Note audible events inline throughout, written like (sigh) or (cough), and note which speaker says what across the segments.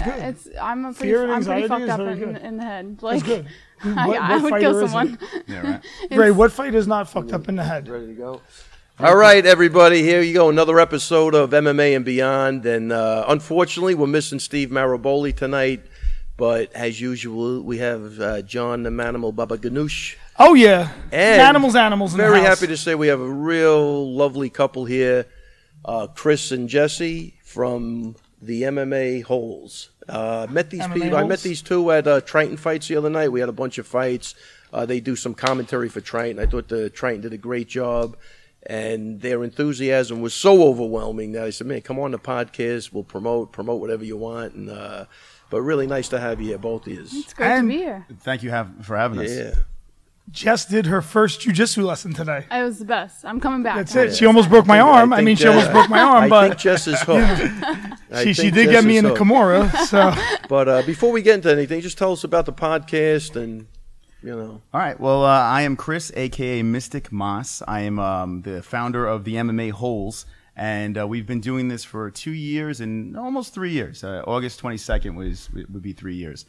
Speaker 1: Uh, it's I'm a pretty,
Speaker 2: Fear and
Speaker 1: I'm pretty
Speaker 2: anxiety
Speaker 1: fucked
Speaker 2: is
Speaker 1: up
Speaker 2: very
Speaker 1: in,
Speaker 2: good.
Speaker 1: in the head. Like
Speaker 2: good.
Speaker 1: (laughs) I,
Speaker 2: What-
Speaker 1: I
Speaker 2: what
Speaker 1: would
Speaker 2: fighter
Speaker 1: kill
Speaker 2: is it?
Speaker 1: someone. (laughs)
Speaker 3: Yeah, right.
Speaker 2: Ray, what fight is not fucked up in the head?
Speaker 4: Ready to go?
Speaker 5: All right, everybody, here you go. Another episode of MMA and Beyond. And uh, unfortunately, we're missing Steve Maraboli tonight. But as usual, we have uh, John the Manimal Baba Ganoush.
Speaker 2: Oh yeah,
Speaker 5: And
Speaker 2: animals, animals. In
Speaker 5: Very
Speaker 2: the house.
Speaker 5: happy to say we have a real lovely couple here uh, Chris and Jesse from the MMA Holes. Uh, met these
Speaker 2: MMA
Speaker 5: people, I met
Speaker 2: Holes?
Speaker 5: these two at uh, Triton Fights the other night. We had a bunch of fights. Uh, they do some commentary for Triton. I thought the Triton did a great job. And their enthusiasm was so overwhelming that I said, "Man, come on the podcast. We'll promote promote whatever you want." And uh, but really nice to have you here, both of you.
Speaker 1: It's great
Speaker 2: And-
Speaker 1: to be here.
Speaker 3: Thank you have, for having us.
Speaker 5: Yeah.
Speaker 2: Jess did her first jujitsu lesson today.
Speaker 1: It was the best. I'm coming back.
Speaker 2: That's it. She almost broke my arm. I,
Speaker 5: think
Speaker 2: mean, she
Speaker 5: that-
Speaker 2: almost broke my arm,
Speaker 5: I
Speaker 2: but
Speaker 5: think Jess is
Speaker 2: (laughs)
Speaker 5: hooked. I
Speaker 2: she, she
Speaker 5: think
Speaker 2: did
Speaker 5: Jess
Speaker 2: get me
Speaker 5: is
Speaker 2: in the
Speaker 5: hooked.
Speaker 2: Kimura.
Speaker 5: (laughs)
Speaker 2: So
Speaker 5: But uh, before we get into anything, just tell us about the podcast and you know.
Speaker 3: All right. Well, uh, I am Chris, aka Mystic Moss. I am um, the founder of the MMA Holes, and uh, we've been doing this for two years and almost three years. Uh, August twenty second was would be three years.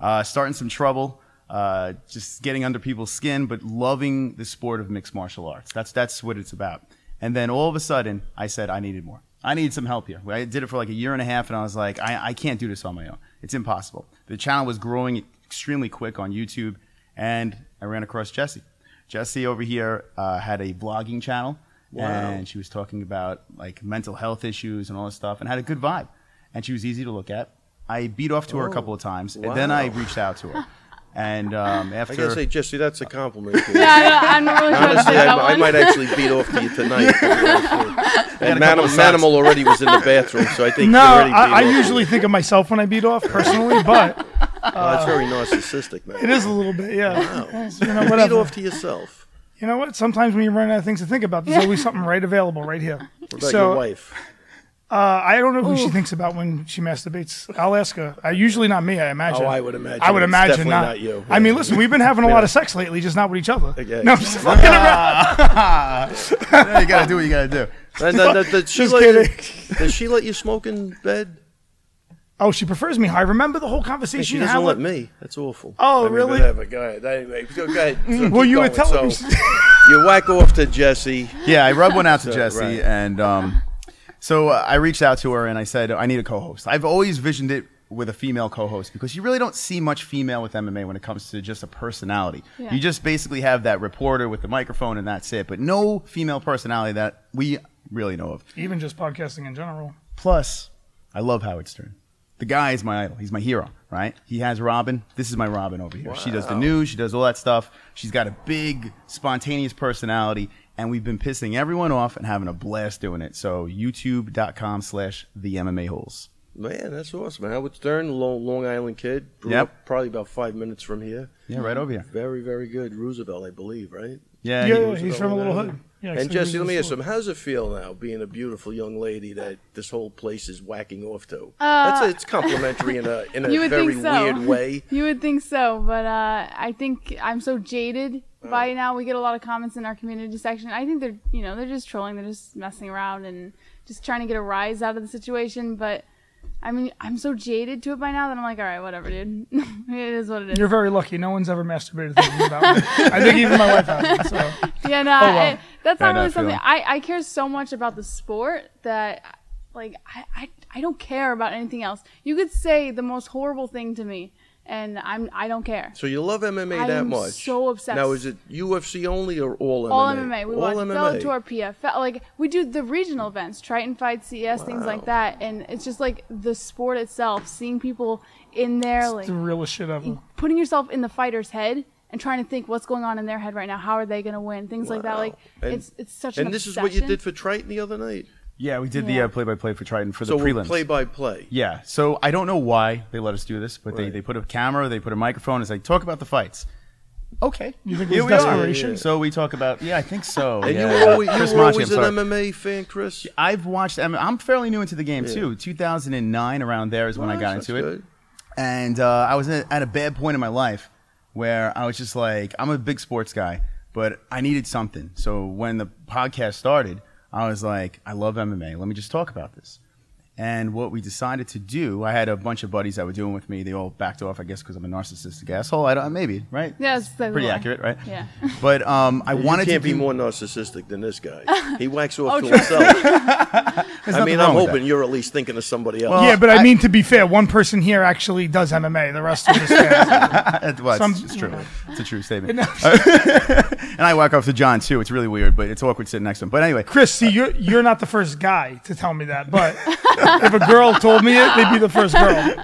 Speaker 3: Uh, starting some trouble, uh, just getting under people's skin, but loving the sport of mixed martial arts. That's that's what it's about. And then all of a sudden, I said I needed more. I need some help here. I did it for like a year and a half, and I was like, I, I can't do this on my own. It's impossible. The channel was growing extremely quick on YouTube and I ran across Jesse. Jesse over here uh, had a blogging channel, and she was talking about like mental health issues and all this stuff, and had a good vibe, and she was easy to look at. I beat off to her a couple of times, and then I
Speaker 5: Oh. wow.
Speaker 3: reached out to her, and um,
Speaker 5: (laughs) I
Speaker 3: after
Speaker 5: gotta say, Jesse, that's a
Speaker 2: (laughs)
Speaker 5: compliment. to you.
Speaker 1: (laughs) Yeah, I don't- I'm not really sure
Speaker 5: Honestly,
Speaker 1: about that
Speaker 5: I, I
Speaker 1: one.
Speaker 5: might actually beat off to you
Speaker 2: (laughs)
Speaker 5: tonight. and
Speaker 3: a couple
Speaker 5: Manimal,
Speaker 3: of shots.
Speaker 5: Manimal already was in the bathroom, so I think
Speaker 2: no,
Speaker 5: he already beat
Speaker 2: I, I
Speaker 5: off to you.
Speaker 2: usually think of myself when I beat off
Speaker 5: (laughs)
Speaker 2: personally, but
Speaker 5: Oh, it's very narcissistic, man.
Speaker 2: it is a little bit, (laughs) yeah.
Speaker 5: Wow.
Speaker 2: You know,
Speaker 5: Beat
Speaker 2: whatever.
Speaker 5: off to yourself.
Speaker 2: You know what? Sometimes when you run out of things to think about, there's always something right available right here.
Speaker 5: What about your
Speaker 2: So
Speaker 5: wife?
Speaker 2: uh, I don't know who she
Speaker 1: Ooh.
Speaker 2: thinks about when she masturbates. I'll ask her. Uh, usually not me, I imagine.
Speaker 5: Oh, I would imagine.
Speaker 2: I would
Speaker 5: It's
Speaker 2: imagine
Speaker 5: definitely
Speaker 2: not.
Speaker 5: not you.
Speaker 2: I mean, listen, we've been having a lot of sex lately, just not with each other.
Speaker 5: Okay.
Speaker 2: No, I'm just fucking around.
Speaker 3: Yeah, (laughs) you gotta do what you gotta do.
Speaker 5: And then, does- does she
Speaker 2: (laughs) Just
Speaker 5: let you-
Speaker 2: kidding.
Speaker 5: does she let you smoke in bed?
Speaker 2: Oh, she prefers me. I remember the whole
Speaker 5: And
Speaker 2: conversation.
Speaker 5: she
Speaker 2: you
Speaker 5: doesn't
Speaker 2: had
Speaker 5: let
Speaker 2: with-
Speaker 5: me. That's awful.
Speaker 2: Oh,
Speaker 5: I mean,
Speaker 2: really?
Speaker 5: Whatever. Go ahead. Anyway, go go ahead.
Speaker 1: Mm.
Speaker 5: So
Speaker 2: (laughs) Well,
Speaker 5: keep
Speaker 2: you were
Speaker 5: going.
Speaker 2: telling
Speaker 5: So,
Speaker 2: me-
Speaker 1: (laughs)
Speaker 5: you whack off to Jesse.
Speaker 3: yeah, I rubbed one out to
Speaker 5: (laughs) So,
Speaker 3: Jesse,
Speaker 5: right.
Speaker 3: and um, so uh, I reached out to her and I said, I need a co-host. I've always visioned it with a female co-host because you really don't see much female with MMA when it comes to just a personality.
Speaker 1: Yeah.
Speaker 3: You just basically have that reporter with the microphone and that's it, but no female personality that we really know of.
Speaker 2: (laughs) Even just podcasting in general.
Speaker 3: Plus, I love Howard Stern. The guy is my idol. He's my hero, right? He has Robin. This is my Robin over here. She does the news. She does all that stuff. She's got a big, spontaneous personality, and we've been pissing everyone off and having a blast doing it. So, youtube.com slash the MMA holes.
Speaker 5: Man, that's awesome, man. Howard Stern, Long, Long Island kid. Grew
Speaker 3: Yep.
Speaker 5: up probably about five minutes from here.
Speaker 3: Yeah, right over here.
Speaker 5: Very, very good. Roosevelt, I believe, right?
Speaker 2: Yeah,
Speaker 3: Yeah, you-
Speaker 2: yeah, he's from a little hood. Yeah,
Speaker 5: and
Speaker 2: so
Speaker 5: Jesse,
Speaker 2: he's
Speaker 5: let me
Speaker 2: a
Speaker 5: ask
Speaker 2: sword.
Speaker 5: him, how's it feel now being a beautiful young lady that this whole place is whacking off to?
Speaker 1: Uh,
Speaker 5: That's it's complimentary in a in a
Speaker 1: You would
Speaker 5: very
Speaker 1: think so.
Speaker 5: weird way.
Speaker 1: (laughs) You would think so, but uh, I think I'm so jaded
Speaker 5: Uh.
Speaker 1: by now. We get a lot of comments in our community section. I think they're, you know, they're just trolling. They're just messing around and just trying to get a rise out of the situation. But I mean, I'm so jaded to it by now that I'm like, all right, whatever, dude. (laughs) it is what it is.
Speaker 2: (laughs) You're very lucky. No one's ever masturbated to me about
Speaker 5: (laughs)
Speaker 2: me. I think even my wife has. So.
Speaker 1: yeah,
Speaker 5: Oh,
Speaker 1: no,
Speaker 2: wow.
Speaker 1: it- that's
Speaker 3: I
Speaker 1: not
Speaker 3: know, I
Speaker 1: really
Speaker 3: feel
Speaker 1: something.
Speaker 3: that.
Speaker 1: I, I care so much about the sport that, like, I, I, I don't care about anything else. You could say the most horrible thing to me, and I'm I don't care.
Speaker 5: So you love MMA
Speaker 1: I
Speaker 5: that
Speaker 1: am
Speaker 5: much?
Speaker 1: so obsessed.
Speaker 5: Now is it UFC only or all MMA?
Speaker 1: All MMA. We
Speaker 5: all
Speaker 1: watch
Speaker 5: MMA.
Speaker 1: Bellator, PFL. Like we do the regional events, Triton Fight, CES, things like that, and it's just like the sport itself. Seeing people in there, like
Speaker 2: the realest shit ever.
Speaker 1: putting yourself in the fighter's head and trying to think what's going on in their head right now. How are they going to win? Things like that.
Speaker 5: Wow.
Speaker 1: Like
Speaker 5: And-
Speaker 1: it's it's such an
Speaker 5: And this is what you
Speaker 1: obsession.
Speaker 5: did for Triton the other night.
Speaker 3: yeah, we did the
Speaker 1: Yeah.
Speaker 3: uh, play-by-play for Triton for
Speaker 5: So
Speaker 3: the
Speaker 5: we're
Speaker 3: prelims.
Speaker 5: play by play.
Speaker 3: Yeah. So I don't know why they let us do this, but they,
Speaker 5: Right.
Speaker 3: they put a camera, they put a microphone. It's like, talk about the fights. Okay.
Speaker 2: You think it
Speaker 3: Here
Speaker 2: was
Speaker 3: we are.
Speaker 2: desperation?
Speaker 3: So we talk about, yeah, I think so.
Speaker 5: And
Speaker 3: yeah.
Speaker 5: you were always, you
Speaker 3: Chris
Speaker 5: were
Speaker 3: Machi,
Speaker 5: always
Speaker 3: I'm
Speaker 5: an
Speaker 3: sorry.
Speaker 5: MMA fan, Chris.
Speaker 3: I've watched, I mean, I'm fairly new into the game too. 2009, around there is when I got
Speaker 5: That's
Speaker 3: into it.
Speaker 5: good.
Speaker 3: And uh, I was at at a bad point in my life where I was just like, I'm a big sports guy, but I needed something. So when the podcast started, I was like, I love MMA. Let me just talk about this. And what we decided to do, I had a bunch of buddies that were doing with me. They all backed off, I guess, because I'm a narcissistic asshole. I don't, maybe, right?
Speaker 1: Yeah, that's exactly
Speaker 3: pretty
Speaker 1: why.
Speaker 3: accurate, right?
Speaker 1: Yeah.
Speaker 3: But um, I wanted
Speaker 5: you can't
Speaker 3: to
Speaker 5: be
Speaker 3: do-
Speaker 5: more narcissistic than
Speaker 3: (laughs)
Speaker 5: this guy. He whacks off
Speaker 1: Oh,
Speaker 5: to
Speaker 1: trust
Speaker 5: himself.
Speaker 3: There's
Speaker 5: I
Speaker 3: nothing
Speaker 5: mean,
Speaker 3: wrong
Speaker 5: I'm
Speaker 3: with
Speaker 5: hoping
Speaker 3: that.
Speaker 5: you're at least thinking of somebody else.
Speaker 3: Well,
Speaker 2: yeah, but I
Speaker 3: I-
Speaker 2: mean, to be fair, one person here actually does MMA. The rest of
Speaker 5: (laughs)
Speaker 2: us fans.
Speaker 3: Uh, Well, it's-
Speaker 2: Some-
Speaker 3: it's true. It's a true statement. (laughs) and I whack off to John too. It's really weird, but it's awkward sitting next to him. But anyway,
Speaker 2: Chris, see, you're you're not the first guy to tell me that, but (laughs) if a girl told me it, they'd be the first girl.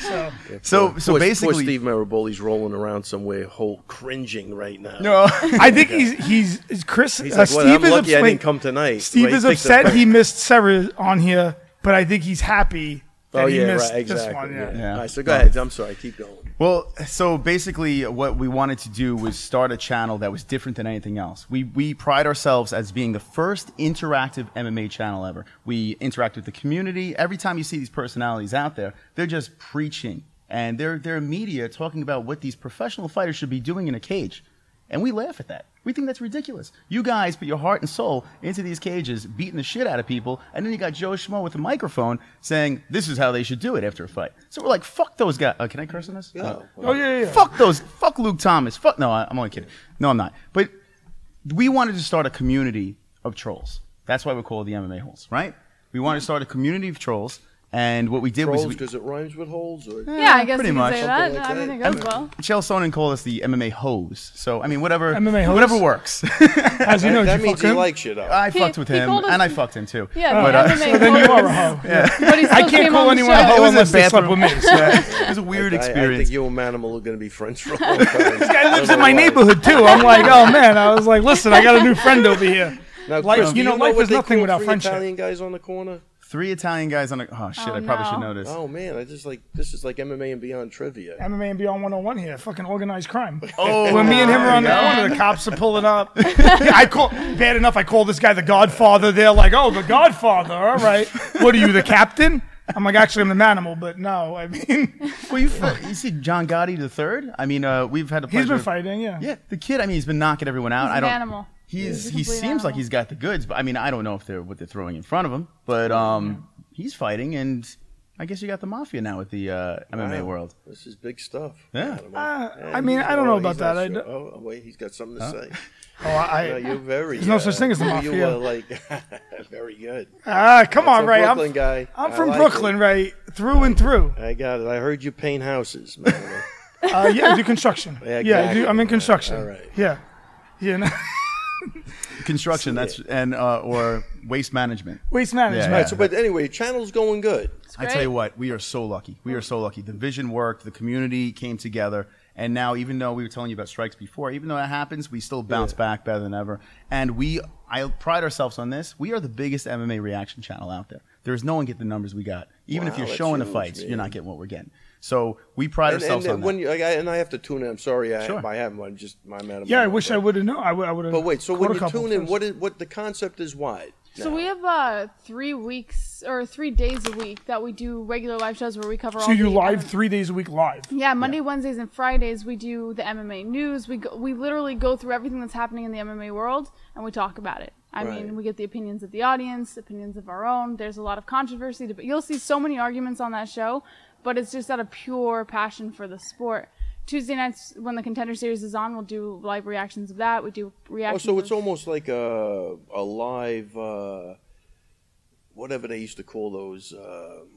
Speaker 2: So
Speaker 3: so so
Speaker 5: poor, poor
Speaker 3: basically,
Speaker 5: Steve Maraboli's rolling around somewhere, whole cringing right now.
Speaker 3: no,
Speaker 2: I think he's he's is Chris.
Speaker 5: He's
Speaker 2: uh,
Speaker 5: like, well,
Speaker 2: Steve
Speaker 5: I'm
Speaker 2: is
Speaker 5: lucky I
Speaker 2: upset-
Speaker 5: didn't come tonight.
Speaker 2: Steve
Speaker 5: Right,
Speaker 2: is
Speaker 5: takes a-
Speaker 2: upset he missed Sarah on here, but I think he's happy that
Speaker 5: Oh
Speaker 2: he
Speaker 5: yeah,
Speaker 2: missed
Speaker 5: right, exactly.
Speaker 2: this one.
Speaker 5: yeah.
Speaker 2: Yeah.
Speaker 3: Yeah.
Speaker 5: All right, so go ahead. I'm sorry. Keep going.
Speaker 3: Well, so basically, what we wanted to do was start a channel that was different than anything else. We we pride ourselves as being the first interactive MMA channel ever. We interact with the community. Every time you see these personalities out there, they're just preaching and they're they're media talking about what these professional fighters should be doing in a cage, and we laugh at that. We think that's ridiculous. You guys put your heart and soul into these cages, beating the shit out of people, and then you got Joe Schmo with a microphone saying this is how they should do it after a fight. So we're like, fuck those guys. Uh, can I curse on this? Uh,
Speaker 2: Oh yeah, yeah. yeah.
Speaker 3: Fuck those. Fuck Luke Thomas. Fuck. No, I, I'm only kidding. No, I'm not. But we wanted to start a community of trolls. That's why we call it the MMA holes, right? We wanted to start a community of trolls, and what we did was
Speaker 5: Trolls
Speaker 3: we,
Speaker 5: because it rhymes with holes, or
Speaker 1: Yeah, I guess
Speaker 3: pretty
Speaker 1: you
Speaker 3: much.
Speaker 1: can say that.
Speaker 5: Something like
Speaker 1: I
Speaker 5: that.
Speaker 1: mean, it goes well.
Speaker 3: Chael Sonnen called us the MMA hoes. So I mean, whatever,
Speaker 2: MMA hoes?
Speaker 3: whatever works.
Speaker 2: As you know,
Speaker 5: that,
Speaker 2: did
Speaker 5: that
Speaker 2: you
Speaker 5: means
Speaker 2: fuck
Speaker 5: he
Speaker 2: him?
Speaker 5: likes you though.
Speaker 3: I
Speaker 1: He-
Speaker 3: fucked with
Speaker 1: he
Speaker 3: him,
Speaker 1: called us-
Speaker 3: and I fucked him too.
Speaker 1: Yeah,
Speaker 2: Oh,
Speaker 1: the
Speaker 2: uh,
Speaker 1: MMA
Speaker 3: (laughs)
Speaker 2: so then you are a hoe.
Speaker 1: But he still
Speaker 2: I can't
Speaker 1: came
Speaker 2: call
Speaker 1: on the
Speaker 2: anyone a
Speaker 1: show.
Speaker 2: hoe
Speaker 3: was a
Speaker 2: unless they slept with
Speaker 3: bathroom-
Speaker 2: me. So.
Speaker 3: It was a weird
Speaker 5: I, I think
Speaker 3: experience.
Speaker 5: you and Manimal are going to be friends for a long time. this
Speaker 2: guy lives in my neighborhood too. I'm like, oh man. I was like, listen, I got a new friend over here.
Speaker 5: Now,
Speaker 2: Life-
Speaker 5: Chris,
Speaker 2: you
Speaker 5: do
Speaker 2: know, life
Speaker 5: what
Speaker 2: is
Speaker 5: they
Speaker 2: nothing
Speaker 5: call
Speaker 2: without
Speaker 5: three
Speaker 2: friendship.
Speaker 5: Italian guys on the corner.
Speaker 3: Three Italian guys on a. Oh shit!
Speaker 1: Oh,
Speaker 3: I probably should
Speaker 1: no.
Speaker 3: know this.
Speaker 5: Oh man, I just like this is like MMA and beyond trivia.
Speaker 2: MMA and Beyond 101 here. Fucking organized crime.
Speaker 3: Oh,
Speaker 2: When me and him are on the
Speaker 1: Yeah.
Speaker 2: corner, the cops are pulling up. Yeah, I call bad enough. I call this guy the Godfather. They're like, "Oh, the Godfather. All right. What are you, the captain?" I'm like, "Actually, I'm an animal, but no. I mean, (laughs)
Speaker 3: Well, you, f- you see John Gotti the third. I mean, uh, we've had a.
Speaker 2: he's
Speaker 3: pleasure
Speaker 2: been
Speaker 3: of-
Speaker 2: fighting. Yeah.
Speaker 3: Yeah, the kid. I mean, he's been knocking everyone out.
Speaker 1: He's
Speaker 3: I
Speaker 1: an
Speaker 3: don't.
Speaker 1: animal.
Speaker 3: He's,
Speaker 1: He's a
Speaker 3: he
Speaker 1: complete
Speaker 3: seems like
Speaker 1: animal.
Speaker 3: he's got the goods, but I mean, I don't know if they're what they're throwing in front of him. But um, he's fighting, and I guess you got the mafia now with the uh, MMA
Speaker 5: Wow.
Speaker 3: world.
Speaker 5: This is big stuff.
Speaker 3: Yeah.
Speaker 5: Manimal.
Speaker 2: Uh,
Speaker 5: Yeah,
Speaker 2: I mean,
Speaker 5: he's-
Speaker 2: I don't know
Speaker 5: oh,
Speaker 2: about
Speaker 5: he's not
Speaker 2: that. I
Speaker 5: sure.
Speaker 2: d-
Speaker 5: Oh wait, he's got something to say.
Speaker 2: Oh, I.
Speaker 5: No, you're very.
Speaker 2: There's no such thing as the
Speaker 5: you- You
Speaker 2: mafia.
Speaker 5: are like (laughs) very good.
Speaker 2: ah, come
Speaker 5: That's
Speaker 2: on,
Speaker 5: a
Speaker 2: Ray. I'm,
Speaker 5: Brooklyn guy.
Speaker 2: I'm
Speaker 5: I
Speaker 2: from
Speaker 5: like
Speaker 2: Brooklyn, Ray, through and through.
Speaker 5: it. I got it. I heard you paint houses.
Speaker 2: (laughs)
Speaker 5: Manimal.
Speaker 2: Uh, yeah, I do construction.
Speaker 5: (laughs) Yeah,
Speaker 2: Yeah, I do,
Speaker 5: exactly.
Speaker 2: I'm in construction.
Speaker 5: All right.
Speaker 2: Yeah. You know,
Speaker 3: Construction. That's and uh, or waste management.
Speaker 2: (laughs) waste management.
Speaker 3: Yeah.
Speaker 5: All right, so, but anyway, channel's going good.
Speaker 3: I tell you what, we are so lucky. We are so lucky. The vision worked. The community came together, and now even though we were telling you about strikes before, even though that happens, we still bounce back better than ever. And we, I pride ourselves on this. We are the biggest MMA reaction channel out there. There's no one get the numbers we got. Even
Speaker 5: Wow,
Speaker 3: if you're
Speaker 5: that's
Speaker 3: showing the
Speaker 5: huge,
Speaker 3: fights,
Speaker 5: man.
Speaker 3: you're not getting what we're getting. So we pride
Speaker 5: And, and,
Speaker 3: ourselves
Speaker 5: and
Speaker 3: on
Speaker 5: when
Speaker 3: that.
Speaker 5: you, like, I, and I have to tune in. I'm sorry, I,
Speaker 3: Sure.
Speaker 5: I haven't. I'm just I'm out of.
Speaker 2: Yeah, I
Speaker 5: mind,
Speaker 2: wish
Speaker 5: but-
Speaker 2: I would have known. I would. I would have.
Speaker 5: But wait, so when you tune in, what is what the concept is wide?
Speaker 1: So we have uh, three weeks or three days a week that we do regular live shows where we cover
Speaker 2: So
Speaker 1: all.
Speaker 2: you
Speaker 1: the
Speaker 2: live
Speaker 1: MMA
Speaker 2: three days a week live.
Speaker 1: Yeah, Monday, Wednesdays, and Fridays we do the MMA news. We go, we literally go through everything that's happening in the MMA world and we talk about it. I
Speaker 5: Right.
Speaker 1: mean, we get the opinions of the audience, opinions of our own. There's a lot of controversy, but you'll see so many arguments on that show. But it's just out of pure passion for the sport. Tuesday nights when the contender series is on, we'll do live reactions of that. We do
Speaker 5: Oh,
Speaker 1: reactions.
Speaker 5: so it's
Speaker 1: of-
Speaker 5: almost like a a live, uh, whatever they used to call those, um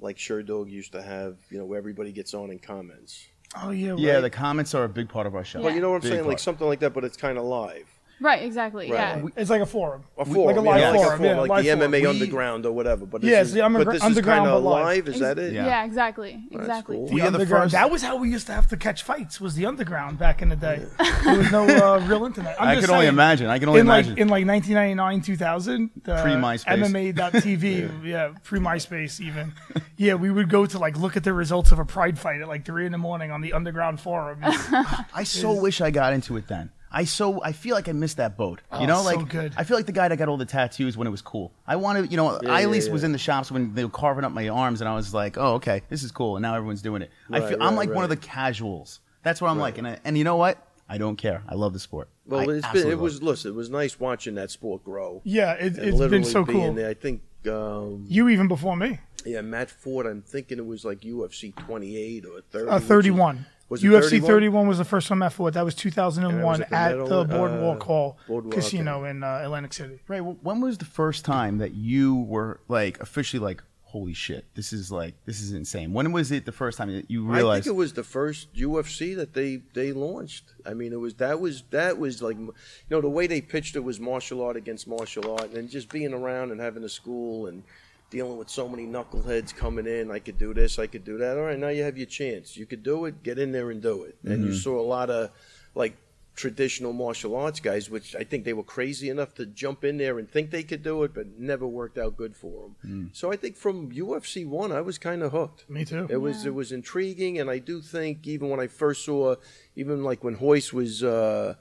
Speaker 5: like Sure Dog used to have. You know, where everybody gets on and comments.
Speaker 2: Oh yeah. Right.
Speaker 3: yeah, the comments are a big part of our show.
Speaker 1: But
Speaker 5: You know what I'm
Speaker 3: Big
Speaker 5: saying? Like
Speaker 3: part.
Speaker 5: something like that, but it's kind of live.
Speaker 1: right, exactly.
Speaker 5: Right.
Speaker 1: Yeah.
Speaker 5: We-
Speaker 2: it's like a forum.
Speaker 5: A
Speaker 2: We-
Speaker 5: forum,
Speaker 2: like a
Speaker 5: yeah,
Speaker 2: live
Speaker 5: like,
Speaker 2: forum. yeah,
Speaker 5: like
Speaker 2: live
Speaker 5: the
Speaker 2: forum.
Speaker 5: MMA
Speaker 3: We-
Speaker 5: underground or whatever. But
Speaker 2: Yeah,
Speaker 5: this
Speaker 2: it's
Speaker 5: is,
Speaker 2: the undergr-
Speaker 5: but this
Speaker 2: underground,
Speaker 5: is kind
Speaker 2: but
Speaker 5: of
Speaker 2: live.
Speaker 5: live. Is that it?
Speaker 1: Yeah. exactly. Exactly.
Speaker 5: cool.
Speaker 3: We
Speaker 2: The
Speaker 3: are the
Speaker 2: underground.
Speaker 3: first.
Speaker 2: That was how we used to have to catch fights. Was the underground back in the day? There was no
Speaker 5: (laughs)
Speaker 2: uh, real internet. I'm
Speaker 3: I
Speaker 2: just
Speaker 3: can only
Speaker 2: saying,
Speaker 3: imagine. I can only
Speaker 2: in
Speaker 3: imagine.
Speaker 2: like in like 1999, 2000, uh,
Speaker 3: Pre-MySpace. (laughs)
Speaker 2: MMA.tv, yeah, pre MySpace even. Yeah, we would go to like look at the results of a Pride fight at like three in the morning on the underground forum.
Speaker 3: (laughs) I so wish I got into it then. I so I feel like I missed that boat. you know,
Speaker 2: Oh, so
Speaker 3: like
Speaker 2: good.
Speaker 3: I feel like the guy that got all the tattoos when it was cool. I wanted, you know, I at
Speaker 5: yeah,
Speaker 3: least was
Speaker 5: yeah.
Speaker 3: in the shops when they were carving up my arms, and I was like, oh, okay, this is cool. And now everyone's doing it. I
Speaker 5: Right,
Speaker 3: feel, I'm
Speaker 5: right,
Speaker 3: like one of the
Speaker 5: right.
Speaker 3: casuals. That's what I'm like, and I, and you know what? I don't care. I love the sport.
Speaker 5: Well,
Speaker 3: I
Speaker 5: it's been,
Speaker 3: absolutely
Speaker 5: it
Speaker 3: love
Speaker 5: was. Listen, it was nice watching that sport grow.
Speaker 2: yeah, it,
Speaker 5: and
Speaker 2: it's been
Speaker 5: literally
Speaker 2: so
Speaker 5: being
Speaker 2: cool.
Speaker 5: there. I think um,
Speaker 2: You even before me.
Speaker 5: yeah, Matt Ford. I'm thinking it was like UFC 28 or 30.
Speaker 2: Uh, 31.
Speaker 5: Was it
Speaker 2: UFC
Speaker 5: 31?
Speaker 2: 31 was the first one I fought. That was 2001
Speaker 5: And it was at
Speaker 2: at
Speaker 5: the
Speaker 2: the
Speaker 5: Meadow-
Speaker 2: Boardwalk
Speaker 5: uh,
Speaker 2: Hall
Speaker 5: Boardwalk,
Speaker 2: Casino in uh, Atlantic City.
Speaker 3: Right. Well, when was the first time that you were like officially like, holy shit, this is like this is insane? When was it the first time that you
Speaker 5: I
Speaker 3: realized?
Speaker 5: think it was the first UFC that they they launched. I mean, it was that was that was like, you know, the way they pitched it was martial art against martial art, and just being around and having a school and dealing with so many knuckleheads coming in. I could do this, I could do that. All right, now you have your chance. You could do it. Get in there and do it. And you saw a lot of like traditional martial arts guys, which I think they were crazy enough to jump in there and think they could do it, but never worked out good for them. So I think from UFC one, I was kind of hooked.
Speaker 2: Me too.
Speaker 5: It was it was intriguing, and I do think even when I first saw, even like when Hoist was, uh,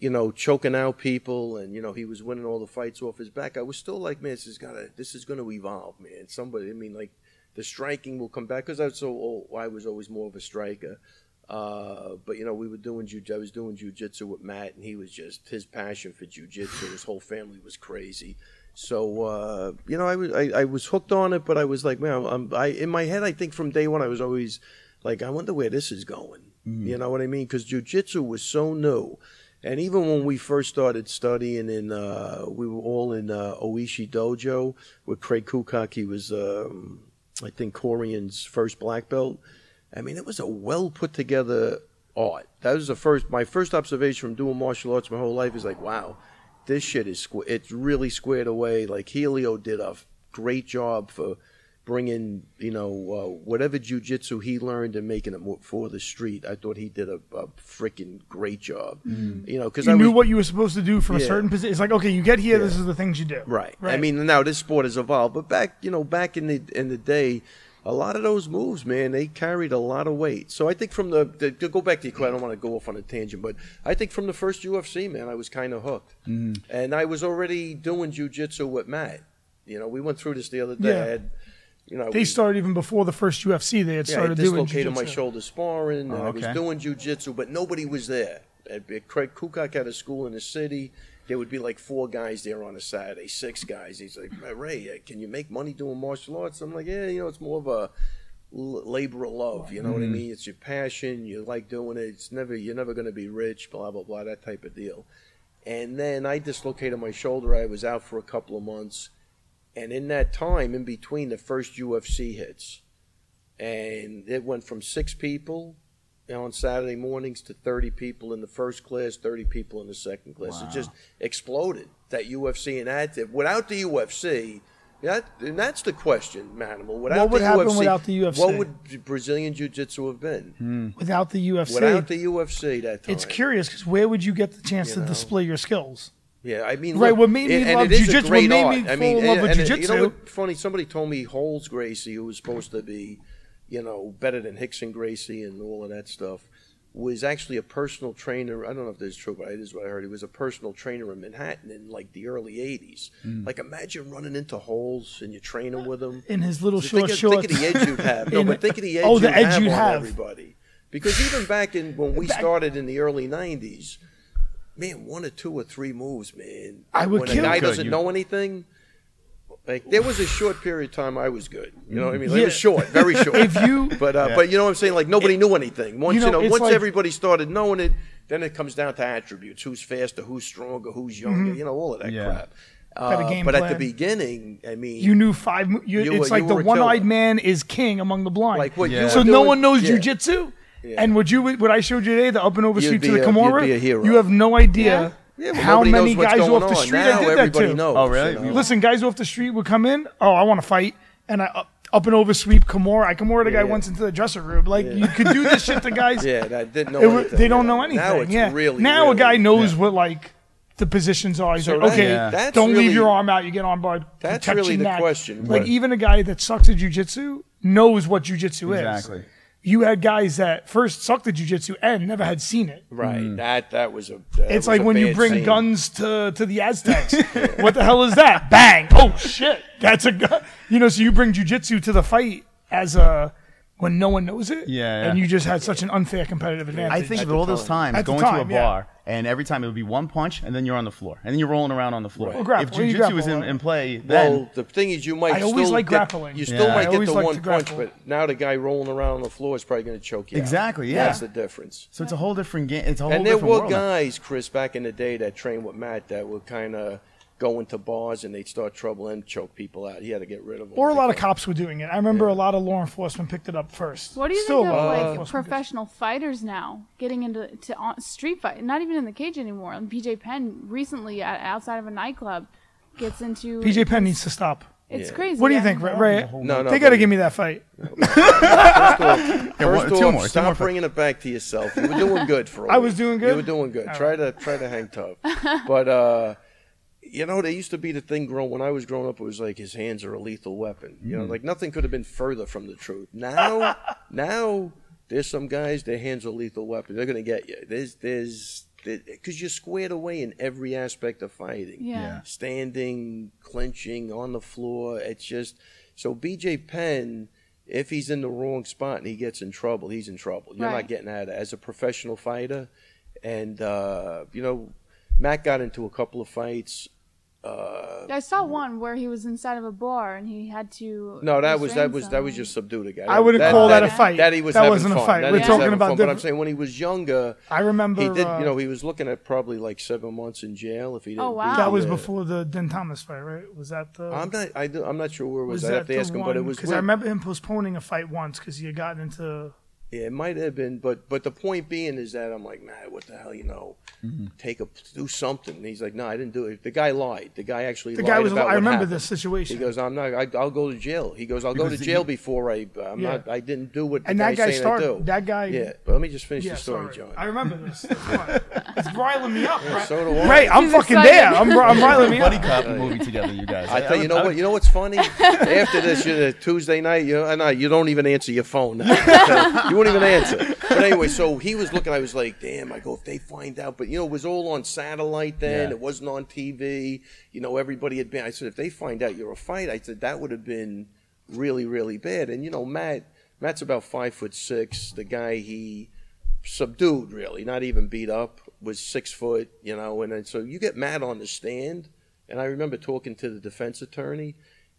Speaker 5: you know, choking out people, and you know he was winning all the fights off his back, I was still like, man, this is gotta, this is gonna evolve, man. Somebody, I mean, like the striking will come back because I was so old, I was always more of a striker. Uh, but you know, we were doing jiu. I was doing jujitsu with Matt, and he was just his passion for jujitsu. His whole family was crazy. So uh, you know, I was I, I was hooked on it, but I was like, man, I'm, I in my head, I think from day one, I was always like, I wonder where this is going. You know what I mean? Because jujitsu was so new, and even when we first started studying, in uh, we were all in uh, Oishi Dojo with Craig Kukak. He was, um, I think, Korean's first black belt. I mean, it was a well put together art. That was the first my first observation from doing martial arts my whole life is like, wow, this shit is squ- it's really squared away. Like Helio did a f- great job for bringing you know uh, whatever jujitsu he learned and making it more for the street. I thought he did a, a freaking great job. You know, because
Speaker 2: Mm-hmm. You
Speaker 5: I
Speaker 2: knew
Speaker 5: was,
Speaker 2: what you were supposed to do from a
Speaker 5: Yeah.
Speaker 2: certain position. It's like, okay, you get here. This is the things you do.
Speaker 5: Right. I mean, now this sport has evolved, but back, you know, back in the in the day, a lot of those moves, man, they carried a lot of weight. So I think from the, the to go back to your, I don't want to go off on a tangent, but I think from the first UFC, man, I was kind of hooked,
Speaker 2: Mm-hmm.
Speaker 5: mm. and I was already doing jujitsu with Matt. You know, we went through this the other day.
Speaker 2: Yeah.
Speaker 5: I had, you know,
Speaker 2: they
Speaker 5: we-
Speaker 2: started even before the first UFC. They had
Speaker 5: yeah, I
Speaker 2: started doing
Speaker 5: dislocated my
Speaker 2: jiu-jitsu.
Speaker 5: shoulder sparring. and
Speaker 3: Oh,
Speaker 5: I
Speaker 3: okay.
Speaker 5: was doing jujitsu, but nobody was there. At- at Craig Kukak had a school in the city. There would be like four guys there on a Saturday, six guys. He's like, "Hey, Ray, uh, can you make money doing martial arts? I'm like, yeah, you know, it's more of a l- labor of love. You know
Speaker 2: Mm-hmm.
Speaker 5: what I mean? It's your passion. You like doing it. It's never you're never going to be rich. Blah blah blah. That type of deal. And then I dislocated my shoulder. I was out for a couple of months. And in that time, in between the first UFC hits, and it went from six people on Saturday mornings to 30 people in the first class, 30 people in the second class. It just exploded that UFC and that without the UFC. That, and that's the question, Manimal. Without
Speaker 2: What would
Speaker 5: the
Speaker 2: happen
Speaker 5: UFC,
Speaker 2: without the UFC?
Speaker 5: What would Brazilian Jiu Jitsu have been?
Speaker 2: without the UFC.
Speaker 5: Without the UFC, that time.
Speaker 2: Hmm. it's curious because where would you get the chance
Speaker 5: You
Speaker 2: to
Speaker 5: know.
Speaker 2: display your skills?
Speaker 5: Yeah, I mean,
Speaker 2: Right,
Speaker 5: look,
Speaker 2: what made me
Speaker 5: and- and
Speaker 2: love
Speaker 5: it is a
Speaker 2: jujitsu- what
Speaker 5: great
Speaker 2: made
Speaker 5: art.
Speaker 2: me
Speaker 5: I mean,
Speaker 2: fall in love
Speaker 5: and-
Speaker 2: with
Speaker 5: and it- You
Speaker 2: jujitsu-
Speaker 5: know what? Funny, somebody told me Holes Gracie, who was supposed to be, you know, better than Hickson Gracie and all of that stuff, was actually a personal trainer. I don't know if this is true, but it is what I heard. He was a personal trainer in Manhattan in like the early '80s. Like, imagine running into Holes and you're training with him
Speaker 2: Mm. In his little
Speaker 5: So
Speaker 2: short
Speaker 5: think, of-
Speaker 2: shorts.
Speaker 5: Think of the edge
Speaker 2: (laughs)
Speaker 5: you'd have. No,
Speaker 2: In-
Speaker 5: but think of the edge
Speaker 2: oh, the
Speaker 5: you'd
Speaker 2: edge
Speaker 5: have
Speaker 2: you'd
Speaker 5: on
Speaker 2: have.
Speaker 5: everybody. Because even back in when we started in the early '90s man, one or two or three moves, man.
Speaker 2: I would
Speaker 5: when
Speaker 2: kill
Speaker 5: a guy
Speaker 3: you.
Speaker 5: doesn't
Speaker 3: You-
Speaker 5: know anything. Like there was a short period of time I was good. You know what I mean? Like, It was
Speaker 2: Yeah. (laughs)
Speaker 5: short, very short.
Speaker 2: If you-
Speaker 5: but uh, but you know what I'm saying? Like nobody knew anything. Once
Speaker 2: you
Speaker 5: you
Speaker 2: know,
Speaker 5: know,
Speaker 2: it's
Speaker 5: once
Speaker 2: like-
Speaker 5: everybody started knowing it, then it comes down to attributes: who's faster, who's stronger, who's younger. You know all of that
Speaker 3: Yeah.
Speaker 5: crap.
Speaker 2: Got a
Speaker 5: Uh,
Speaker 2: Mm-hmm. game
Speaker 5: but at the
Speaker 2: plan.
Speaker 5: beginning, I mean,
Speaker 2: You knew five. mo- You,
Speaker 5: You
Speaker 2: it's
Speaker 5: were-
Speaker 2: like
Speaker 5: you
Speaker 2: the
Speaker 5: were a
Speaker 2: one-eyed
Speaker 5: killer.
Speaker 2: man is king among the blind.
Speaker 5: Like what you
Speaker 2: so
Speaker 5: were
Speaker 2: no
Speaker 5: doing-
Speaker 2: one knows
Speaker 5: yeah.
Speaker 2: jujitsu.
Speaker 5: Yeah.
Speaker 2: And would you what I showed you today, the up and over
Speaker 5: You'd
Speaker 2: sweep to
Speaker 5: be
Speaker 2: the
Speaker 5: a- you'd
Speaker 2: Kimura?
Speaker 5: be a hero.
Speaker 2: You have no idea
Speaker 5: yeah, but
Speaker 2: how
Speaker 5: nobody
Speaker 2: many
Speaker 5: knows what's
Speaker 2: guys
Speaker 5: going
Speaker 2: off the
Speaker 5: on.
Speaker 2: street
Speaker 5: now
Speaker 2: I did that
Speaker 5: everybody
Speaker 2: to.
Speaker 5: knows.
Speaker 3: Oh, really?
Speaker 5: you know?
Speaker 2: Listen, guys off the street would come in. Oh, I want to fight, and I up, up and over sweep Kimura. I Kimura the guy
Speaker 5: Yeah.
Speaker 2: once into the dresser room. Like you could do this shit to guys.
Speaker 5: (laughs) Yeah, that didn't know
Speaker 2: It wa-
Speaker 5: anything.
Speaker 2: they don't
Speaker 5: yeah.
Speaker 2: know anything.
Speaker 5: Now it's
Speaker 2: yeah.
Speaker 5: really
Speaker 2: now a
Speaker 5: really-
Speaker 2: guy knows what like the positions are. He's
Speaker 5: So
Speaker 2: like,
Speaker 5: that-
Speaker 2: okay,
Speaker 5: yeah. that's
Speaker 2: don't leave
Speaker 5: really-
Speaker 2: your arm out. You get on barred.
Speaker 5: That's
Speaker 2: protect
Speaker 5: really
Speaker 2: your
Speaker 5: the
Speaker 2: neck.
Speaker 5: question,
Speaker 2: Like
Speaker 5: but-
Speaker 2: even a guy that sucks at jujitsu knows what jujitsu is.
Speaker 3: Exactly.
Speaker 2: You had guys that first sucked at jujitsu and never had seen it.
Speaker 5: Right. That that was a. that
Speaker 2: Mm. It's
Speaker 5: was
Speaker 2: like
Speaker 5: a
Speaker 2: when you
Speaker 5: bad
Speaker 2: bring
Speaker 5: scene.
Speaker 2: guns to, to the
Speaker 5: (laughs)
Speaker 2: Aztecs. what the hell is that? Bang! Oh shit! That's a gun. You know, so you bring jujitsu to the fight as a when no one knows it.
Speaker 3: Yeah, yeah.
Speaker 2: And you just had such an unfair competitive
Speaker 3: I
Speaker 2: advantage.
Speaker 3: think of all those times
Speaker 2: At the
Speaker 3: going to a
Speaker 2: time, yeah.
Speaker 3: bar, and every time it would be one punch, and then you're on the floor, and then you're rolling around on the floor.
Speaker 5: Well,
Speaker 2: grapple.
Speaker 3: if
Speaker 2: Well, you
Speaker 3: jujitsu was
Speaker 2: grapple,
Speaker 3: in,
Speaker 2: right?
Speaker 3: in play, then
Speaker 5: Well, the thing is, you might.
Speaker 2: I always
Speaker 5: still
Speaker 2: like
Speaker 5: get-
Speaker 2: grappling.
Speaker 5: You still
Speaker 3: Yeah. I
Speaker 5: might get
Speaker 2: always
Speaker 5: the
Speaker 2: like
Speaker 5: one
Speaker 2: to
Speaker 5: punch,
Speaker 2: grapple.
Speaker 5: but now the guy rolling around on the floor is probably going to choke you. out.
Speaker 3: Exactly, yeah.
Speaker 5: That's the difference.
Speaker 3: so it's a whole different game. It's a whole
Speaker 5: and there
Speaker 3: different
Speaker 5: were
Speaker 3: world.
Speaker 5: guys, Chris, back in the day that trained with Matt that were kind of going to bars and they'd start trouble and choke people out. He had to get rid of them.
Speaker 2: or a lot of cops were doing it. I remember a lot of law enforcement picked it up first.
Speaker 1: What do you
Speaker 2: Still
Speaker 1: think
Speaker 2: a
Speaker 1: of
Speaker 2: lot law
Speaker 1: like
Speaker 2: enforcement does.
Speaker 1: professional fighters now getting into to on, street fight? Not even in the cage anymore. And PJ Penn recently at, outside of a nightclub gets into
Speaker 2: PJ Penn needs to stop.
Speaker 1: It's
Speaker 5: Yeah.
Speaker 1: crazy.
Speaker 2: What do you
Speaker 1: yeah.
Speaker 2: think, Ray? Ray?
Speaker 5: No, no,
Speaker 2: They got to
Speaker 5: but-
Speaker 2: give me that fight.
Speaker 5: First off,
Speaker 3: one-
Speaker 5: first
Speaker 3: two
Speaker 5: off,
Speaker 3: more, two more
Speaker 5: stop
Speaker 3: for-
Speaker 5: bringing it back to yourself. You were doing
Speaker 3: (laughs)
Speaker 5: good for. a
Speaker 2: I
Speaker 5: week.
Speaker 2: was doing good?
Speaker 5: You were doing
Speaker 3: Oh.
Speaker 5: good. Try to try to hang tough. But uh, you know, there used to be the thing growing when I was growing up. It was like his hands are a lethal weapon. You
Speaker 3: Mm-hmm.
Speaker 5: know, like nothing could have been further from the truth.
Speaker 3: (laughs)
Speaker 5: Now, now there's some guys. Their hands are lethal weapons. They're gonna get you. There's there's because you're squared away in every aspect of fighting
Speaker 1: Yeah.
Speaker 3: Yeah.
Speaker 5: standing, clinching on the floor. It's just so BJ Penn. If he's in the wrong spot and he gets in trouble, he's in trouble. You're
Speaker 1: Right.
Speaker 5: not getting out of it as a professional fighter. And uh, you know, Matt got into a couple of fights. Uh,
Speaker 1: I saw one where he was inside of a bar and he had to.
Speaker 5: no, that was that
Speaker 1: restrain
Speaker 5: was that
Speaker 1: someone.
Speaker 5: was just subdued a guy.
Speaker 2: I wouldn't
Speaker 1: call that a
Speaker 2: fight.
Speaker 5: That he was
Speaker 2: That
Speaker 5: having
Speaker 2: wasn't a
Speaker 5: fun.
Speaker 2: fight.
Speaker 5: That
Speaker 1: We're
Speaker 5: he was
Speaker 1: talking
Speaker 5: having
Speaker 2: about
Speaker 5: fun. But I'm
Speaker 2: different-
Speaker 5: saying when he was younger,
Speaker 2: I remember
Speaker 5: he did.
Speaker 2: uh,
Speaker 5: you know, he was looking at probably like seven months in jail if he didn't.
Speaker 1: Oh, wow.
Speaker 5: beat
Speaker 2: that was
Speaker 5: the-
Speaker 2: before the Den Thomas fight, right? Was that the?
Speaker 5: I'm not. I do, I'm not sure where it was.
Speaker 2: was
Speaker 5: I have to
Speaker 2: the
Speaker 5: ask him, but it
Speaker 2: one-
Speaker 5: was.
Speaker 2: because I
Speaker 5: with-
Speaker 2: remember him postponing a fight once because he had gotten into.
Speaker 5: Yeah, it might have been, but but the point being is that I'm like, man, what the hell, you know?
Speaker 2: Mm-hmm.
Speaker 5: Take a do something. And he's like, no, I didn't do it. The guy lied. The guy actually.
Speaker 2: The
Speaker 5: lied
Speaker 2: guy was.
Speaker 5: About
Speaker 2: I
Speaker 5: what
Speaker 2: remember
Speaker 5: happened.
Speaker 2: this
Speaker 5: He
Speaker 2: situation,
Speaker 5: goes, I'm not. I, I'll go to jail. He goes, I'll go
Speaker 3: Because
Speaker 5: to
Speaker 3: he-
Speaker 5: jail before I. I'm
Speaker 2: Yeah.
Speaker 5: not. I didn't do what. The
Speaker 2: and that guy
Speaker 5: guy's saying I
Speaker 2: started.
Speaker 5: do.
Speaker 2: That guy.
Speaker 5: Yeah, but let me just finish
Speaker 2: Yeah,
Speaker 5: the story,
Speaker 2: sorry.
Speaker 5: John.
Speaker 2: I remember
Speaker 5: (laughs)
Speaker 2: this. That's why. it's riling me up. right?
Speaker 5: so do I.
Speaker 2: Ray, I'm
Speaker 1: He's
Speaker 2: fucking
Speaker 1: excited.
Speaker 2: there. I'm,
Speaker 5: (laughs)
Speaker 2: I'm riling me up.
Speaker 3: buddy cop movie together, you guys.
Speaker 5: I tell
Speaker 3: would-
Speaker 5: you, you know
Speaker 3: I
Speaker 5: what?
Speaker 3: would-
Speaker 5: You know what's funny? (laughs) After this, you uh, Tuesday night, you and I, you don't even answer your phone. (laughs) you won't even answer. But anyway, so he was looking. I was like, damn. I go, if they find out, but you know, it was all on satellite then.
Speaker 3: Yeah.
Speaker 5: It wasn't on TV. You know, everybody had been. I said, if they find out you're a fight, I said that would have been really, really bad. And you know, Matt, Matt's about five foot six. The guy he subdued, really, not even beat up, was six foot, you know. And then, so you get Matt on the stand, and I remember talking to the defense attorney,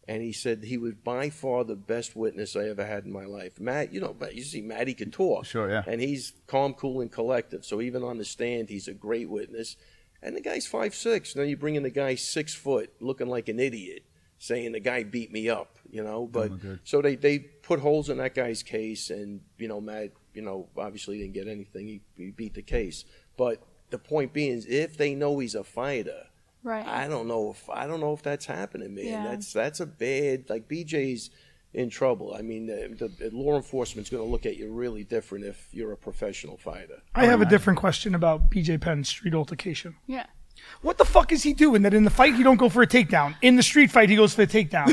Speaker 5: and he said he was by far the best witness I ever had in my life. Matt, you know, but you see, Matt, he could talk,
Speaker 3: Sure, yeah.
Speaker 5: and he's calm, cool, and collective. So even on the stand, he's a great witness. And the guy's five six. Now you bring in the guy six foot, looking like an idiot, saying the guy beat me up, you know. But
Speaker 3: Oh, my God.
Speaker 5: so they they put holes in that guy's case, and you know Matt, you know, obviously didn't get anything. He, he beat the case. But the point being is, if they know he's a fighter,
Speaker 1: Right.
Speaker 5: I don't know if I don't know if that's happening, man.
Speaker 1: Yeah.
Speaker 5: That's that's a bad like BJ's in trouble. I mean, the, the law enforcement's going to look at you really different if you're a professional fighter.
Speaker 2: I have a different question about BJ Penn's street altercation.
Speaker 1: yeah.
Speaker 2: What the fuck is he doing that in the fight he don't go for a takedown? In the street fight he goes for the
Speaker 3: (laughs)
Speaker 2: takedown.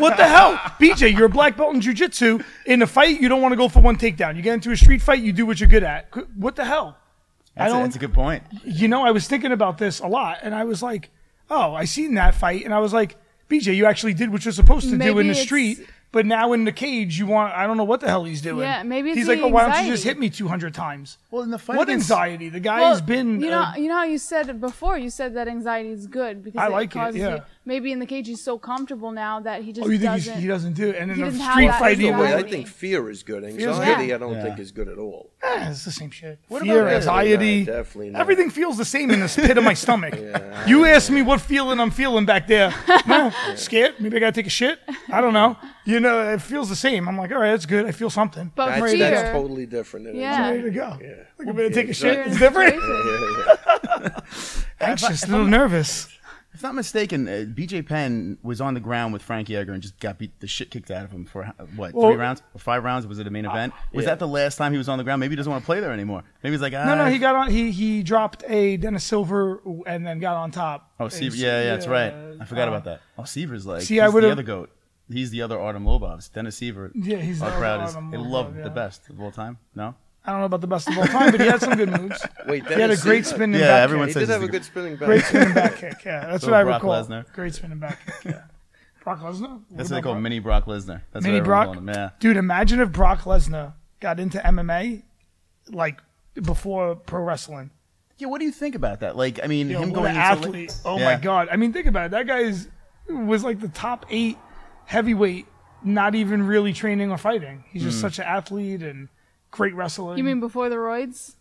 Speaker 2: what the hell? BJ, you're a black belt in jiu-jitsu. In a fight you don't want to go for one takedown. You get into a street fight, you do what you're good at. Qu- What the hell? I
Speaker 3: That's, a,
Speaker 2: don't
Speaker 3: that's a good point.
Speaker 2: you know, I was thinking about this a lot and I was like, "Oh, I seen that fight." And I was like, "BJ, you actually did what you're supposed to do
Speaker 1: Maybe
Speaker 2: in the
Speaker 1: it's-
Speaker 2: street." But now in the cage, you want, I don't know what the hell he's doing.
Speaker 1: Yeah, maybe it's
Speaker 2: He's
Speaker 1: the
Speaker 2: like, oh, why don't you just
Speaker 1: anxiety.
Speaker 2: hit me 200 times?
Speaker 3: Well, in the fight
Speaker 2: What
Speaker 3: against-
Speaker 2: anxiety? The guy
Speaker 1: Well,
Speaker 2: has been.
Speaker 1: You know,
Speaker 2: uh,
Speaker 1: you know how you said it before. You said that anxiety is good because
Speaker 2: I
Speaker 1: it
Speaker 2: like it,
Speaker 1: causes
Speaker 2: yeah.
Speaker 1: You, maybe in the cage he's so comfortable now that he just
Speaker 2: oh, you think he's,
Speaker 1: doesn't.
Speaker 2: he doesn't do it? And in
Speaker 1: he
Speaker 2: a
Speaker 1: doesn't have
Speaker 2: street
Speaker 1: that
Speaker 2: fight, he
Speaker 5: No way. I
Speaker 1: anxiety.
Speaker 5: think fear is good.
Speaker 2: good.
Speaker 5: Anxiety, I don't
Speaker 3: Yeah.
Speaker 5: think is good at all.
Speaker 2: Yeah, it's the same shit. What
Speaker 3: about
Speaker 2: Fear,
Speaker 3: this?
Speaker 2: anxiety,
Speaker 5: No, definitely not.
Speaker 2: everything feels the same in this pit
Speaker 5: (laughs)
Speaker 2: of my stomach. you asked me what feeling I'm feeling back there.
Speaker 5: (laughs)
Speaker 2: Nah, scared? Maybe I gotta take a shit. I don't know. You know, it feels the same. I'm like, all right, that's good. I feel something.
Speaker 1: But
Speaker 5: That's,
Speaker 1: fear.
Speaker 5: that's totally different. Than
Speaker 1: Yeah.
Speaker 2: Ready to
Speaker 5: anxiety.
Speaker 2: go.
Speaker 5: Yeah.
Speaker 2: Like I'm gonna take
Speaker 1: fear
Speaker 2: a shit.
Speaker 1: and (laughs)
Speaker 2: It's different.
Speaker 1: anxiety.
Speaker 5: Yeah, yeah.
Speaker 2: Anxious, a little nervous.
Speaker 3: If not mistaken, uh, BJ Penn was on the ground with Frankie Edgar and just got beat the shit kicked out of him for uh, what
Speaker 2: Well-
Speaker 3: three rounds, or five rounds? Was it a main event? was
Speaker 5: yeah.
Speaker 3: that the last time he was on the ground? Maybe he doesn't want to play there anymore. Maybe he's like, ah,
Speaker 2: No, no, he got on. He he dropped a Dennis Silver and then got on top.
Speaker 3: Oh, Seaver.
Speaker 2: It's-
Speaker 3: Yeah, yeah, that's right. I forgot
Speaker 2: uh,
Speaker 3: about that. Oh, Seaver's like
Speaker 2: see,
Speaker 3: he's
Speaker 2: I
Speaker 3: the
Speaker 2: would've-
Speaker 3: other goat. He's the other Artem Lobovs. Dennis Seaver.
Speaker 2: Yeah, he's
Speaker 3: our
Speaker 2: the other
Speaker 3: crowd is
Speaker 2: Artem
Speaker 3: they
Speaker 2: Lobov,
Speaker 3: love
Speaker 2: yeah.
Speaker 3: the best of all time. No,
Speaker 2: I don't know about the best of all time, but he had
Speaker 5: (laughs)
Speaker 2: some good moves.
Speaker 5: Wait,
Speaker 2: he had a
Speaker 5: Dennis
Speaker 2: great
Speaker 5: Seaver-
Speaker 2: spin and
Speaker 3: Yeah,
Speaker 2: back
Speaker 3: everyone
Speaker 2: kick.
Speaker 5: He
Speaker 3: says he's
Speaker 5: did have
Speaker 3: a
Speaker 5: a
Speaker 3: good- (laughs)
Speaker 5: good spinning back.
Speaker 2: Great spin and back kick. Yeah, that's what I
Speaker 3: Brock
Speaker 2: recall.
Speaker 3: Lesnar.
Speaker 2: Great spin and back kick. Yeah. Brock Lesnar?
Speaker 3: That's what
Speaker 2: What
Speaker 3: they
Speaker 2: about
Speaker 3: call
Speaker 2: Brock?
Speaker 3: mini Brock Lesnar. That's
Speaker 2: Mini
Speaker 3: what everyone
Speaker 2: Brock.
Speaker 3: called him. Yeah.
Speaker 2: Dude, imagine if Brock Lesnar got into MMA like before pro wrestling.
Speaker 3: Yeah. What do you think about that? Like, I mean,
Speaker 2: You know,
Speaker 3: him
Speaker 2: what
Speaker 3: going
Speaker 2: an
Speaker 3: into
Speaker 2: athlete. oh
Speaker 3: Yeah.
Speaker 2: my god! I mean, think about it. That guy is, was like the top eight heavyweight, not even really training or fighting. He's
Speaker 3: Mm.
Speaker 2: just such an athlete and great wrestler.
Speaker 1: You mean before the roids?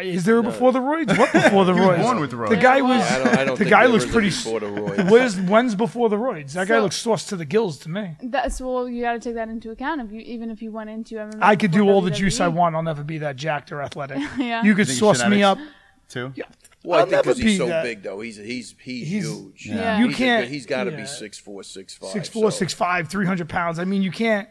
Speaker 2: is there a before the roids? What
Speaker 3: (laughs)
Speaker 2: before the roids?
Speaker 3: born with roids.
Speaker 2: The guy was.
Speaker 1: I
Speaker 5: don't- I don't
Speaker 2: the
Speaker 5: think
Speaker 2: guy
Speaker 5: there
Speaker 2: looks
Speaker 5: was a
Speaker 2: pretty.
Speaker 5: before
Speaker 2: (laughs)
Speaker 5: the roids.
Speaker 2: Where's when's before the roids? That guy
Speaker 1: So-
Speaker 2: looks sauced to the gills to me.
Speaker 1: That's well, you got to take that into account. If you even if you went into MMA,
Speaker 2: I could do
Speaker 1: before
Speaker 2: all the juice I
Speaker 1: WWE.
Speaker 2: want. I'll never be that jacked or athletic.
Speaker 1: E? (laughs) Yeah.
Speaker 2: You could
Speaker 3: Think he's
Speaker 2: sauce me up.
Speaker 3: genetics? too.
Speaker 5: Well, i
Speaker 2: I'll
Speaker 5: think
Speaker 2: never
Speaker 5: because he's
Speaker 2: be
Speaker 5: so
Speaker 2: that-
Speaker 5: big, though. He's he's he's,
Speaker 2: He's-
Speaker 5: huge.
Speaker 1: Yeah.
Speaker 2: You
Speaker 5: He's a-
Speaker 2: can't-
Speaker 5: he's got to
Speaker 2: yeah.
Speaker 5: be six four, six five.
Speaker 2: Six four,
Speaker 5: so-
Speaker 2: six five, three hundred pounds. I mean, you can't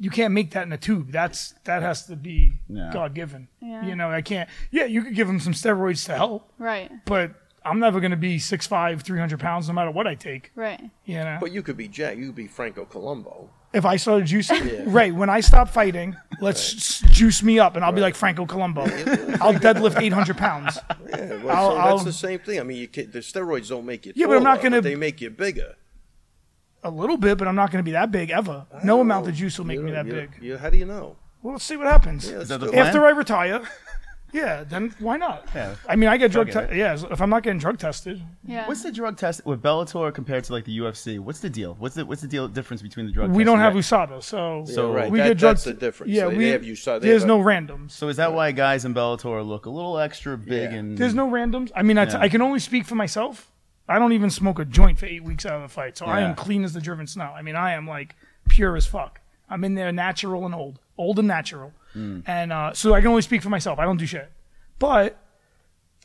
Speaker 2: you can't make that in a tube. That's that has to be
Speaker 3: No.
Speaker 2: God given.
Speaker 1: Yeah.
Speaker 2: You know, I can't. Yeah, you could give him some steroids to help,
Speaker 1: Right,
Speaker 2: but I'm never going to be 6'5", 300 pounds no matter what I take.
Speaker 1: right.
Speaker 2: You know,
Speaker 5: But you could be Jack. You could be Franco Colombo.
Speaker 2: if I started juicing, right when I stop fighting, let's s juice me up, and I'll be like Franco Colombo. I'll deadlift eight hundred pounds.
Speaker 5: Yeah, well,
Speaker 2: I'll-
Speaker 5: so
Speaker 2: I'll-
Speaker 5: that's the same thing. I mean, you can, the steroids don't make you.
Speaker 2: Yeah, but I'm not
Speaker 5: taller,
Speaker 2: gonna-
Speaker 5: They make you bigger.
Speaker 2: A little bit, but I'm not going to be that big ever. No amount of juice will make
Speaker 5: You
Speaker 2: me
Speaker 5: don't-
Speaker 2: that
Speaker 5: you-
Speaker 2: big.
Speaker 5: You, how do you know?
Speaker 2: Well, let's see what happens.
Speaker 5: Yeah,
Speaker 3: Is that
Speaker 5: let's
Speaker 3: the
Speaker 5: do it.
Speaker 3: plan?
Speaker 2: After I retire, (laughs) yeah, then why not?
Speaker 3: Yeah.
Speaker 2: I mean, I get drug.
Speaker 3: Drug it.
Speaker 2: Te- yeah, if I'm not getting drug tested,
Speaker 1: Yeah.
Speaker 3: What's the drug test with Bellator compared to like the UFC? What's the deal? What's the what's the deal difference between the drug?
Speaker 2: we
Speaker 3: test
Speaker 2: don't
Speaker 3: and
Speaker 2: have
Speaker 3: that?
Speaker 2: USADA, so
Speaker 3: So-
Speaker 5: right.
Speaker 2: we
Speaker 5: That-
Speaker 2: get drug
Speaker 5: that's the difference.
Speaker 2: Yeah,
Speaker 5: They- they
Speaker 2: we
Speaker 5: have USADA,
Speaker 2: There's
Speaker 5: but-
Speaker 2: no randoms.
Speaker 3: So is that why guys in Bellator look a little extra big
Speaker 5: Yeah.
Speaker 3: and
Speaker 2: There's no randoms. I mean, I, t-
Speaker 3: Mm. Yeah.
Speaker 2: I can only speak for myself. I don't even smoke a joint for eight weeks out of the fight, so I
Speaker 3: Yeah.
Speaker 2: am clean as the German snow. I mean, I am like pure as fuck. I'm in there natural and old, old and natural,
Speaker 3: Mm.
Speaker 2: and uh, so I can only speak for myself. I don't do shit. But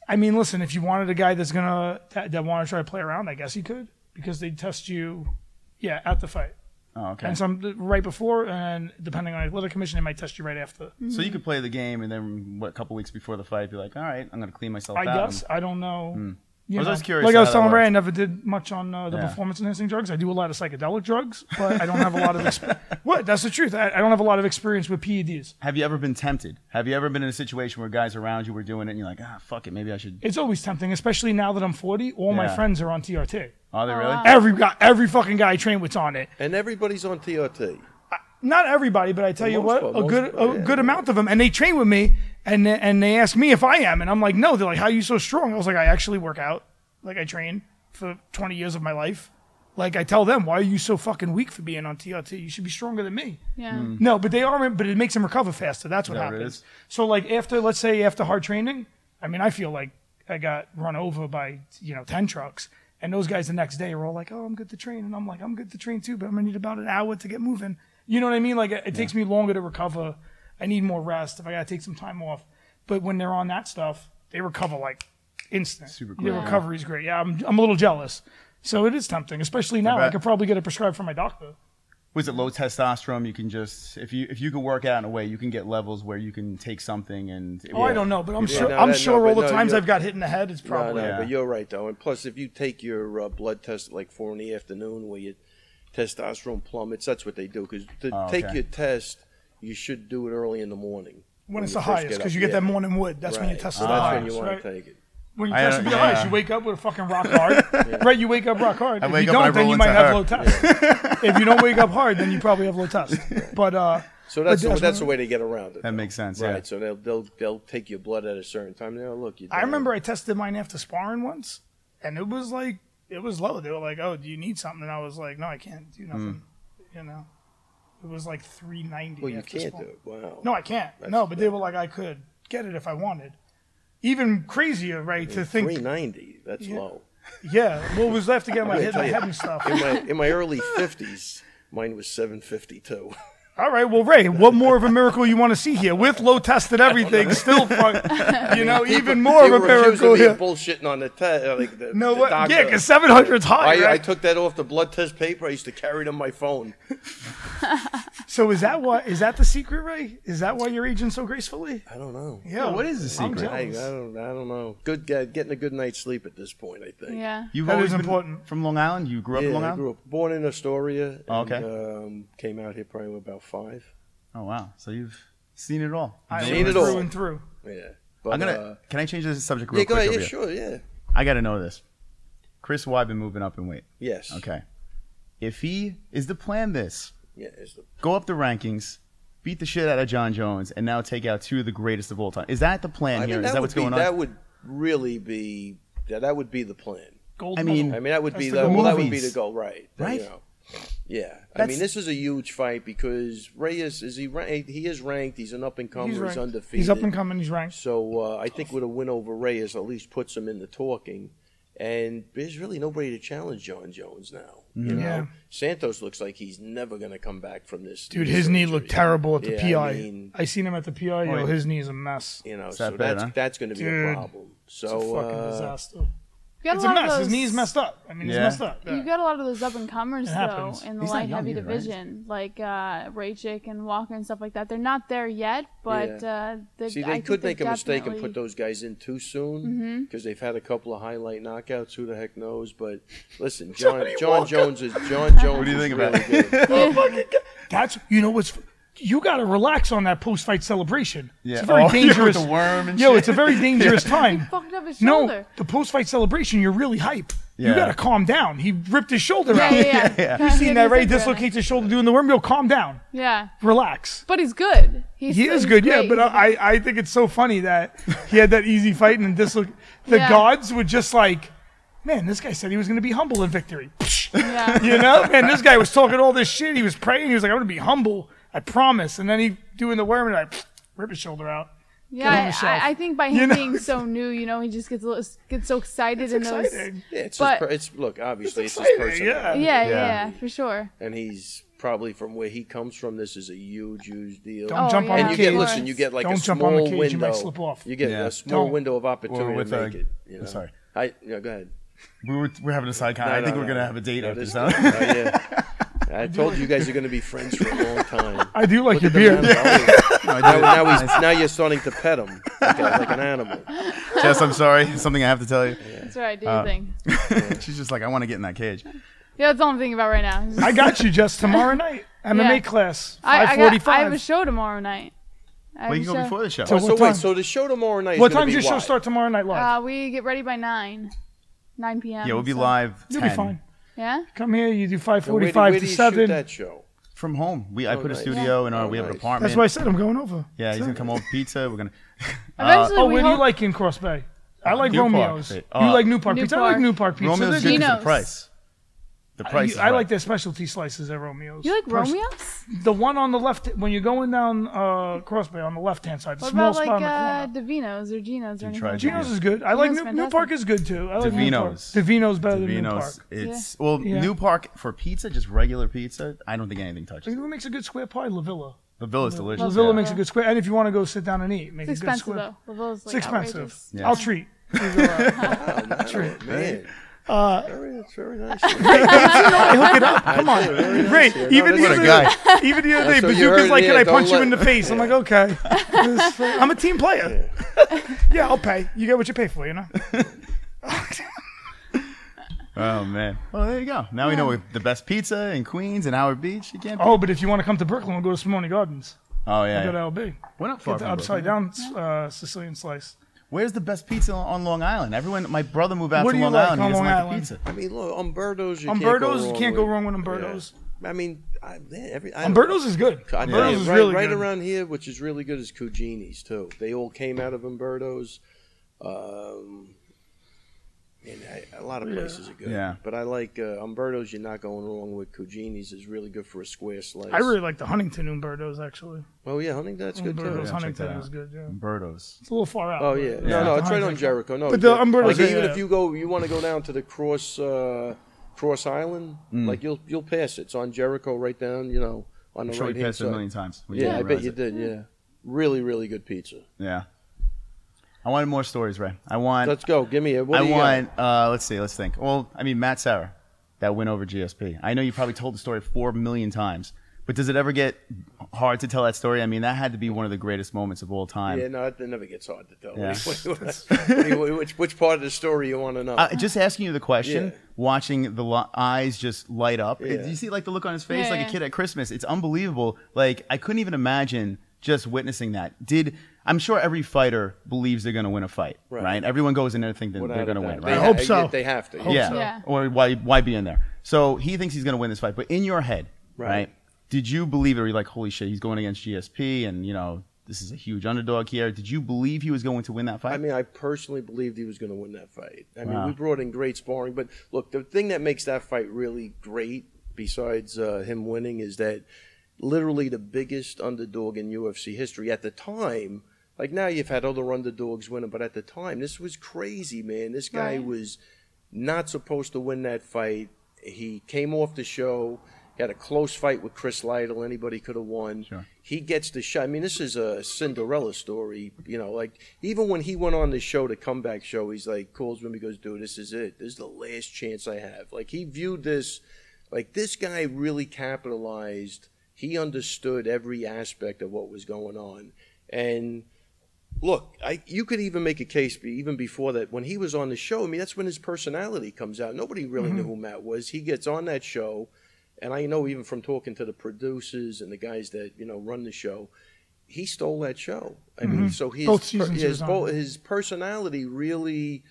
Speaker 2: I mean, listen, if you wanted a guy that's gonna that, that want to try to play around, I guess he could because they test you, yeah, at the fight.
Speaker 3: Oh, okay.
Speaker 2: And some right before, and depending on athletic commission, they might test you right after.
Speaker 3: So you could play the game and then what? A couple weeks before the fight, be like, all right, I'm gonna clean myself
Speaker 2: I
Speaker 3: out. Um, and-
Speaker 2: guess I don't know. You
Speaker 3: Hmm. I was
Speaker 2: know,
Speaker 3: just curious
Speaker 2: Like
Speaker 3: how
Speaker 2: I was
Speaker 3: that
Speaker 2: telling Ray,
Speaker 3: works.
Speaker 2: I never did much on uh, the
Speaker 3: Yeah.
Speaker 2: performance-enhancing drugs. I do a lot of psychedelic drugs, but I don't have a lot
Speaker 3: (laughs)
Speaker 2: of exp- what. That's the truth. I, I don't have a lot of experience with E PEDs.
Speaker 3: Have you ever been tempted? Have you ever been in a situation where guys around you were doing it and you're like, ah, fuck it, maybe I should?
Speaker 2: It's always tempting, especially now that I'm 40. All my
Speaker 3: Yeah.
Speaker 2: friends are on TRT.
Speaker 3: Are they really?
Speaker 2: Every guy, every fucking guy I train with's on it.
Speaker 5: And everybody's on TRT.
Speaker 2: Not everybody, but I tell
Speaker 5: For
Speaker 2: you
Speaker 5: most
Speaker 2: what,
Speaker 5: part,
Speaker 2: a
Speaker 5: most
Speaker 2: good
Speaker 5: part,
Speaker 2: a
Speaker 5: yeah.
Speaker 2: good amount of them, and they train with me, and they- and they ask me if I am, and I'm like, no. They're like, how are you so strong? I was like, I actually work out, like I train for 20 years of my life. Like I tell them, why are you so fucking weak for being on TRT? You should be stronger than me.
Speaker 1: yeah.
Speaker 5: Hmm.
Speaker 2: No, but they are, but it makes them recover faster. That's what
Speaker 3: There Mm-hmm. it
Speaker 2: happens.
Speaker 3: is.
Speaker 2: So like after, let's say after hard training, I mean, I feel like I got run over by you know 10 trucks. And those guys the next day are all like, "Oh, I'm good to train," and I'm like, "I'm good to train too, but I'm gonna need about an hour to get moving." You know what I mean? Like, it, it takes me longer to recover. I need more rest if I gotta take some time off. But when they're on that stuff, they recover like instant.
Speaker 3: Super
Speaker 2: Their
Speaker 3: quick.
Speaker 2: recovery is great. Yeah, I'm, I'm a little jealous, so it is tempting, especially now. I
Speaker 3: bet.
Speaker 2: could probably get it prescribed from my doctor.
Speaker 3: Was it low testosterone? You can just if you if you could work out in a way, you can get levels where you can take something and.
Speaker 2: Oh, I don't know, but I'm sure.
Speaker 5: no,
Speaker 2: I'm
Speaker 5: that- no,
Speaker 2: sure all
Speaker 5: but
Speaker 2: the
Speaker 5: no,
Speaker 2: times
Speaker 5: you're-
Speaker 2: I've got hit in the head, it's
Speaker 5: No,
Speaker 2: probably.
Speaker 5: no,
Speaker 3: Yeah.
Speaker 5: but you're right though. And plus, if you take your uh, blood test at, like four in the afternoon, where your testosterone plummets, that's what they do. Because to
Speaker 3: Oh,
Speaker 5: take
Speaker 3: okay.
Speaker 5: your test, you should do it early in the morning
Speaker 2: When it's
Speaker 5: you
Speaker 2: the
Speaker 5: first
Speaker 2: highest,
Speaker 5: get
Speaker 2: because
Speaker 5: up.
Speaker 2: you get
Speaker 5: Yeah.
Speaker 2: that morning wood. That's when you
Speaker 5: Right.
Speaker 2: test
Speaker 5: So
Speaker 2: the
Speaker 5: that's
Speaker 2: highest,
Speaker 5: when you want
Speaker 2: right?
Speaker 5: to take it.
Speaker 2: When you
Speaker 3: I
Speaker 2: test
Speaker 3: don't-
Speaker 2: the highest,
Speaker 3: yeah.
Speaker 2: you wake up with a fucking rock
Speaker 5: (laughs)
Speaker 2: hard, right? You wake up rock hard. if
Speaker 3: wake
Speaker 2: you
Speaker 3: up, I
Speaker 2: don't, then
Speaker 3: roll
Speaker 2: you
Speaker 3: into
Speaker 2: might have
Speaker 3: her.
Speaker 2: low test. (laughs) if you don't wake up hard, then you probably have low
Speaker 3: (laughs)
Speaker 2: test. But uh,
Speaker 5: So that's
Speaker 2: but
Speaker 5: the, that's the
Speaker 2: when-
Speaker 5: way they get around it.
Speaker 3: That
Speaker 5: though.
Speaker 3: makes sense,
Speaker 5: right?
Speaker 3: yeah.
Speaker 5: So they'll they'll they'll take your blood at a certain time. Now look, you.
Speaker 2: I remember I tested mine after sparring once, and it was like it was low. They were like, "Oh, do you need something?" And I was like, "No, I can't
Speaker 3: Hmm.
Speaker 2: do nothing." You know, it was like three ninety.
Speaker 5: Well, you
Speaker 2: after
Speaker 5: can't do
Speaker 2: sparring.
Speaker 5: it. Wow.
Speaker 2: No, I can't. no, but they were like, I could get it if I wanted. Even crazier, right? To
Speaker 5: Three
Speaker 2: think,
Speaker 5: ninety. That's low.
Speaker 2: yeah. Well, it was left to get my
Speaker 5: gonna
Speaker 2: head,
Speaker 5: tell
Speaker 2: my
Speaker 5: you.
Speaker 2: head and stuff. (laughs)
Speaker 5: In my in my early fifties, mine was seven fifty two.
Speaker 2: All right, well, Ray, what more of a miracle you want to see here? With low tested
Speaker 5: (laughs)
Speaker 2: everything, still, fuck, you know, (laughs) even more
Speaker 5: They
Speaker 2: of a
Speaker 5: were accusing
Speaker 2: miracle
Speaker 5: me
Speaker 2: here.
Speaker 5: of bullshitting on the test. Like the,
Speaker 2: No,
Speaker 5: the
Speaker 2: what?
Speaker 5: doctor.
Speaker 2: Yeah, because seven hundred's high.
Speaker 5: I, I
Speaker 2: right?
Speaker 5: took that off the blood test paper. I used to carry it on my phone.
Speaker 2: so is that what? Is that the secret, Ray? Is that why you're aging so gracefully?
Speaker 5: I
Speaker 2: (laughs)
Speaker 5: don't know.
Speaker 2: Yeah.
Speaker 3: what is the
Speaker 2: I'm
Speaker 3: secret?
Speaker 5: I, I
Speaker 2: jealous.
Speaker 5: don't. I don't know. Good guy, getting a good night's sleep at this point. I think.
Speaker 1: Yeah.
Speaker 3: You've
Speaker 2: That
Speaker 3: always
Speaker 2: is
Speaker 3: been
Speaker 2: important.
Speaker 3: from Long Island. You grew up in Long
Speaker 5: Yeah, I
Speaker 3: Island.
Speaker 5: grew up born in Astoria. And,
Speaker 3: Oh, okay.
Speaker 5: Um, came out here probably when about five.
Speaker 3: Oh wow! So you've seen it all.
Speaker 2: I
Speaker 5: Seen
Speaker 2: went
Speaker 5: it all.
Speaker 2: through and through.
Speaker 5: Yeah. But,
Speaker 3: I'm gonna.
Speaker 5: Uh,
Speaker 3: can I change the subject real
Speaker 5: yeah, go
Speaker 3: quick?
Speaker 5: ahead.
Speaker 3: over
Speaker 5: Yeah,
Speaker 3: here?
Speaker 5: sure. Yeah.
Speaker 3: I got to know this. Chris Weidman moving up in weight.
Speaker 5: Yes.
Speaker 3: Okay. if he is to plan this,
Speaker 5: Yeah, it's the-
Speaker 3: go up the rankings, beat the shit out of John Jones, and now take out two of the greatest of all time. Is that the plan
Speaker 5: I
Speaker 3: here?
Speaker 5: mean,
Speaker 3: Is
Speaker 5: that,
Speaker 3: that,
Speaker 5: would
Speaker 3: what's
Speaker 5: be,
Speaker 3: going on?
Speaker 5: That would really be that, that would be the plan.
Speaker 2: Gold
Speaker 3: I mean-
Speaker 5: I mean, that would be
Speaker 2: That's
Speaker 5: the,
Speaker 2: the
Speaker 5: well, that would be
Speaker 3: movies.
Speaker 5: the goal, right? you
Speaker 3: Right?
Speaker 5: know. Yeah, I
Speaker 3: That's-
Speaker 5: mean, this is a huge fight because Reyes is he ra- he is ranked. He's an up and comer.
Speaker 2: he's,
Speaker 5: He's,
Speaker 2: ranked.
Speaker 5: undefeated.
Speaker 2: He's up and coming. He's ranked.
Speaker 5: So uh, I think with a win over Reyes, at least puts him in the talking. And there's really nobody to challenge John Jones now.
Speaker 3: Mm-hmm.
Speaker 5: You know,
Speaker 2: Yeah.
Speaker 5: Santos looks like he's never going to come back from this.
Speaker 2: Dude,
Speaker 5: this
Speaker 2: his knee
Speaker 5: injury.
Speaker 2: looked terrible at the
Speaker 5: Yeah,
Speaker 2: PI.
Speaker 5: I
Speaker 2: I,
Speaker 5: mean-
Speaker 2: seen him at the PI. Yo,
Speaker 3: yeah.
Speaker 2: his knee's a mess.
Speaker 5: You know,
Speaker 3: It's
Speaker 5: so
Speaker 3: that bad,
Speaker 5: that's
Speaker 3: huh?
Speaker 5: that's going to be a
Speaker 2: Dude.
Speaker 5: problem.
Speaker 2: It's a
Speaker 5: So
Speaker 2: fucking
Speaker 5: uh,
Speaker 2: disaster.
Speaker 1: You got
Speaker 2: It's
Speaker 1: a
Speaker 2: a
Speaker 1: lot
Speaker 2: mess.
Speaker 1: of those,
Speaker 2: His knee's messed up. I mean, he's
Speaker 3: Yeah.
Speaker 2: messed up.
Speaker 1: You
Speaker 2: Yeah.
Speaker 1: got a lot of those up and comers
Speaker 2: It
Speaker 1: though
Speaker 2: happens.
Speaker 1: in the
Speaker 3: He's not
Speaker 1: light
Speaker 3: young
Speaker 1: heavy
Speaker 3: either, right?
Speaker 1: division, like uh, Raychick and Walker and stuff like that. They're not there yet, but uh, the,
Speaker 5: See,
Speaker 1: I
Speaker 5: they
Speaker 1: think
Speaker 5: could
Speaker 1: they're
Speaker 5: make a mistake and put
Speaker 1: definitely-
Speaker 5: those guys in too soon because they've had a couple of highlight knockouts. Who the heck knows? But listen, John
Speaker 2: Johnny
Speaker 5: John
Speaker 2: Walker.
Speaker 5: Jones is John Jones.
Speaker 3: What do you
Speaker 5: is
Speaker 3: think
Speaker 5: really
Speaker 3: about
Speaker 5: good.
Speaker 2: Oh, fucking God. That's you know what's. You got to relax on that post-fight celebration. It's a very
Speaker 3: Oh, (laughs) yeah, with
Speaker 2: dangerous.
Speaker 3: the worm and
Speaker 2: yo,
Speaker 3: shit.
Speaker 2: it's a very
Speaker 3: (laughs)
Speaker 2: dangerous time.
Speaker 1: Fucked up his
Speaker 2: No,
Speaker 1: shoulder.
Speaker 2: the post-fight celebration, you're really hype. You
Speaker 3: Yeah.
Speaker 2: got to calm down. He ripped his shoulder
Speaker 1: Yeah,
Speaker 2: out.
Speaker 1: yeah,
Speaker 3: (laughs)
Speaker 1: yeah. Kinda hit
Speaker 2: You seen that,
Speaker 1: his
Speaker 2: right? He
Speaker 1: hip, really.
Speaker 2: dislocates his shoulder doing the worm. Yo, calm down.
Speaker 1: Yeah,
Speaker 2: Relax.
Speaker 1: but he's good. He's,
Speaker 2: He is
Speaker 1: he's
Speaker 2: good, yeah,
Speaker 1: great.
Speaker 2: but I, I think it's so funny that he had that easy fight and then dislo- the
Speaker 1: Yeah.
Speaker 2: gods were just like, man, this guy said he was going to be humble in victory. (laughs)
Speaker 1: Yeah.
Speaker 2: you know, man, this guy was talking all this shit. He was praying. He was like, I'm going to be humble. I promise. And then he doing the worm and I rip his shoulder out. Get him
Speaker 1: Yeah,
Speaker 2: yourself.
Speaker 1: I, I think by him
Speaker 2: You know?
Speaker 1: being so new, you know, he just gets a little, gets
Speaker 2: (laughs)
Speaker 1: so excited in those. Yeah,
Speaker 2: Exciting.
Speaker 5: Yeah, it's,
Speaker 1: But-
Speaker 5: his, per- it's look obviously it's,
Speaker 2: exciting,
Speaker 5: his
Speaker 2: yeah.
Speaker 5: personality.
Speaker 1: yeah,
Speaker 3: Yeah.
Speaker 1: for sure.
Speaker 5: and he's probably from where he comes from. This is a huge, huge deal.
Speaker 2: Don't
Speaker 1: Oh,
Speaker 2: jump on
Speaker 1: yeah,
Speaker 2: the
Speaker 5: and you
Speaker 1: of
Speaker 2: cage.
Speaker 5: get
Speaker 1: course.
Speaker 5: listen, you get like a
Speaker 2: Don't
Speaker 5: small
Speaker 2: jump on the cage,
Speaker 5: window.
Speaker 2: you might slip off.
Speaker 5: You get
Speaker 3: Yeah.
Speaker 5: a small
Speaker 2: Don't.
Speaker 5: window of opportunity
Speaker 3: Or with
Speaker 5: to make
Speaker 3: a-
Speaker 5: it. You know?
Speaker 3: sorry.
Speaker 5: I yeah, go ahead.
Speaker 3: We were, we're having a side con.
Speaker 5: No,
Speaker 3: I
Speaker 5: no,
Speaker 3: think we're going
Speaker 5: no,
Speaker 3: to
Speaker 5: no.
Speaker 3: have a date
Speaker 5: No,
Speaker 3: after
Speaker 5: this-
Speaker 3: this.
Speaker 5: (laughs) oh, yeah. I told you guys are going to be friends for a long time.
Speaker 2: I do like
Speaker 5: Look at the
Speaker 2: your beard.
Speaker 5: man always-
Speaker 3: (laughs) No, I
Speaker 5: now,
Speaker 3: did.
Speaker 5: now he's, now you're starting to pet him like, a- like
Speaker 2: (laughs)
Speaker 5: an animal.
Speaker 3: Jess, I'm sorry. (laughs) Something I have to tell you.
Speaker 1: That's what I do
Speaker 2: Uh,
Speaker 1: think.
Speaker 3: (laughs) She's just like, I want to get in that cage.
Speaker 1: Yeah, that's all I'm thinking about right now. It's just-
Speaker 2: (laughs) I got you
Speaker 1: (laughs)
Speaker 2: just tomorrow night. MMA
Speaker 1: Yeah.
Speaker 2: class,
Speaker 1: I, I, got, I
Speaker 2: 545.
Speaker 1: have a show tomorrow night. I have
Speaker 3: Well,
Speaker 1: a
Speaker 3: you can go
Speaker 1: show.
Speaker 3: before the show.
Speaker 2: So-
Speaker 5: So
Speaker 2: what time?
Speaker 5: wait, so the show tomorrow night. is
Speaker 2: what
Speaker 5: gonna
Speaker 2: time's
Speaker 5: be
Speaker 2: your show
Speaker 5: what?
Speaker 2: start tomorrow night live?
Speaker 1: Uh, we get ready by nine, nine p.m.
Speaker 3: yeah, we'll be
Speaker 1: so-
Speaker 3: live 10.
Speaker 2: You'll be fine.
Speaker 1: Yeah,
Speaker 2: Come here, you do
Speaker 5: Where do-
Speaker 2: 545
Speaker 5: where
Speaker 2: to
Speaker 5: do you shoot
Speaker 2: 7.
Speaker 5: That show.
Speaker 3: From home. We, I put a
Speaker 5: nice.
Speaker 3: studio in our,
Speaker 5: Oh,
Speaker 3: we have an
Speaker 5: nice.
Speaker 3: apartment.
Speaker 2: That's why I said I'm going over.
Speaker 3: yeah, he's going to come over pizza. We're going to.
Speaker 1: eventually
Speaker 2: Oh,
Speaker 1: we
Speaker 2: where do you
Speaker 1: hope
Speaker 2: like in Cross Bay? I like
Speaker 3: New Park.
Speaker 2: Romeo's.
Speaker 3: Great.
Speaker 2: you
Speaker 3: Uh,
Speaker 2: like New Park
Speaker 1: New
Speaker 2: Pizza. I like
Speaker 1: Park.
Speaker 2: New Park Pizza.
Speaker 3: Romeo's
Speaker 2: There's-
Speaker 3: good 'cause of
Speaker 1: Gino's.
Speaker 3: the price. The price.
Speaker 2: you-
Speaker 3: is
Speaker 2: I
Speaker 3: right.
Speaker 2: like their specialty slices at Romeo's.
Speaker 1: you like
Speaker 2: Pers-
Speaker 1: Romeo's.
Speaker 2: The one on the left, when you're going down uh, Cross Bay on the left hand side, the
Speaker 1: What
Speaker 2: small
Speaker 1: about
Speaker 2: spot
Speaker 1: like
Speaker 2: in the
Speaker 1: uh,
Speaker 2: corner.
Speaker 1: Davino's or Gino's or
Speaker 3: You
Speaker 1: anything?
Speaker 3: tried
Speaker 1: like
Speaker 3: Gino's?
Speaker 1: that?
Speaker 2: Dino's is good. I like
Speaker 1: Dino's
Speaker 2: New, New Park
Speaker 1: fantastic.
Speaker 2: is good too. I like
Speaker 3: Davino's.
Speaker 2: New Park. Davino's better than New
Speaker 3: Vino's.
Speaker 2: Park.
Speaker 3: It's well,
Speaker 2: Yeah.
Speaker 3: New Park for pizza, just regular pizza. I don't think anything touches.
Speaker 2: You
Speaker 3: it.
Speaker 2: know who makes a good square pie? La Villa.
Speaker 3: The villa's delicious.
Speaker 2: La Villa
Speaker 3: yeah.
Speaker 2: makes a good square. And if you want to go sit down and eat, make
Speaker 1: It's
Speaker 2: a good
Speaker 1: expensive
Speaker 2: square.
Speaker 1: though. Laville's, like,
Speaker 2: it's expensive.
Speaker 1: outrageous.
Speaker 2: I'll
Speaker 5: (laughs)
Speaker 2: treat.
Speaker 5: Man, man.
Speaker 2: Uh,
Speaker 5: very, it's very nice.
Speaker 2: hook it up. Come on. Great.
Speaker 5: here. No,
Speaker 2: Even, the
Speaker 5: that's
Speaker 3: what
Speaker 2: other
Speaker 3: a
Speaker 2: day,
Speaker 3: guy.
Speaker 2: (laughs) even the other day,
Speaker 5: That's what you
Speaker 2: Bazooka's
Speaker 5: heard,
Speaker 2: like, can
Speaker 5: yeah,
Speaker 2: I
Speaker 5: don't
Speaker 2: punch you
Speaker 5: let-
Speaker 2: in the face? I'm
Speaker 1: (laughs)
Speaker 2: like, okay. (laughs) This- I'm a team player. yeah, I'll pay. You get what you pay
Speaker 1: (laughs)
Speaker 2: for, you know?
Speaker 3: (laughs) Oh man. Well, there you go. Now we know we the best pizza in Queens and Howard Beach. You can't.
Speaker 2: Oh, but if you want to come to Brooklyn, we'll go to Simone Gardens. Go
Speaker 3: oh
Speaker 2: to
Speaker 3: yeah.
Speaker 2: LB.
Speaker 3: We're not far
Speaker 2: Get
Speaker 3: from
Speaker 2: the upside
Speaker 3: Brooklyn.
Speaker 2: down uh, Sicilian slice.
Speaker 3: Where's the best pizza on Long Island? Everyone, my brother moved out
Speaker 2: What
Speaker 3: to
Speaker 2: do you
Speaker 3: Long
Speaker 2: like
Speaker 3: Island.
Speaker 2: on
Speaker 3: he doesn't
Speaker 2: Long
Speaker 3: like
Speaker 2: Island?
Speaker 3: the pizza.
Speaker 5: I mean, look, Umberto's. You
Speaker 2: Umberto's, you
Speaker 5: can't go wrong
Speaker 2: can't go
Speaker 5: with.
Speaker 2: wrong with Umberto's.
Speaker 5: Yeah. I mean, I, man, every I don't-
Speaker 2: Umberto's is good.
Speaker 5: I tell
Speaker 2: Umberto's
Speaker 5: you,
Speaker 2: is
Speaker 5: right,
Speaker 2: really
Speaker 5: right
Speaker 2: good.
Speaker 5: around here, which is really good, is Cugini's too. They all came out of Umberto's. Um, and I, a lot of places are good.
Speaker 3: Yeah.
Speaker 5: But I like uh, Umberto's. You're not going wrong with Cugini's. Is really good for a square slice.
Speaker 2: I really like the Huntington Umberto's, actually.
Speaker 5: Oh yeah, Huntington. That's good too.
Speaker 2: Umberto's
Speaker 3: Yeah, check
Speaker 2: Huntington
Speaker 3: that
Speaker 2: is
Speaker 3: out.
Speaker 2: good, yeah.
Speaker 3: Umberto's.
Speaker 2: It's a little far out.
Speaker 5: Oh
Speaker 2: but-
Speaker 5: yeah,
Speaker 2: Yeah.
Speaker 5: no, no, it's right on
Speaker 2: Huntington.
Speaker 5: Jericho. No,
Speaker 2: But the
Speaker 5: yeah.
Speaker 2: Umberto's
Speaker 5: like,
Speaker 2: is-
Speaker 5: even
Speaker 2: yeah.
Speaker 5: if you go, you want to go down to the cross, uh, cross island,
Speaker 3: Mm.
Speaker 5: like you'll you'll pass it. It's on Jericho, right down, you know, on the
Speaker 3: I'm sure
Speaker 5: right
Speaker 3: we
Speaker 5: hand
Speaker 3: passed it a
Speaker 5: side.
Speaker 3: million times. We
Speaker 5: Yeah,
Speaker 3: didn't
Speaker 5: I bet
Speaker 3: realize
Speaker 5: you
Speaker 3: it.
Speaker 5: did. Yeah, really, really good pizza.
Speaker 3: Yeah. I wanted more stories, Ray. I want.
Speaker 5: Let's go. Give me it. What
Speaker 3: I
Speaker 5: do you got?
Speaker 3: want. Uh, let's see. Let's think. Well, I mean, Matt Sarah, that win over GSP. I know you probably told the story four million times, but does it ever get hard to tell that story? I mean, that had to be one of the greatest moments of all time.
Speaker 5: Yeah, no, it never gets hard to tell.
Speaker 3: Yeah.
Speaker 5: (laughs) What do you-
Speaker 3: (laughs)
Speaker 5: what do you- which which part of the story you want to know?
Speaker 3: Uh, just asking you the question,
Speaker 5: Yeah.
Speaker 3: watching the lo- eyes just light up.
Speaker 5: Yeah.
Speaker 3: You see, like the look on his face,
Speaker 1: Yeah,
Speaker 3: like
Speaker 1: yeah.
Speaker 3: a kid at Christmas. It's unbelievable. Like I couldn't even imagine just witnessing that. Did I'm sure every fighter believes they're going to win a fight,
Speaker 5: Right.
Speaker 3: right? Everyone goes in there thinking that they're
Speaker 5: Without
Speaker 3: going to
Speaker 5: a
Speaker 3: win,
Speaker 5: doubt.
Speaker 3: right?
Speaker 5: They
Speaker 2: I hope
Speaker 5: ha-
Speaker 2: so.
Speaker 5: They have to.
Speaker 2: I hope
Speaker 3: yeah.
Speaker 2: so.
Speaker 1: Yeah.
Speaker 3: Or why why be in there? So he thinks he's going to win this fight, but in your head,
Speaker 5: Right.
Speaker 3: right? Did you believe it? Or you like, holy shit, he's going against GSP, and you know this is a huge underdog here. Did you believe he was going to win that fight?
Speaker 5: I mean, I personally believed he was going to win that fight. I mean,
Speaker 3: Wow.
Speaker 5: we brought in great sparring, but look, the thing that makes that fight really great, besides uh, him winning, is that literally the biggest underdog in UFC history at the time. Like now, you've had other underdogs winning, but at the time, this was crazy, man. This guy
Speaker 1: Right.
Speaker 5: was not supposed to win that fight. He came off the show, had a close fight with Chris Lytle. Anybody could have won.
Speaker 3: Sure.
Speaker 5: He gets the shot. I mean, this is a Cinderella story. You know, like even when he went on the show, the comeback show, he's like calls me, he goes, "Dude, this is it. This is the last chance I have." Like he viewed this, like this guy really capitalized. He understood every aspect of what was going on, and look, I, you could even make a case be, even before that when he was on the show. I mean, that's when his personality comes out. Nobody really
Speaker 2: Mm-hmm.
Speaker 5: knew who Matt was. He gets on that show, and I know even from talking to the producers and the guys that you know run the show, he stole that show. I mean, so his
Speaker 2: Mm-hmm. Both seasons he
Speaker 5: his,
Speaker 2: was on.
Speaker 5: bo- his personality really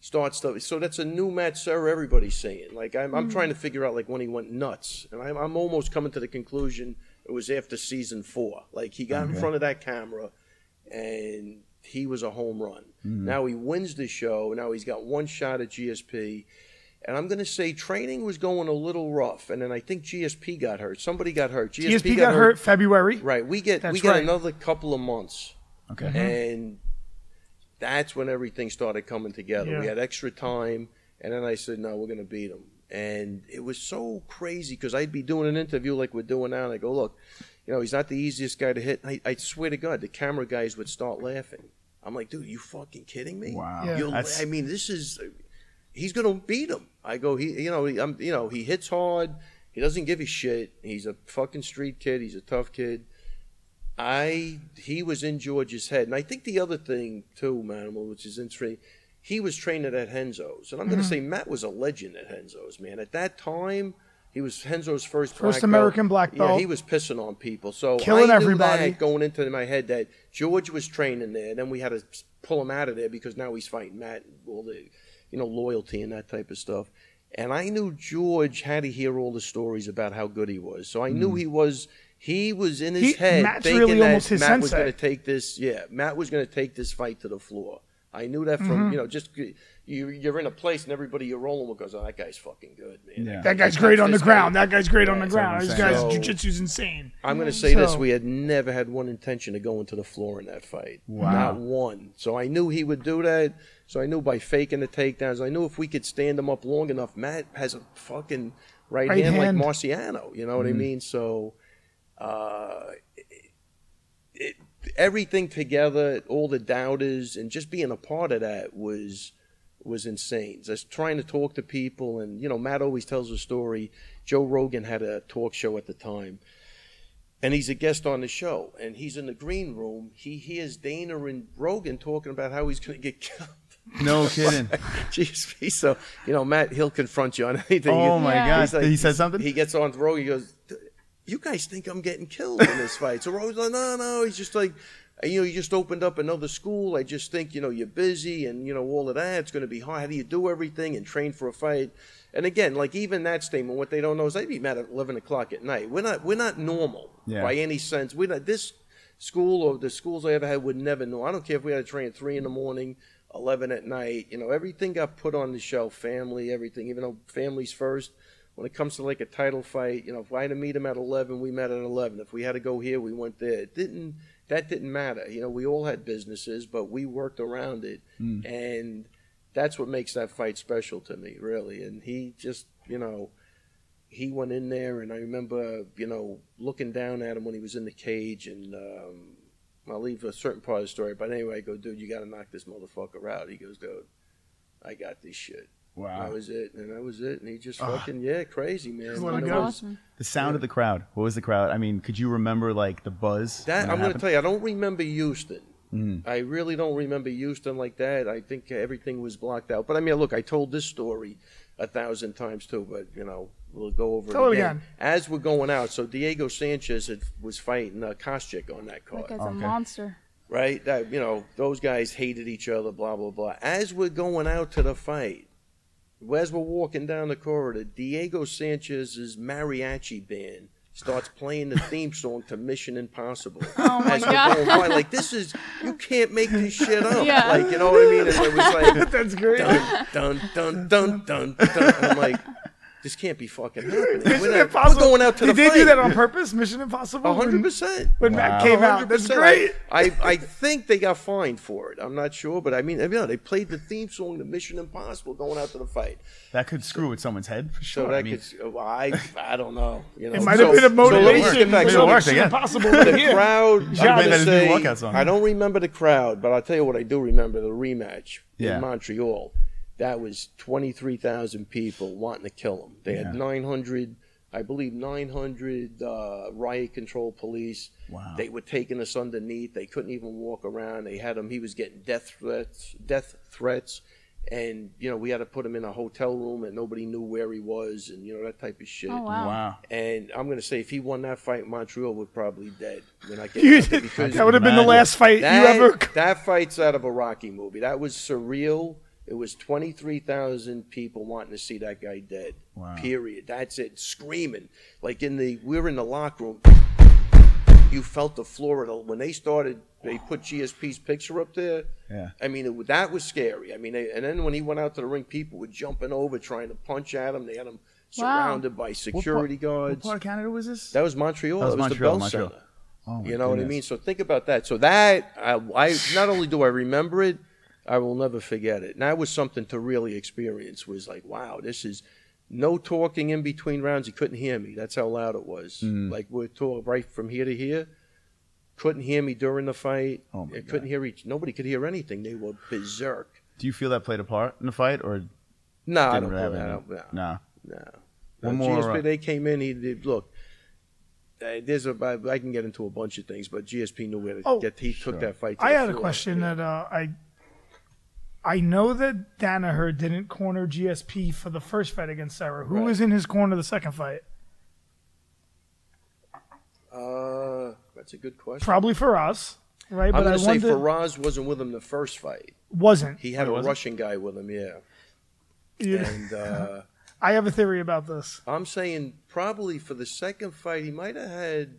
Speaker 5: starts to. So that's a new Matt Serra. Everybody's saying like I'm,
Speaker 2: Mm-hmm.
Speaker 5: I'm trying to figure out like when he went nuts, and I'm, I'm almost coming to the conclusion it was after season four. Like he got in front of that camera and he was a home run.
Speaker 2: Mm-hmm.
Speaker 5: Now he wins the show. Now he's got one shot at GSP. And I'm going to say training was going a little rough. And then I think GSP got hurt. Somebody got hurt.
Speaker 2: GSP got, hurt February.
Speaker 5: Right. We get we
Speaker 2: That's
Speaker 5: get
Speaker 2: right.
Speaker 5: another couple of months.
Speaker 3: okay.
Speaker 5: And that's when everything started coming together. We
Speaker 2: Yeah.
Speaker 5: had extra time, and then I said, "No, we're going to beat them." And it was so crazy because I'd be doing an interview like we're doing now, and I go, "Look, you know, he's not the easiest guy to hit." And I, I swear to God, the camera guys would start laughing. I'm like, "Dude, you fucking kidding me?"
Speaker 3: Wow.
Speaker 2: Yeah.
Speaker 5: You're-
Speaker 3: That's-
Speaker 5: I mean, this is he's going to beat him. I go, he, you know, he, I'm, you know, he hits hard. He doesn't give a shit. He's a fucking street kid. He's a tough kid. I he was in George's head, and I think the other thing too, Manimal, which is interesting, he was trained at Henzo's, and I'm
Speaker 2: Mm-hmm.
Speaker 5: going to say Matt was a legend at Henzo's, man. At that time, he was Henzo's first
Speaker 2: First
Speaker 5: black belt.
Speaker 2: American black
Speaker 5: Yeah,
Speaker 2: belt.
Speaker 5: he was pissing on people, so
Speaker 2: Killing
Speaker 5: I knew
Speaker 2: everybody.
Speaker 5: that going into my head that George was training there, and then we had to pull him out of there because now he's fighting Matt, and all the you know loyalty and that type of stuff. And I knew George had to hear all the stories about how good he was, so I knew he was. He was in his
Speaker 2: Mm. He-
Speaker 5: head
Speaker 2: Matt's
Speaker 5: thinking
Speaker 2: really
Speaker 5: that
Speaker 2: almost his
Speaker 5: Matt was
Speaker 2: sensei.
Speaker 5: going to take this. Yeah, Matt was going to take this fight to the floor. I knew that from
Speaker 2: Mm-hmm.
Speaker 5: you know just you you're in a place and everybody you're rolling with goes, oh that guy's fucking good man.
Speaker 3: Yeah.
Speaker 2: That guy's great on the
Speaker 5: This guy-
Speaker 2: ground. That guy's great on the
Speaker 3: That's what
Speaker 2: ground.
Speaker 3: I'm
Speaker 2: This
Speaker 3: saying.
Speaker 2: guy's
Speaker 5: So-
Speaker 2: jujitsu's
Speaker 5: (laughs)
Speaker 2: insane.
Speaker 5: I'm going to say this:
Speaker 2: So-
Speaker 5: we had never had one intention of going to the floor in that fight.
Speaker 3: Wow.
Speaker 5: Not one. So I knew he would do that. So I knew by faking the takedowns, I knew if we could stand him up long enough, Matt has a fucking right,
Speaker 2: Right
Speaker 5: hand,
Speaker 2: hand.
Speaker 5: like Marciano. You know what I mean? So uh, it, it, everything together, all the doubters, and just being a part of that was was insane. Just trying to talk to people, and you know, Matt always tells a story. Joe Rogan had a talk show at the time, and he's a guest on the show, and he's in the green room. He hears Dana and Rogan talking about how he's going to get killed. (laughs)
Speaker 3: No kidding.
Speaker 5: GSP. So you know, Matt, he'll confront you on (laughs) anything.
Speaker 3: oh my
Speaker 1: Yeah.
Speaker 3: gosh!
Speaker 5: He's like-
Speaker 3: Did he said something?
Speaker 5: He gets on Rogan. He goes, "D- "You guys think I'm getting killed in this fight?" So Rogan's like, "No, no." He's just like, "You know, you just opened up another school. I just think you know you're busy and you know all of that. It's going to be hard. How do you do everything and train for a fight?" And again, like even that statement, what they don't know is they'd be mad at eleven o'clock at night. We're not, we're not normal
Speaker 3: Yeah.
Speaker 5: by any sense. We're not this school or the schools I ever had would never know. I don't care if we had to train at three in the morning, eleven at night. You know, everything got put on the shelf. Family, everything. Even though family's first. When it comes to like a title fight, you know, if I had to meet him at eleven, we met at eleven. If we had to go here, we went there. It didn't that didn't matter. You know, we all had businesses, but we worked around it,
Speaker 2: Mm.
Speaker 5: and that's what makes that fight special to me, really. And he just, you know, he went in there, and I remember, you know, looking down at him when he was in the cage, and um, I'll leave a certain part of the story. But anyway, I go, dude, you got to knock this motherfucker out. He goes, dude, I got this shit. That
Speaker 3: wow.
Speaker 5: was it, and that was it. And he just fucking yeah, crazy man.
Speaker 2: Ah. Just let it
Speaker 5: And it
Speaker 2: go.
Speaker 5: was-
Speaker 1: awesome.
Speaker 3: The sound of the crowd. What was the crowd? I mean, could you remember like the buzz? when
Speaker 5: That I'm going to
Speaker 3: happened? Mm.
Speaker 5: tell you, I don't remember Houston. I really don't remember Houston like that. I think everything was blocked out. But I mean, look, I told this story a thousand times too. But you know, we'll go over
Speaker 2: Tell
Speaker 5: it
Speaker 2: it
Speaker 5: again.
Speaker 2: again.
Speaker 5: as we're going out. So Diego Sanchez had, was fighting uh, Koscheck on that card.
Speaker 1: That guy's a
Speaker 3: Okay.
Speaker 1: monster.
Speaker 5: right? That, you know, those guys hated each other, blah, blah, blah. As we're going out to the fight, as we're walking down the corridor, Diego Sanchez's mariachi band starts playing the
Speaker 2: (laughs)
Speaker 5: theme song to Mission Impossible.
Speaker 1: Oh my
Speaker 5: As we're
Speaker 1: God.
Speaker 5: going by, like, this is, you can't make this shit up.
Speaker 1: Yeah.
Speaker 5: Like, you know what I mean? And it was like,
Speaker 2: That's great.
Speaker 5: (laughs)
Speaker 2: (laughs)
Speaker 5: dun, dun, dun, dun, dun, dun. I'm like, this can't be fucking happening. We're, not- we're
Speaker 2: Impossible.
Speaker 5: going out to
Speaker 2: Did
Speaker 5: the
Speaker 2: they
Speaker 5: fight.
Speaker 2: do that on purpose? Mission Impossible. When-
Speaker 5: 100%.
Speaker 2: When Matt came out, that's
Speaker 5: 100%.
Speaker 2: great.
Speaker 5: I, I think they got fined for it. I'm not sure, but I mean, you know, they played the theme song to Mission Impossible going out to the fight.
Speaker 3: That could screw with someone's head for
Speaker 5: So
Speaker 3: sure.
Speaker 5: that
Speaker 3: I mean,
Speaker 5: could, well, I, I don't know. You know
Speaker 2: It might
Speaker 5: so-
Speaker 2: have been a
Speaker 5: so let me
Speaker 2: motivation.
Speaker 5: get back
Speaker 2: for
Speaker 5: to
Speaker 3: It'll work
Speaker 2: Mission
Speaker 3: again.
Speaker 2: Impossible right
Speaker 3: (laughs)
Speaker 5: the
Speaker 2: here.
Speaker 5: crowd.
Speaker 2: John
Speaker 5: I'm
Speaker 2: made
Speaker 5: gonna
Speaker 3: that his new
Speaker 5: say,
Speaker 3: walkout song.
Speaker 5: I don't remember the crowd, but I'll tell you what I do remember: the rematch
Speaker 3: Yeah.
Speaker 5: in Montreal. That was twenty-three thousand people wanting to kill him. They had
Speaker 3: Yeah.
Speaker 5: nine hundred, I believe, nine hundred uh, riot control police.
Speaker 3: Wow.
Speaker 5: They were taking us underneath. They couldn't even walk around. They had him. He was getting death threats. Death threats. And you know we had to put him in a hotel room, and nobody knew where he was, and you know that type of shit.
Speaker 1: Oh, wow.
Speaker 3: wow.
Speaker 5: And I'm gonna say if he won that fight, Montreal would probably dead
Speaker 3: (laughs)
Speaker 5: when I get
Speaker 2: You-
Speaker 5: back, because
Speaker 2: that would have been the
Speaker 3: Imagine.
Speaker 2: last fight you
Speaker 5: that,
Speaker 2: ever.
Speaker 5: that fight's out of a Rocky movie. That was surreal. It was twenty three thousand people wanting to see that guy dead.
Speaker 3: Wow.
Speaker 5: Period. That's it. Screaming like in the we were in the locker room. You felt the floor of the- when they started. They put GSP's picture up there.
Speaker 3: Yeah.
Speaker 5: I mean, it, that was scary. I mean, they, and then when he went out to the ring, people were jumping over, trying to punch at him. They had him surrounded
Speaker 3: What
Speaker 5: by
Speaker 3: part-
Speaker 5: security
Speaker 3: What
Speaker 5: guards.
Speaker 3: part of Canada was this?
Speaker 5: That was Montreal.
Speaker 3: That was
Speaker 5: That was,
Speaker 3: Montreal,
Speaker 5: the Bell
Speaker 3: Montreal.
Speaker 5: Center.
Speaker 3: oh, my
Speaker 5: You know what I
Speaker 3: goodness.
Speaker 5: mean? So think about that. So that I, I not only do I remember it, I will never forget it. And that was something to really experience. Was like, wow, this is no talking in between rounds. You couldn't hear me. That's how loud it was.
Speaker 3: Mm-hmm.
Speaker 5: Like we're talking right from here to here. Couldn't hear me during the fight.
Speaker 3: Oh, my
Speaker 5: I couldn't hear each. Nobody could hear anything. They were berserk.
Speaker 3: Do you feel that played a part in the fight, or didn't
Speaker 5: No, I don't.
Speaker 3: really have
Speaker 5: I
Speaker 3: any-
Speaker 5: don't- no.
Speaker 3: No.
Speaker 5: No.
Speaker 3: One
Speaker 5: Uh,
Speaker 3: more,
Speaker 5: GSP,
Speaker 3: uh,
Speaker 5: they came in. He did look. Uh, there's a. I I can get into a bunch of things, but GSP knew where to
Speaker 2: Oh,
Speaker 5: get. He
Speaker 3: sure.
Speaker 5: took that fight. to
Speaker 2: I
Speaker 5: the
Speaker 2: had a
Speaker 5: floor.
Speaker 2: question
Speaker 5: Yeah.
Speaker 2: that uh, I I know that Danaher didn't corner GSP for the first fight against Sarah. Who
Speaker 5: Right.
Speaker 2: was in his corner the second fight?
Speaker 5: Uh, that's a good question.
Speaker 2: Probably for us, right?
Speaker 5: I'm
Speaker 2: but I
Speaker 5: gonna say
Speaker 2: wonder
Speaker 5: Faraz wasn't with him the first fight.
Speaker 2: wasn't.
Speaker 5: He had
Speaker 3: Oh,
Speaker 5: a
Speaker 3: wasn't?
Speaker 5: Russian guy with him. Yeah,
Speaker 2: Yeah.
Speaker 5: and uh,
Speaker 2: I have a theory about this.
Speaker 5: I'm saying probably for the second fight he might have had.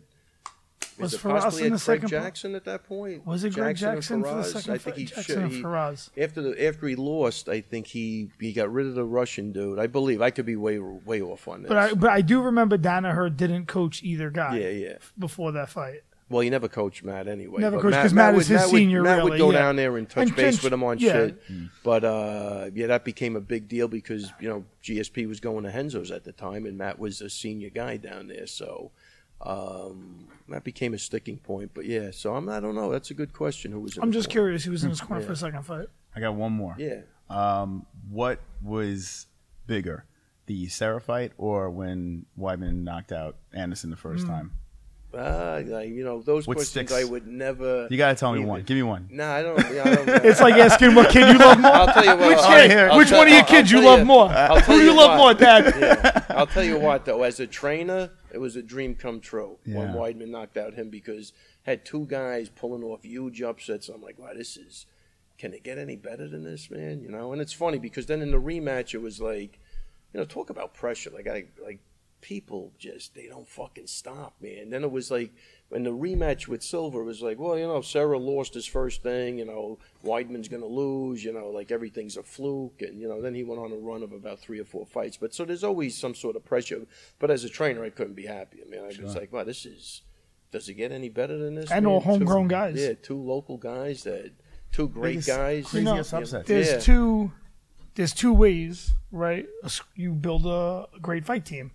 Speaker 5: is
Speaker 2: Was
Speaker 5: it
Speaker 2: Faraz
Speaker 5: possibly
Speaker 2: in
Speaker 5: had
Speaker 2: the
Speaker 5: Frank
Speaker 2: second fight?
Speaker 5: Jackson at that point?
Speaker 2: Was it Greg Jackson
Speaker 5: and
Speaker 2: for the
Speaker 5: Faraz?
Speaker 2: second
Speaker 5: I think
Speaker 2: fight?
Speaker 5: he
Speaker 2: Jackson
Speaker 5: should.
Speaker 2: and
Speaker 5: he-
Speaker 2: Faraz.
Speaker 5: after the after he lost, I think he he got rid of the Russian dude. I believe I could be way way off on this.
Speaker 2: But I but I do remember Danaher didn't coach either guy
Speaker 5: yeah, yeah.
Speaker 2: before that fight.
Speaker 5: Well, he never coached Matt anyway.
Speaker 2: Never
Speaker 5: but
Speaker 2: coached, 'cause Matt
Speaker 5: would-
Speaker 2: is his
Speaker 5: Matt would-
Speaker 2: senior,
Speaker 5: Matt
Speaker 2: really,
Speaker 5: would go
Speaker 2: yeah.
Speaker 5: down there and touch
Speaker 2: And
Speaker 5: base
Speaker 2: Kench-
Speaker 5: with him on
Speaker 2: yeah.
Speaker 5: shit.
Speaker 3: Mm-hmm.
Speaker 5: But uh, yeah, that became a big deal because you know GSP was going to Henzo's at the time, and Matt was a senior guy down there, so um, that became a sticking point. But yeah, so I'm I don't know. That's a good question. Who was? in
Speaker 2: I'm
Speaker 5: the
Speaker 2: just
Speaker 5: corner.
Speaker 2: curious who was in his corner for the second fight.
Speaker 3: I got one more.
Speaker 5: Yeah.
Speaker 3: Um, what was bigger, the Sarah fight, or when Weidman knocked out Anderson the first time?
Speaker 5: Uh, I- you know those
Speaker 3: What
Speaker 5: questions
Speaker 3: sticks?
Speaker 5: I would never.
Speaker 3: You gotta tell me
Speaker 5: even-
Speaker 3: one. Give me one.
Speaker 5: Nah, I don't. yeah, I
Speaker 3: (laughs)
Speaker 5: don't
Speaker 2: It's like asking what kid you love more.
Speaker 5: I'll tell you what.
Speaker 2: Which
Speaker 5: I'll-
Speaker 2: kid?
Speaker 5: I'll
Speaker 2: Which
Speaker 5: tell-
Speaker 2: one of your
Speaker 5: I'll-
Speaker 2: kids
Speaker 5: I'll
Speaker 2: you
Speaker 5: tell
Speaker 2: love more?
Speaker 5: I'll
Speaker 2: Who
Speaker 5: tell
Speaker 2: do you love
Speaker 5: what.
Speaker 2: more, Dad?
Speaker 5: yeah. I'll tell you what though, as a trainer, it was a dream come true when
Speaker 3: Yeah.
Speaker 5: Weidman knocked out him because had two guys pulling off huge upsets. I'm like, wow, this is can it get any better than this, man? You know, and it's funny because then in the rematch it was like, you know, talk about pressure. Like I like people just they don't fucking stop, man. Then it was like in the rematch with Silver it was like, well, you know, Sarah lost his first thing, you know, Weidman's gonna lose, you know, like everything's a fluke and you know, then he went on a run of about three or four fights. But so there's always some sort of pressure. But as a trainer I couldn't be happy. I mean, I was like, wow, this is does it get any better than this?
Speaker 2: And all
Speaker 5: man? Two-
Speaker 2: homegrown guys.
Speaker 5: Yeah, two local guys that two great
Speaker 3: Biggest-
Speaker 5: guys.
Speaker 3: craziest
Speaker 5: You know,
Speaker 3: upset.
Speaker 2: there's
Speaker 5: yeah.
Speaker 2: two there's two ways right A s- you build a great fight team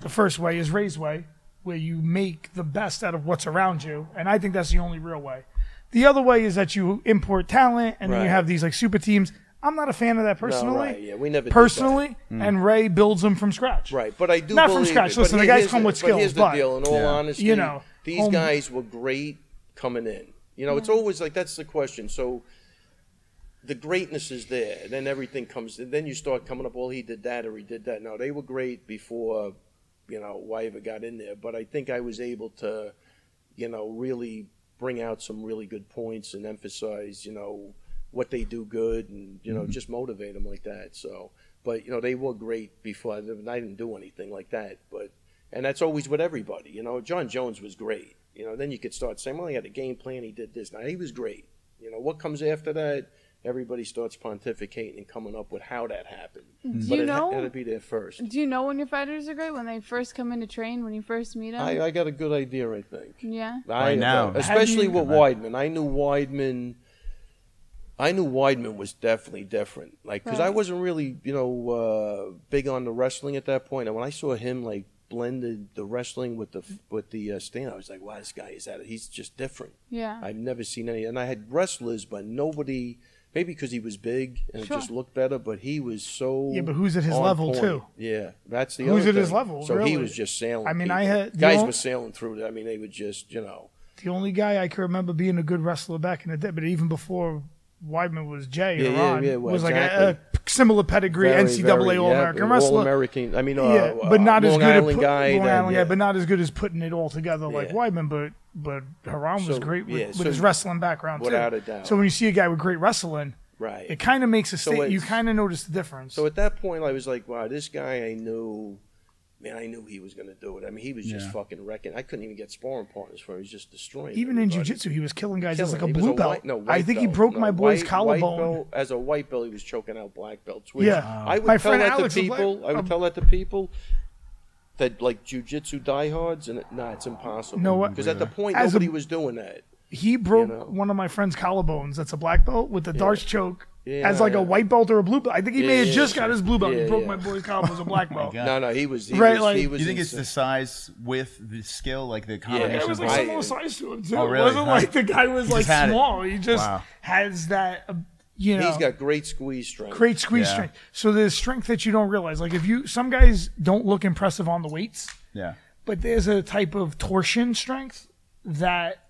Speaker 2: the first way is raise way where you make the best out of what's around you and i think that's the only real way the other way is that you import talent and then you
Speaker 5: Right.
Speaker 2: have these like super teams i'm not a fan of that personally
Speaker 5: right, yeah, we never did that.
Speaker 2: personally and ray builds them from scratch
Speaker 5: Right, but I do
Speaker 2: Not from
Speaker 5: believe
Speaker 2: scratch.
Speaker 5: It.
Speaker 2: Listen,
Speaker 5: but
Speaker 2: the guys
Speaker 5: here's
Speaker 2: come with skills,
Speaker 5: But here's the
Speaker 2: but-
Speaker 5: deal. In all honesty,
Speaker 2: You know,
Speaker 5: these
Speaker 2: home-
Speaker 5: guys were great coming in. You know, it's always like that's the question. So the greatness is there, and then everything comes. And then you start coming up. Well, he did that, or he did that. No, they were great before. You know, why ever got in there? But I think I was able to, you know, really bring out some really good points and emphasize, you know, what they do good and you know
Speaker 2: Mm-hmm.
Speaker 5: just motivate them like that. So, but you know they were great before. I didn't do anything like that, but and that's always with everybody. You know, John Jones was great. You know, then you could start saying, well, he had a game plan. He did this. Now he was great. You know, what comes after that? Everybody starts pontificating and coming up with how that happened. But
Speaker 1: Mm-hmm. you
Speaker 5: it
Speaker 1: know-
Speaker 5: had to be there first.
Speaker 1: Do you know when your fighters are great? When they first come in to train, when you first meet them?
Speaker 5: I, I got a good idea, I think.
Speaker 1: yeah.
Speaker 5: I uh,
Speaker 3: now.
Speaker 5: especially
Speaker 2: How
Speaker 5: with Weidman. I knew Weidman. I knew Weidman was definitely different, like because I
Speaker 1: Right.
Speaker 5: wasn't really, you know, uh, big on the wrestling at that point. And when I saw him like blended the wrestling with the f- with the uh, stand, I was like, wow, this guy is at it. He's just different.
Speaker 1: Yeah.
Speaker 5: I've never seen any, and I had wrestlers, but nobody. Maybe because he was big and
Speaker 1: Sure.
Speaker 5: it just looked better, but he was so
Speaker 2: Yeah, but who's at his
Speaker 5: on
Speaker 2: level,
Speaker 5: point.
Speaker 2: too?
Speaker 5: Yeah, that's the
Speaker 2: Who's
Speaker 5: other
Speaker 2: at his
Speaker 5: thing.
Speaker 2: level,
Speaker 5: So
Speaker 2: really?
Speaker 5: he was just sailing.
Speaker 2: I mean,
Speaker 5: people.
Speaker 2: I had- the
Speaker 5: guys
Speaker 2: only-
Speaker 5: were sailing through. it. I mean, they would just you know.
Speaker 2: The only guy I can remember being a good wrestler back in the day, but even before Weidman was Jay
Speaker 5: Yeah,
Speaker 2: or
Speaker 5: yeah,
Speaker 2: Ron,
Speaker 5: yeah, well,
Speaker 2: was like a, a
Speaker 5: exactly.
Speaker 2: similar pedigree
Speaker 5: Very,
Speaker 2: NCAA
Speaker 5: very,
Speaker 2: All
Speaker 5: yeah,
Speaker 2: American wrestler.
Speaker 5: All-American. I mean, uh,
Speaker 2: yeah, but not
Speaker 5: Long
Speaker 2: as good
Speaker 5: Island
Speaker 2: at put,
Speaker 5: guy.
Speaker 2: Long
Speaker 5: then,
Speaker 2: Island
Speaker 5: yeah.
Speaker 2: guy, but not as good as putting it all together like
Speaker 5: Yeah.
Speaker 2: Weidman. But but Haram was
Speaker 5: So,
Speaker 2: great with,
Speaker 5: yeah,
Speaker 2: with
Speaker 5: so-
Speaker 2: his wrestling background
Speaker 5: Without
Speaker 2: too.
Speaker 5: a doubt.
Speaker 2: So when you see a guy with great wrestling,
Speaker 5: right.
Speaker 2: it kind of makes a sta-
Speaker 5: it's-
Speaker 2: you kind of notice the difference.
Speaker 5: so at that point, I was like, wow, this guy I knew. Man, I knew he was going to do it. I mean, he was just
Speaker 3: Yeah.
Speaker 5: fucking wrecking. I couldn't even get sparring partners for him. He was just destroying.
Speaker 2: even in
Speaker 5: everybody.
Speaker 2: jiu-jitsu, he was killing guys as like
Speaker 5: Killing it.
Speaker 2: a
Speaker 5: He was
Speaker 2: blue belt.
Speaker 5: white- no,
Speaker 2: I
Speaker 5: white
Speaker 2: think he
Speaker 5: belt.
Speaker 2: broke
Speaker 5: No,
Speaker 2: my boy's
Speaker 5: white- white
Speaker 2: collarbone.
Speaker 5: belt- as a white belt, he was choking out black belts. Which
Speaker 2: Yeah.
Speaker 5: I would
Speaker 2: My
Speaker 5: tell
Speaker 2: friend
Speaker 5: that
Speaker 2: Alex
Speaker 5: to
Speaker 2: was like-
Speaker 5: people. I would
Speaker 2: um,
Speaker 5: tell that to people that like jujitsu diehards, and it- nah, it's impossible.
Speaker 2: No, what-
Speaker 5: Because at the point,
Speaker 2: As a-
Speaker 5: nobody was doing that.
Speaker 2: he broke
Speaker 5: know?
Speaker 2: one of my friend's collarbones. That's a black belt with the darts choke
Speaker 5: Yeah,
Speaker 2: as like
Speaker 5: yeah.
Speaker 2: a white belt or a blue belt. I think he
Speaker 5: Yeah,
Speaker 2: may have
Speaker 5: yeah,
Speaker 2: just
Speaker 5: yeah.
Speaker 2: got his blue belt.
Speaker 5: Yeah,
Speaker 2: he broke
Speaker 5: yeah.
Speaker 2: my boy's collarbone as a
Speaker 3: (laughs)
Speaker 2: black belt.
Speaker 3: Oh God. Yeah.
Speaker 5: No, no, he was. He
Speaker 2: Right,
Speaker 5: was,
Speaker 2: like-
Speaker 5: he was
Speaker 3: You think it's
Speaker 5: insane.
Speaker 3: the size with the skill, like the
Speaker 5: Yeah,
Speaker 2: Yeah,
Speaker 3: combination?
Speaker 2: it was
Speaker 3: of
Speaker 2: like
Speaker 5: Right.
Speaker 2: similar size to him too.
Speaker 3: Oh, really?
Speaker 2: It wasn't
Speaker 3: Huh.
Speaker 2: like the guy was
Speaker 3: He
Speaker 2: like
Speaker 3: just had it.
Speaker 2: small. He just
Speaker 3: Wow.
Speaker 2: has that, uh, you know,
Speaker 5: He's got great squeeze strength.
Speaker 2: great squeeze
Speaker 3: Yeah.
Speaker 2: strength. So there's strength that you don't realize. Like if you, some guys don't look impressive on the weights,
Speaker 3: yeah.
Speaker 2: but there's a type of torsion strength that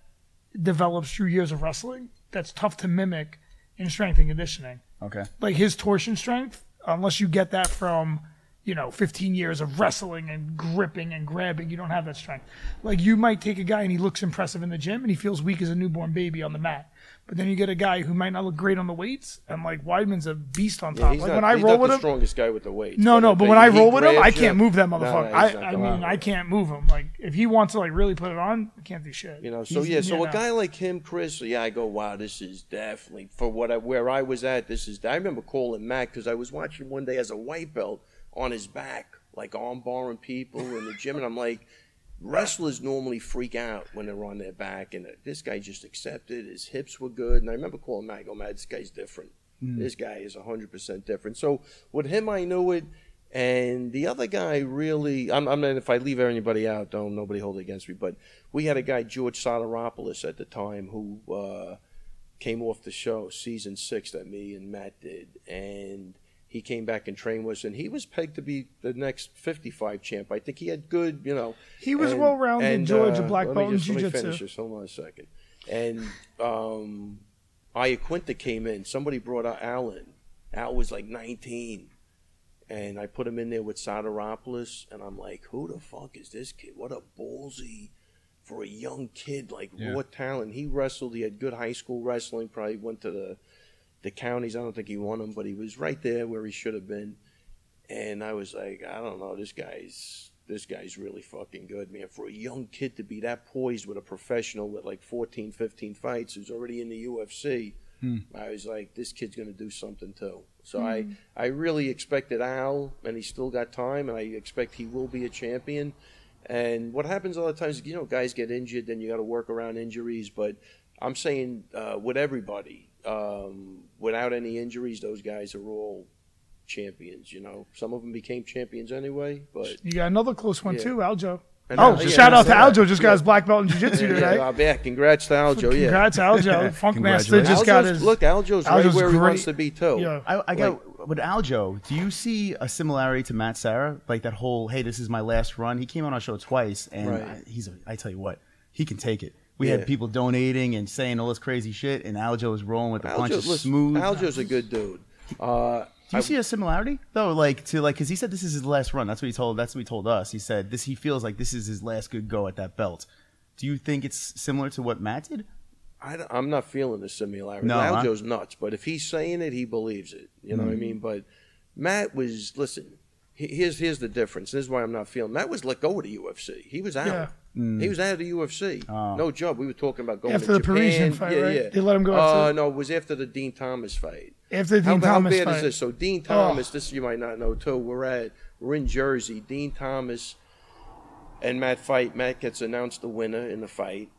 Speaker 2: develops through years of wrestling. That's tough to mimic in strength and conditioning.
Speaker 3: Okay.
Speaker 2: like his torsion strength, unless you get that from, you know, 15 years of wrestling and gripping and grabbing, you don't have that strength. Like you might take a guy and he looks impressive in the gym and he feels weak as a newborn baby on the mat. But then you get a guy who might not look great on the weights, and like Weidman's a beast on
Speaker 5: Yeah,
Speaker 2: top.
Speaker 5: he's
Speaker 2: like
Speaker 5: not,
Speaker 2: when I
Speaker 5: he's
Speaker 2: roll
Speaker 5: not
Speaker 2: with
Speaker 5: the
Speaker 2: him,
Speaker 5: strongest guy with the weight.
Speaker 2: no, no. But when I roll with him, I can't move that
Speaker 5: them
Speaker 2: motherfucker. I, I mean, I can't move him. Like if he wants to like really put it on, I can't do shit.
Speaker 5: You know, so
Speaker 2: He's-
Speaker 5: yeah, so
Speaker 2: you
Speaker 5: a
Speaker 2: know.
Speaker 5: guy like him, Chris, yeah, I go, wow, this is definitely for what I, where I was at. This is. I remember calling Matt because I was watching one day as a white belt on his back, like arm barring people in the gym, and I'm like, wrestlers normally freak out when they're on their back, and uh, this guy just accepted. His hips were good, and I remember calling Matt, I go, Matt, this guy's different.
Speaker 2: Hmm.
Speaker 5: This guy is 100% different. So with him, I knew it. And the other guy really, I'm, I'm not, if I leave anybody out, don't nobody hold it against me. But we had a guy, George Soteropoulos, at the time, who uh, came off the show, season six, that me and Matt did. And he came back and trained with us, and he was pegged to be the next 55 champ. I think he had good, you know.
Speaker 2: He was
Speaker 5: and-
Speaker 2: well-rounded,
Speaker 5: and, uh,
Speaker 2: George, a black
Speaker 5: let me
Speaker 2: belt in
Speaker 5: just- Let me
Speaker 2: jiu-jitsu.
Speaker 5: finish this. Hold on a second. And um, Iaquinta came in. Somebody brought out Allen. Al was like 19. And I put him in there with Soteropoulos, and I'm like, who the fuck is this kid? What a ballsy for a young kid, like
Speaker 3: Yeah.
Speaker 5: raw talent. He wrestled. He had good high school wrestling. Probably went to the the counties. I don't think he won them, but he was right there where he should have been. And I was like, I don't know, this guy's this guy's really fucking good, man. For a young kid to be that poised with a professional with like 14, 15 fights, who's already in the UFC, I was like, this kid's gonna do something too. So I I really expected Al, and he still got time, and I expect he will be a champion. And what happens a lot of times, you know, guys get injured, then you got to work around injuries. But I'm saying uh, with everybody, um, without any injuries, those guys are all champions. You know, some of them became champions anyway. But
Speaker 2: you got another close one
Speaker 5: Yeah.
Speaker 2: too, Aljo.
Speaker 5: and
Speaker 2: Oh,
Speaker 5: now- uh, yeah,
Speaker 2: shout out to
Speaker 5: that's
Speaker 2: Aljo!
Speaker 5: it.
Speaker 2: Just got his black belt in jiu-jitsu
Speaker 5: Yeah, yeah,
Speaker 2: today.
Speaker 5: yeah, yeah, congrats to Aljo. Yeah,
Speaker 2: Congrats,
Speaker 5: (laughs)
Speaker 2: Aljo. Funkmaster
Speaker 3: Congratulations.
Speaker 2: just got
Speaker 5: Aljo's-
Speaker 2: his.
Speaker 5: look. Aljo's, right
Speaker 2: Aljo's
Speaker 5: where he
Speaker 2: great.
Speaker 5: wants to be too.
Speaker 2: Yeah.
Speaker 3: I, I got with Aljo. Do you see a similarity to Matt Sarah? Like that whole "Hey, this is my last run." He came on our show twice, and
Speaker 5: Right.
Speaker 3: I, he's. A, I tell you what, he can take it. We
Speaker 5: Yeah.
Speaker 3: had people donating and saying all this crazy shit, and Aljo was rolling with a bunch of
Speaker 5: Aljo, listen,
Speaker 3: smooth.
Speaker 5: Aljo's a good dude. Uh,
Speaker 3: Do you see a similarity though? Like to like because he said this is his last run. That's what he told. That's what he told us. He said this. He feels like this is his last good go at that belt. Do you think it's similar to what Matt did?
Speaker 5: I am not feeling the similarity.
Speaker 3: No, huh?
Speaker 5: Aljo's nuts, but if he's saying it, he believes it. You know
Speaker 3: Mm-hmm.
Speaker 5: what I mean? But Matt was listen. he- Here's here's the difference. This is why I'm not feeling. Matt was let go of the UFC. He was out.
Speaker 2: Yeah.
Speaker 5: He was out of the UFC.
Speaker 3: Mm. Oh.
Speaker 5: No job. We were talking about going
Speaker 2: After
Speaker 5: to
Speaker 2: the
Speaker 5: Japan.
Speaker 2: Parisian fight,
Speaker 5: yeah,
Speaker 2: right?
Speaker 5: yeah.
Speaker 2: They let him go
Speaker 5: Uh,
Speaker 2: after-
Speaker 5: no, it was after the Dean Thomas fight.
Speaker 2: After Dean
Speaker 5: how, ba- how
Speaker 2: Thomas
Speaker 5: bad
Speaker 2: fight. Oh.
Speaker 5: is this? So Dean Thomas, this you might not know too. We're at we're in Jersey. Dean Thomas and Matt fight. Matt gets announced the winner in the fight.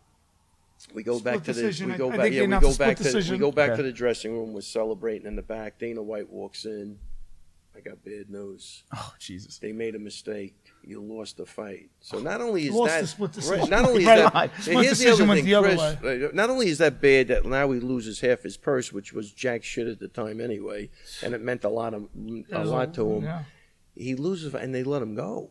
Speaker 5: We go
Speaker 2: Split
Speaker 5: back to the
Speaker 2: decision.
Speaker 5: we
Speaker 2: I-
Speaker 5: go
Speaker 2: I
Speaker 5: back
Speaker 2: think they
Speaker 5: yeah we
Speaker 2: announced
Speaker 5: go
Speaker 2: a split
Speaker 5: back to we
Speaker 2: decision.
Speaker 5: go back
Speaker 3: Okay.
Speaker 5: to the dressing room. We're celebrating in the back. Dana White walks in. I got bad news.
Speaker 3: Oh Jesus!
Speaker 5: They made a mistake. You lost the fight. So not only is
Speaker 2: Lost
Speaker 5: that
Speaker 2: the split
Speaker 5: right,
Speaker 2: decision.
Speaker 5: not
Speaker 2: (laughs)
Speaker 5: only is
Speaker 2: Right.
Speaker 5: that
Speaker 3: Right.
Speaker 5: and
Speaker 2: Split
Speaker 5: here's
Speaker 2: decision
Speaker 5: the other
Speaker 2: went
Speaker 5: thing,
Speaker 2: the other
Speaker 5: Chris, uh, Not only is that bad that now he loses half his purse, which was jack shit at the time anyway, and it meant a lot of a lot to um, him.
Speaker 2: Yeah.
Speaker 5: He loses, and they let him go.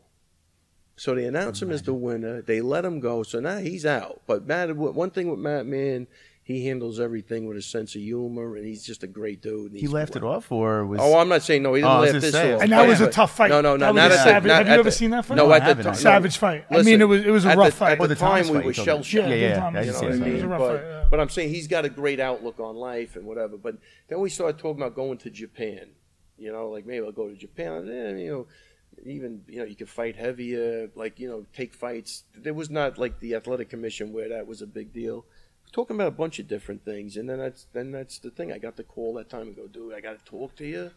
Speaker 5: So they announce him as the winner. They let him go. So now he's out. But Matt, one thing with Matt, man, he handles everything with a sense of humor, and he's just a great dude. and
Speaker 3: He
Speaker 5: he's
Speaker 3: laughed it off, or was
Speaker 5: Oh, I'm not saying no. He didn't
Speaker 3: Oh, I was
Speaker 5: laugh
Speaker 3: gonna
Speaker 5: this
Speaker 3: say,
Speaker 5: off.
Speaker 3: And
Speaker 2: that
Speaker 5: Oh,
Speaker 2: was
Speaker 5: yeah.
Speaker 2: a tough fight.
Speaker 5: No, no,
Speaker 2: That
Speaker 5: no.
Speaker 2: was
Speaker 5: Not
Speaker 2: a
Speaker 5: at the-
Speaker 2: savage-
Speaker 5: not
Speaker 2: have you
Speaker 5: at
Speaker 2: ever
Speaker 5: the-
Speaker 2: seen that fight?
Speaker 5: No,
Speaker 2: No,
Speaker 5: at
Speaker 3: I
Speaker 5: the
Speaker 3: haven't,
Speaker 5: time-
Speaker 3: actually.
Speaker 2: Savage fight. I
Speaker 5: Listen,
Speaker 2: mean, it was it was a
Speaker 5: at
Speaker 2: rough
Speaker 5: the-
Speaker 2: fight.
Speaker 5: At
Speaker 3: Oh,
Speaker 5: the
Speaker 3: the Thomas
Speaker 5: time, we
Speaker 3: fight,
Speaker 5: were
Speaker 3: okay.
Speaker 5: shell shocked.
Speaker 2: Yeah, Yeah, yeah,
Speaker 3: Thomas. I
Speaker 5: Um, You
Speaker 3: see
Speaker 5: know
Speaker 3: it,
Speaker 5: what I
Speaker 3: so it was
Speaker 5: mean?
Speaker 3: a
Speaker 2: rough fight, yeah.
Speaker 5: But, but I'm saying he's got a great outlook on life and whatever. But then we started talking about going to Japan. You know, like maybe I'll go to Japan. eh, You know, even you know you could fight heavier. Like you know, take fights. There was not like the athletic commission where that was a big deal. We're talking about a bunch of different things, and then that's then that's the thing. I got the call that time and go, dude, I got to talk to you.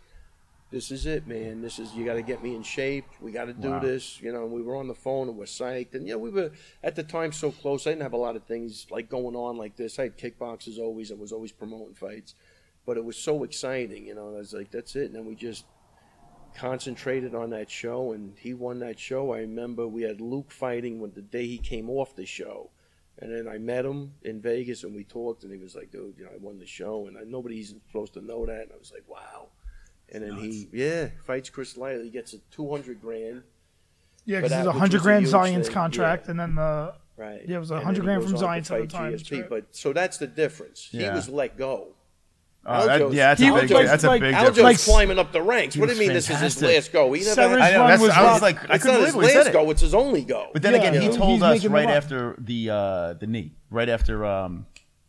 Speaker 5: This is it, man. This is you got to get me in shape. We got to do
Speaker 3: Wow.
Speaker 5: this. You know, and we were on the phone and we're psyched, and you know we were at the time so close. I didn't have a lot of things like going on like this. I had kickboxers always and was always promoting fights, but it was so exciting, you know. And I was like, that's it. And then we just concentrated on that show, and he won that show. I remember we had Luke fighting when the day he came off the show, and then I met him in Vegas and we talked, and he was like, dude, you know, I won the show, and I, nobody's supposed to know that. And I was like, wow. And then he, yeah, fights Chris Lightley. He gets a two hundred grand.
Speaker 2: Yeah,
Speaker 5: But
Speaker 2: because
Speaker 5: that-
Speaker 2: it was a
Speaker 5: which
Speaker 2: hundred
Speaker 5: was a
Speaker 2: grand
Speaker 5: huge
Speaker 2: Zion's
Speaker 5: thing,
Speaker 2: contract,
Speaker 5: yeah.
Speaker 2: and then the
Speaker 5: Right.
Speaker 2: Yeah, it was a
Speaker 5: And then
Speaker 2: hundred
Speaker 5: he
Speaker 2: grand
Speaker 5: goes
Speaker 2: from
Speaker 5: on to
Speaker 2: Giants at
Speaker 5: fight
Speaker 2: the time, that's
Speaker 5: GSP,
Speaker 2: right.
Speaker 5: But so that's the difference.
Speaker 3: Yeah.
Speaker 5: He was let go.
Speaker 3: Oh, that-
Speaker 5: Aljo's-
Speaker 3: yeah, that's a
Speaker 2: He
Speaker 3: big.
Speaker 2: was like-
Speaker 3: That's a
Speaker 2: like-
Speaker 3: big
Speaker 5: Aljo's
Speaker 3: difference.
Speaker 2: Like-
Speaker 5: climbing up the ranks. What do you
Speaker 3: was
Speaker 5: mean this is his
Speaker 3: fantastic.
Speaker 5: last go? He never
Speaker 2: Severus
Speaker 5: had,
Speaker 3: I know.
Speaker 2: One
Speaker 3: That's,
Speaker 2: was
Speaker 3: I was
Speaker 2: robbed.
Speaker 3: like, I
Speaker 5: it's not
Speaker 3: couldn't
Speaker 5: his
Speaker 3: believe when he said
Speaker 5: last
Speaker 3: it.
Speaker 5: go. It's his only go.
Speaker 3: But then
Speaker 2: Yeah,
Speaker 3: again,
Speaker 2: you
Speaker 3: he
Speaker 2: know,
Speaker 3: told
Speaker 2: he's
Speaker 3: us
Speaker 2: making
Speaker 3: right
Speaker 2: them up.
Speaker 3: after the uh, the knee, right after um,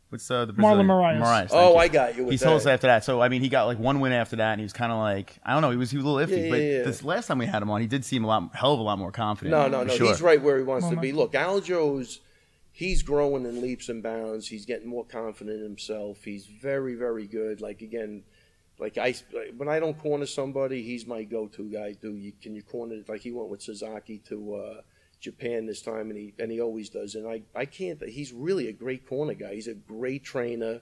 Speaker 3: what's uh, the Brazilian?
Speaker 2: Marias.
Speaker 3: thank
Speaker 5: Oh,
Speaker 3: you.
Speaker 5: I got you with
Speaker 3: He told us
Speaker 5: that.
Speaker 3: after that. So I mean, he got like one win after that, and he was kind of like, I don't know, he was he was a little iffy.
Speaker 5: Yeah,
Speaker 3: but
Speaker 5: yeah, yeah.
Speaker 3: this last time we had him on, he did seem a lot, hell of a lot more confident.
Speaker 5: No, no,
Speaker 3: for
Speaker 5: no.
Speaker 3: Sure.
Speaker 5: He's right where he wants to be. Look, Aljo's he's growing in leaps and bounds. He's getting more confident in himself. He's very, very good. Like again, like I like, when I don't corner somebody, he's my go-to guy. Do you can you corner? Like he went with Sasaki to uh, Japan this time, and he and he always does. And I I can't. He's really a great corner guy. He's a great trainer.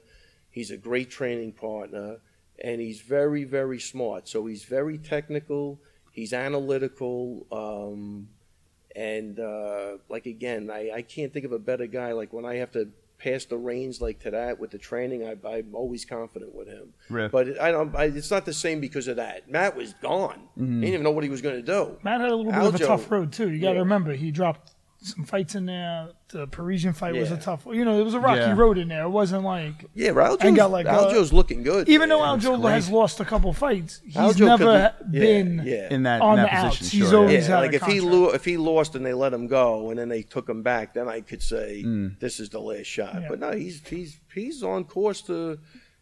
Speaker 5: He's a great training partner, and he's very, very smart. So he's very technical. He's analytical. Um, and uh, like again, I, I can't think of a better guy. Like when I have to pass the reins like to that with the training, I, I'm always confident with him.
Speaker 3: Right.
Speaker 5: But I don't. I, it's not the same because of that. Matt was gone. He didn't even know what he was going to do.
Speaker 2: Matt had a little bit of a
Speaker 5: Aljo-
Speaker 2: tough road too. You got to
Speaker 5: Yeah.
Speaker 2: remember he dropped some fights in there. The Parisian fight was a
Speaker 5: Yeah.
Speaker 2: tough. You know, it was a rocky
Speaker 3: Yeah.
Speaker 2: road in there. It wasn't like
Speaker 5: Yeah, but Aljo's,
Speaker 2: And got, like, uh,
Speaker 5: Aljo's looking good.
Speaker 2: even though
Speaker 5: man.
Speaker 2: Aljo
Speaker 3: great.
Speaker 2: has lost a couple fights, he's
Speaker 5: Aljo could
Speaker 2: never
Speaker 5: be- yeah,
Speaker 2: been
Speaker 5: yeah.
Speaker 3: in that
Speaker 2: on
Speaker 3: in
Speaker 2: the
Speaker 3: that position.
Speaker 2: outs. He's
Speaker 3: sure,
Speaker 2: always
Speaker 3: yeah.
Speaker 2: out
Speaker 5: like
Speaker 2: of
Speaker 5: if he
Speaker 2: contract.
Speaker 5: lo- if he lost and they let him go and then they took him back, then I could say
Speaker 3: Mm.
Speaker 5: this is the last shot.
Speaker 2: Yeah.
Speaker 5: But no, he's he's he's on course to.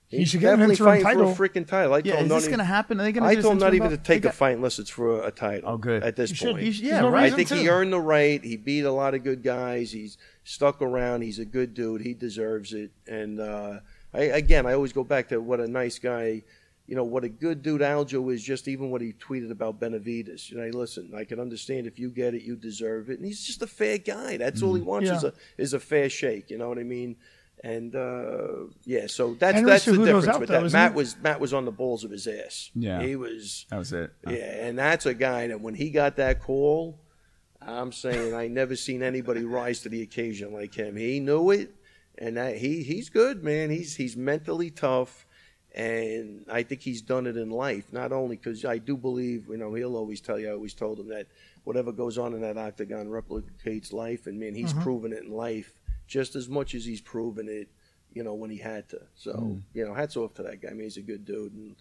Speaker 5: He's
Speaker 2: should get an
Speaker 5: definitely
Speaker 2: interim
Speaker 5: fighting for
Speaker 2: title.
Speaker 5: a freaking title. I
Speaker 3: Yeah,
Speaker 5: told him
Speaker 3: is
Speaker 5: not
Speaker 3: this
Speaker 5: even-
Speaker 3: gonna happen? Are they gonna?
Speaker 5: I
Speaker 3: do this
Speaker 5: told him not
Speaker 3: interim
Speaker 5: even to
Speaker 3: belt?
Speaker 5: take
Speaker 3: They
Speaker 5: a
Speaker 3: got-
Speaker 5: fight unless it's for a title.
Speaker 3: Oh, good.
Speaker 5: At this
Speaker 2: You should.
Speaker 5: point,
Speaker 2: You
Speaker 3: should- yeah,
Speaker 2: no
Speaker 3: right.
Speaker 5: I
Speaker 2: reason
Speaker 5: think
Speaker 2: to.
Speaker 5: he earned the right. He beat a lot of good guys. He's stuck around. He's a good dude. He deserves it. And uh, I, again, I always go back to what a nice guy, you know, what a good dude Aljo is. Just even what he tweeted about Benavides. You know, hey, listen, I can understand if you get it, you deserve it. And he's just a fair guy. That's all he wants
Speaker 2: Mm-hmm. Yeah.
Speaker 5: is a is a fair shake. You know what I mean? And uh, yeah, so that's
Speaker 2: Henry
Speaker 5: that's the
Speaker 2: Cejudo's
Speaker 5: difference
Speaker 2: out,
Speaker 5: with
Speaker 2: though,
Speaker 5: that.
Speaker 2: isn't
Speaker 5: Matt
Speaker 2: he?
Speaker 5: was Matt was on the balls of his ass.
Speaker 3: Yeah.
Speaker 5: he was.
Speaker 3: That was it.
Speaker 5: Yeah, and that's a guy that when he got that call, I'm saying I never seen anybody rise to the occasion like him. He knew it, and that he he's good, man. He's he's mentally tough, and I think he's done it in life. Not only because I do believe, you know, he'll always tell you. I always told him that whatever goes on in that octagon replicates life, and man, he's proven it in life just as much as he's proven it, you know, when he had to. So you know, hats off to that guy. I mean, he's a good dude, and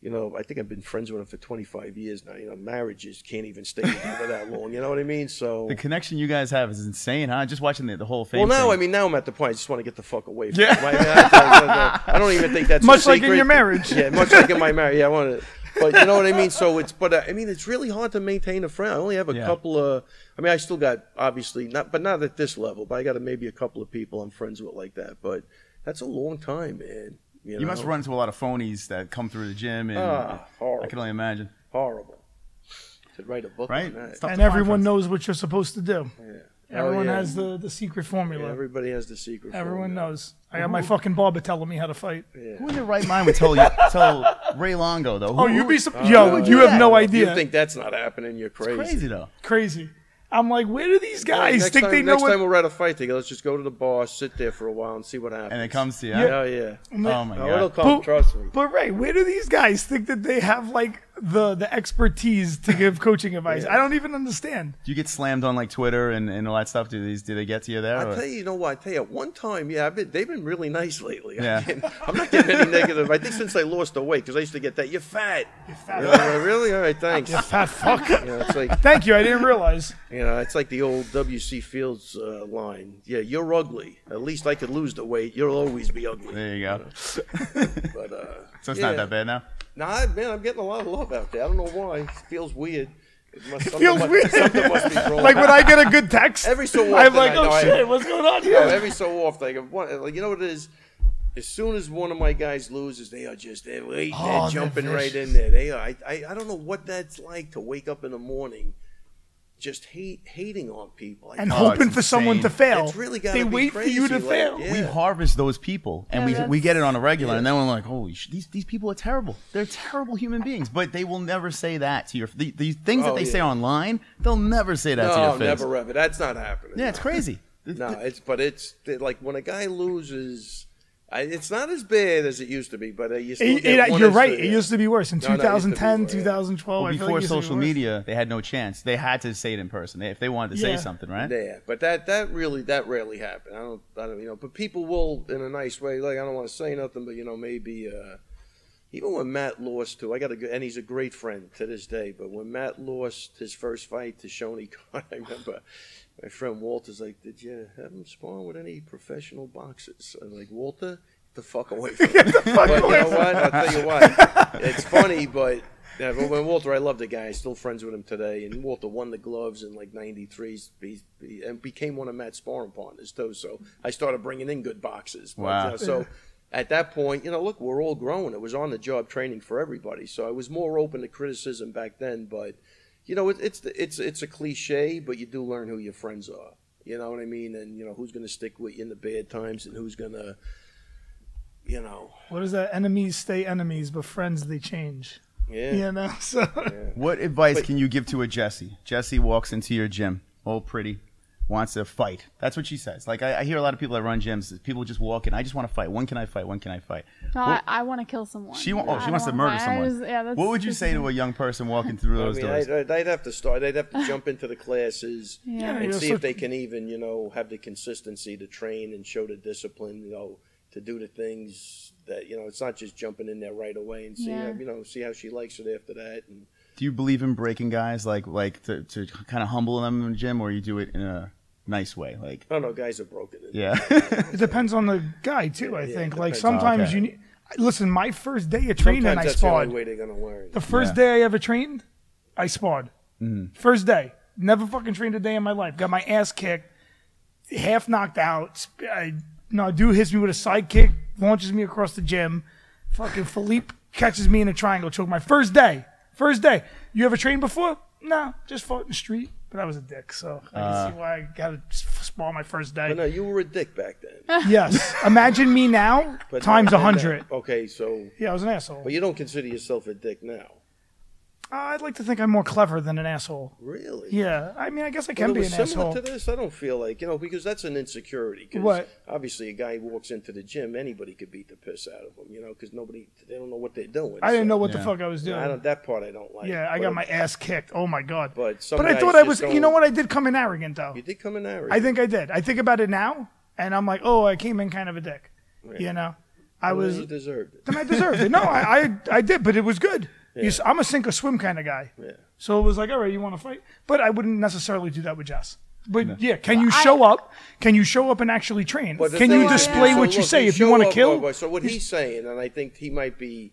Speaker 5: you know, I think I've been friends with him for 25 years now. You know, marriages can't even stay together that long. You know what I mean? So.
Speaker 3: The connection you guys have is insane, huh? Just watching the, the whole thing.
Speaker 5: Well, now I mean, now I'm at the point. I just want to get the fuck away. From yeah. Him. I, mean, I- I- I don't even think that's a
Speaker 2: Much like in
Speaker 5: secret.
Speaker 2: your marriage.
Speaker 5: Yeah, much like in my marriage. Yeah, I want to. But you know what I mean. So it's. But uh, I mean, it's really hard to maintain a friend. I only have a
Speaker 3: Yeah.
Speaker 5: couple of. I mean, I still got obviously not, but not at this level. But I got maybe a couple of people I'm friends with like that. But that's a long time, man. You,
Speaker 3: you must
Speaker 5: know?
Speaker 3: run into a lot of phonies that come through the gym, and
Speaker 5: Ah, horrible.
Speaker 3: I can only imagine.
Speaker 5: horrible. Should write a book
Speaker 3: Right?
Speaker 5: on that.
Speaker 3: Stop
Speaker 2: and
Speaker 3: the
Speaker 2: everyone
Speaker 3: conference.
Speaker 2: knows what you're supposed to do. Everyone
Speaker 5: Oh, yeah.
Speaker 2: has the, the secret
Speaker 5: Yeah,
Speaker 2: formula.
Speaker 5: everybody has the secret.
Speaker 2: Everyone
Speaker 5: formula.
Speaker 2: knows. I got my fucking barber telling me how to fight.
Speaker 3: Who in their right mind would tell you, tell Ray Longo though? Who-
Speaker 2: Oh, you'd
Speaker 3: who-
Speaker 2: be surprised. Yo,
Speaker 3: would
Speaker 2: you
Speaker 3: do
Speaker 2: have
Speaker 3: that?
Speaker 2: no
Speaker 5: If you
Speaker 2: idea.
Speaker 5: think that's not happening? You're crazy.
Speaker 3: crazy though.
Speaker 2: Crazy. I'm like, where do these guys
Speaker 5: next
Speaker 2: think
Speaker 5: time,
Speaker 2: they know
Speaker 5: next
Speaker 2: what?
Speaker 5: time we're at a fight together, let's just go to the bar, sit there for a while, and see what happens.
Speaker 3: And it comes to you.
Speaker 5: Yeah, yeah.
Speaker 3: Oh my
Speaker 5: Oh, it'll
Speaker 3: god.
Speaker 5: come.
Speaker 2: But-
Speaker 5: trust me.
Speaker 2: But Ray, where do these guys think that they have like the the expertise to
Speaker 5: (laughs)
Speaker 2: give coaching advice? I don't even understand.
Speaker 3: Do you get slammed on like Twitter and, and all that stuff? Do these do they get to you there?
Speaker 5: I
Speaker 3: or-
Speaker 5: tell you, you know what? I tell you, one time, yeah, I've been, they've been really nice lately.
Speaker 3: Yeah.
Speaker 5: I'm not getting any negative. I think since I lost the weight, because I used to get that, you're fat. You're fat. really? All right, thanks.
Speaker 2: (laughs)
Speaker 5: you
Speaker 2: Fat fuck.
Speaker 5: know, it's like
Speaker 2: Thank you. I didn't realize.
Speaker 5: you know, it's like the old W.C. Fields uh, line. Yeah, you're ugly. At least I could lose the weight. You'll always be ugly.
Speaker 3: there you
Speaker 5: (laughs)
Speaker 3: go.
Speaker 5: But uh,
Speaker 3: So it's
Speaker 5: yeah.
Speaker 3: not that bad now.
Speaker 5: Nah, man, I'm getting a lot of love out there. I don't know why. It feels weird. It must, something
Speaker 2: feels
Speaker 5: must-
Speaker 2: weird.
Speaker 5: Something must be wrong.
Speaker 2: Like when I
Speaker 5: (laughs)
Speaker 2: get a good text,
Speaker 5: Every so often,
Speaker 2: I'm like,
Speaker 5: I
Speaker 2: oh
Speaker 5: know I-
Speaker 2: shit, what's going
Speaker 5: (laughs)
Speaker 2: on
Speaker 5: you know,
Speaker 2: here?
Speaker 5: every so often, like, if one, like, you know what it is? As soon as one of my guys loses, they are just they're waiting,
Speaker 2: Oh,
Speaker 5: they're
Speaker 2: they're
Speaker 5: jumping right
Speaker 2: vicious.
Speaker 5: in there. They are. I, I I don't know what that's like to wake up in the morning, just hate hating on people. Like,
Speaker 2: And
Speaker 3: Oh,
Speaker 2: hoping
Speaker 3: it's
Speaker 2: for someone to
Speaker 3: insane.
Speaker 2: fail.
Speaker 5: It's really gotta
Speaker 2: they
Speaker 5: be
Speaker 2: wait for you to
Speaker 5: crazy, like,
Speaker 2: fail.
Speaker 5: yeah.
Speaker 3: We harvest those people and
Speaker 1: Yeah,
Speaker 3: we
Speaker 1: that's-
Speaker 3: we get it on a regular, and then we're like, holy sh- these these people are terrible. They're terrible human beings, but they will never say that to your the, the things
Speaker 5: Oh,
Speaker 3: that they say
Speaker 5: yeah.
Speaker 3: online. They'll never say that to your
Speaker 5: no,
Speaker 3: face.
Speaker 5: Oh, never ever. That's not happening.
Speaker 3: Yeah, it's crazy.
Speaker 5: (laughs) No, it's but it's it- like when a guy loses, I, it's not as bad as it used to be. But uh, you still
Speaker 2: It-
Speaker 5: get
Speaker 2: it-
Speaker 5: one
Speaker 2: you're
Speaker 5: extra-
Speaker 2: right. It used to be worse in
Speaker 5: No, no, it used to be
Speaker 2: 2010,
Speaker 5: worse, yeah.
Speaker 2: 2012. I
Speaker 3: Well,
Speaker 2: feel
Speaker 3: before
Speaker 2: like it used to be
Speaker 3: social
Speaker 2: worse.
Speaker 3: media, they had no chance. They had to say it in person if they wanted to
Speaker 2: Yeah.
Speaker 3: say something, right?
Speaker 5: Yeah, but that that really that rarely happened. I don't, I don't, you know. But people will in a nice way. Like I don't want to say nothing, but you know, maybe uh, even when Matt lost too, I got a good, and he's a great friend to this day. But when Matt lost his first fight to Shoney Khan, (laughs) I remember my friend Walter's like, "Did you have him spar with any professional boxers?" I'm like, "Walter, get the fuck away from him." but you know what? I'll tell you (laughs) what. It's funny, but. Yeah, but when Walter, I love the guy. I'm still friends with him today. And Walter won the gloves in like '93, he, he- and became one of Matt's sparring partners too. So I started bringing in good boxes. But,
Speaker 3: Wow.
Speaker 5: you know, so at that point, you know, look, we're all grown. It was on the job training for everybody. So I was more open to criticism back then. But you know, it, it's the- it's it's a cliche, but you do learn who your friends are. You know what I mean? And you know who's going to stick with you in the bad times, and who's going to, you know,
Speaker 2: What is that? Enemies stay enemies, but friends they change. You know, (laughs) so
Speaker 3: What advice can you give to a Jesse? Jesse walks into your gym, all pretty, wants to fight. That's what she says. Like I, I hear a lot of people that run gyms, people just walk in. I just want to fight. When can I fight? When can I fight?
Speaker 1: No, I, I want to kill someone.
Speaker 3: She wa- oh,
Speaker 1: I
Speaker 3: she wants to
Speaker 1: don't
Speaker 3: murder
Speaker 1: want- I
Speaker 3: someone.
Speaker 1: just- yeah, that's,
Speaker 3: what would you
Speaker 1: that's-
Speaker 3: say to a young person walking through
Speaker 5: I
Speaker 3: those
Speaker 5: mean,
Speaker 3: doors?
Speaker 5: I'd, I'd- I'd have to start. I'd have to jump into the classes
Speaker 1: Yeah.
Speaker 5: and
Speaker 2: Yeah,
Speaker 5: see
Speaker 2: so-
Speaker 5: if they can even, you know, have the consistency to train and show the discipline, you know, to do the things that you know. It's not just jumping in there right away and see,
Speaker 1: Yeah.
Speaker 5: you know, see how she likes it after that. And
Speaker 3: do you believe in breaking guys, like like to, to kind of humble them in the gym, or you do it in a nice way? Like
Speaker 5: I don't know, guys are broken.
Speaker 3: yeah,
Speaker 2: it depends on the guy too. I
Speaker 5: Yeah,
Speaker 2: think.
Speaker 5: it
Speaker 2: Like
Speaker 5: depends.
Speaker 2: sometimes
Speaker 3: Okay.
Speaker 2: you need. Listen, my first day of training,
Speaker 5: Sometimes
Speaker 2: I
Speaker 5: that's the
Speaker 2: sparred.
Speaker 5: only way they're gonna learn.
Speaker 2: The first
Speaker 3: Yeah.
Speaker 2: day I ever trained, I sparred. First day. Never fucking trained a day in my life. Got my ass kicked, half knocked out. Sp- I, no, a dude hits me with a side kick, launches me across the gym. Fucking Philippe catches me in a triangle choke. My first day. First day. You ever trained before? No, just fought in the street. But I was a dick, so I can see why I got to spar my first day.
Speaker 5: But no, you were a dick back (laughs) then.
Speaker 2: (laughs) yes. Imagine me now
Speaker 5: But
Speaker 2: times a
Speaker 5: back then-
Speaker 2: 100.
Speaker 5: Okay, so
Speaker 2: Yeah, I was an asshole. Uh,
Speaker 5: but you don't consider yourself a dick now,
Speaker 2: I'd like to think I'm more clever than an asshole.
Speaker 5: really?
Speaker 2: Yeah, I mean, I guess I
Speaker 5: Well,
Speaker 2: can
Speaker 5: it
Speaker 2: be
Speaker 5: was
Speaker 2: an
Speaker 5: similar
Speaker 2: asshole.
Speaker 5: to this. I don't feel like you know because that's an insecurity. 'cause
Speaker 2: What?
Speaker 5: Obviously, a guy walks into the gym, anybody could beat the piss out of him, you know, because nobody they don't know what they're doing.
Speaker 2: I didn't
Speaker 5: so-
Speaker 2: know what the
Speaker 3: Yeah.
Speaker 2: fuck I was doing.
Speaker 5: I don't. That part I don't like.
Speaker 2: yeah, I
Speaker 5: But
Speaker 2: got my ass kicked. Oh my god.
Speaker 5: But some
Speaker 2: but I
Speaker 5: guys
Speaker 2: thought I
Speaker 5: just
Speaker 2: was. You
Speaker 5: don't-
Speaker 2: know what? I did come in arrogant though.
Speaker 5: You did come in there.
Speaker 2: I think I did. I think about it now, and I'm like, oh, I came in kind of a dick. You know, I was. (laughs)
Speaker 5: you deserved it.
Speaker 2: Then I deserved it. No, I, I, I did, but it was good. You s- I'm a sink or swim kind of guy.
Speaker 5: Yeah.
Speaker 2: So it was like, all right, you want to fight, but I wouldn't necessarily do that with Jess. But yeah, can you show up? Can you show up and actually train?
Speaker 5: But the
Speaker 2: Can
Speaker 5: thing
Speaker 2: you
Speaker 5: is-
Speaker 2: display
Speaker 1: yeah.
Speaker 2: what
Speaker 5: so
Speaker 2: you
Speaker 5: look,
Speaker 2: say? If you
Speaker 5: show
Speaker 2: want to
Speaker 5: up-
Speaker 2: kill,
Speaker 5: oh, so what he's saying, and I think he might be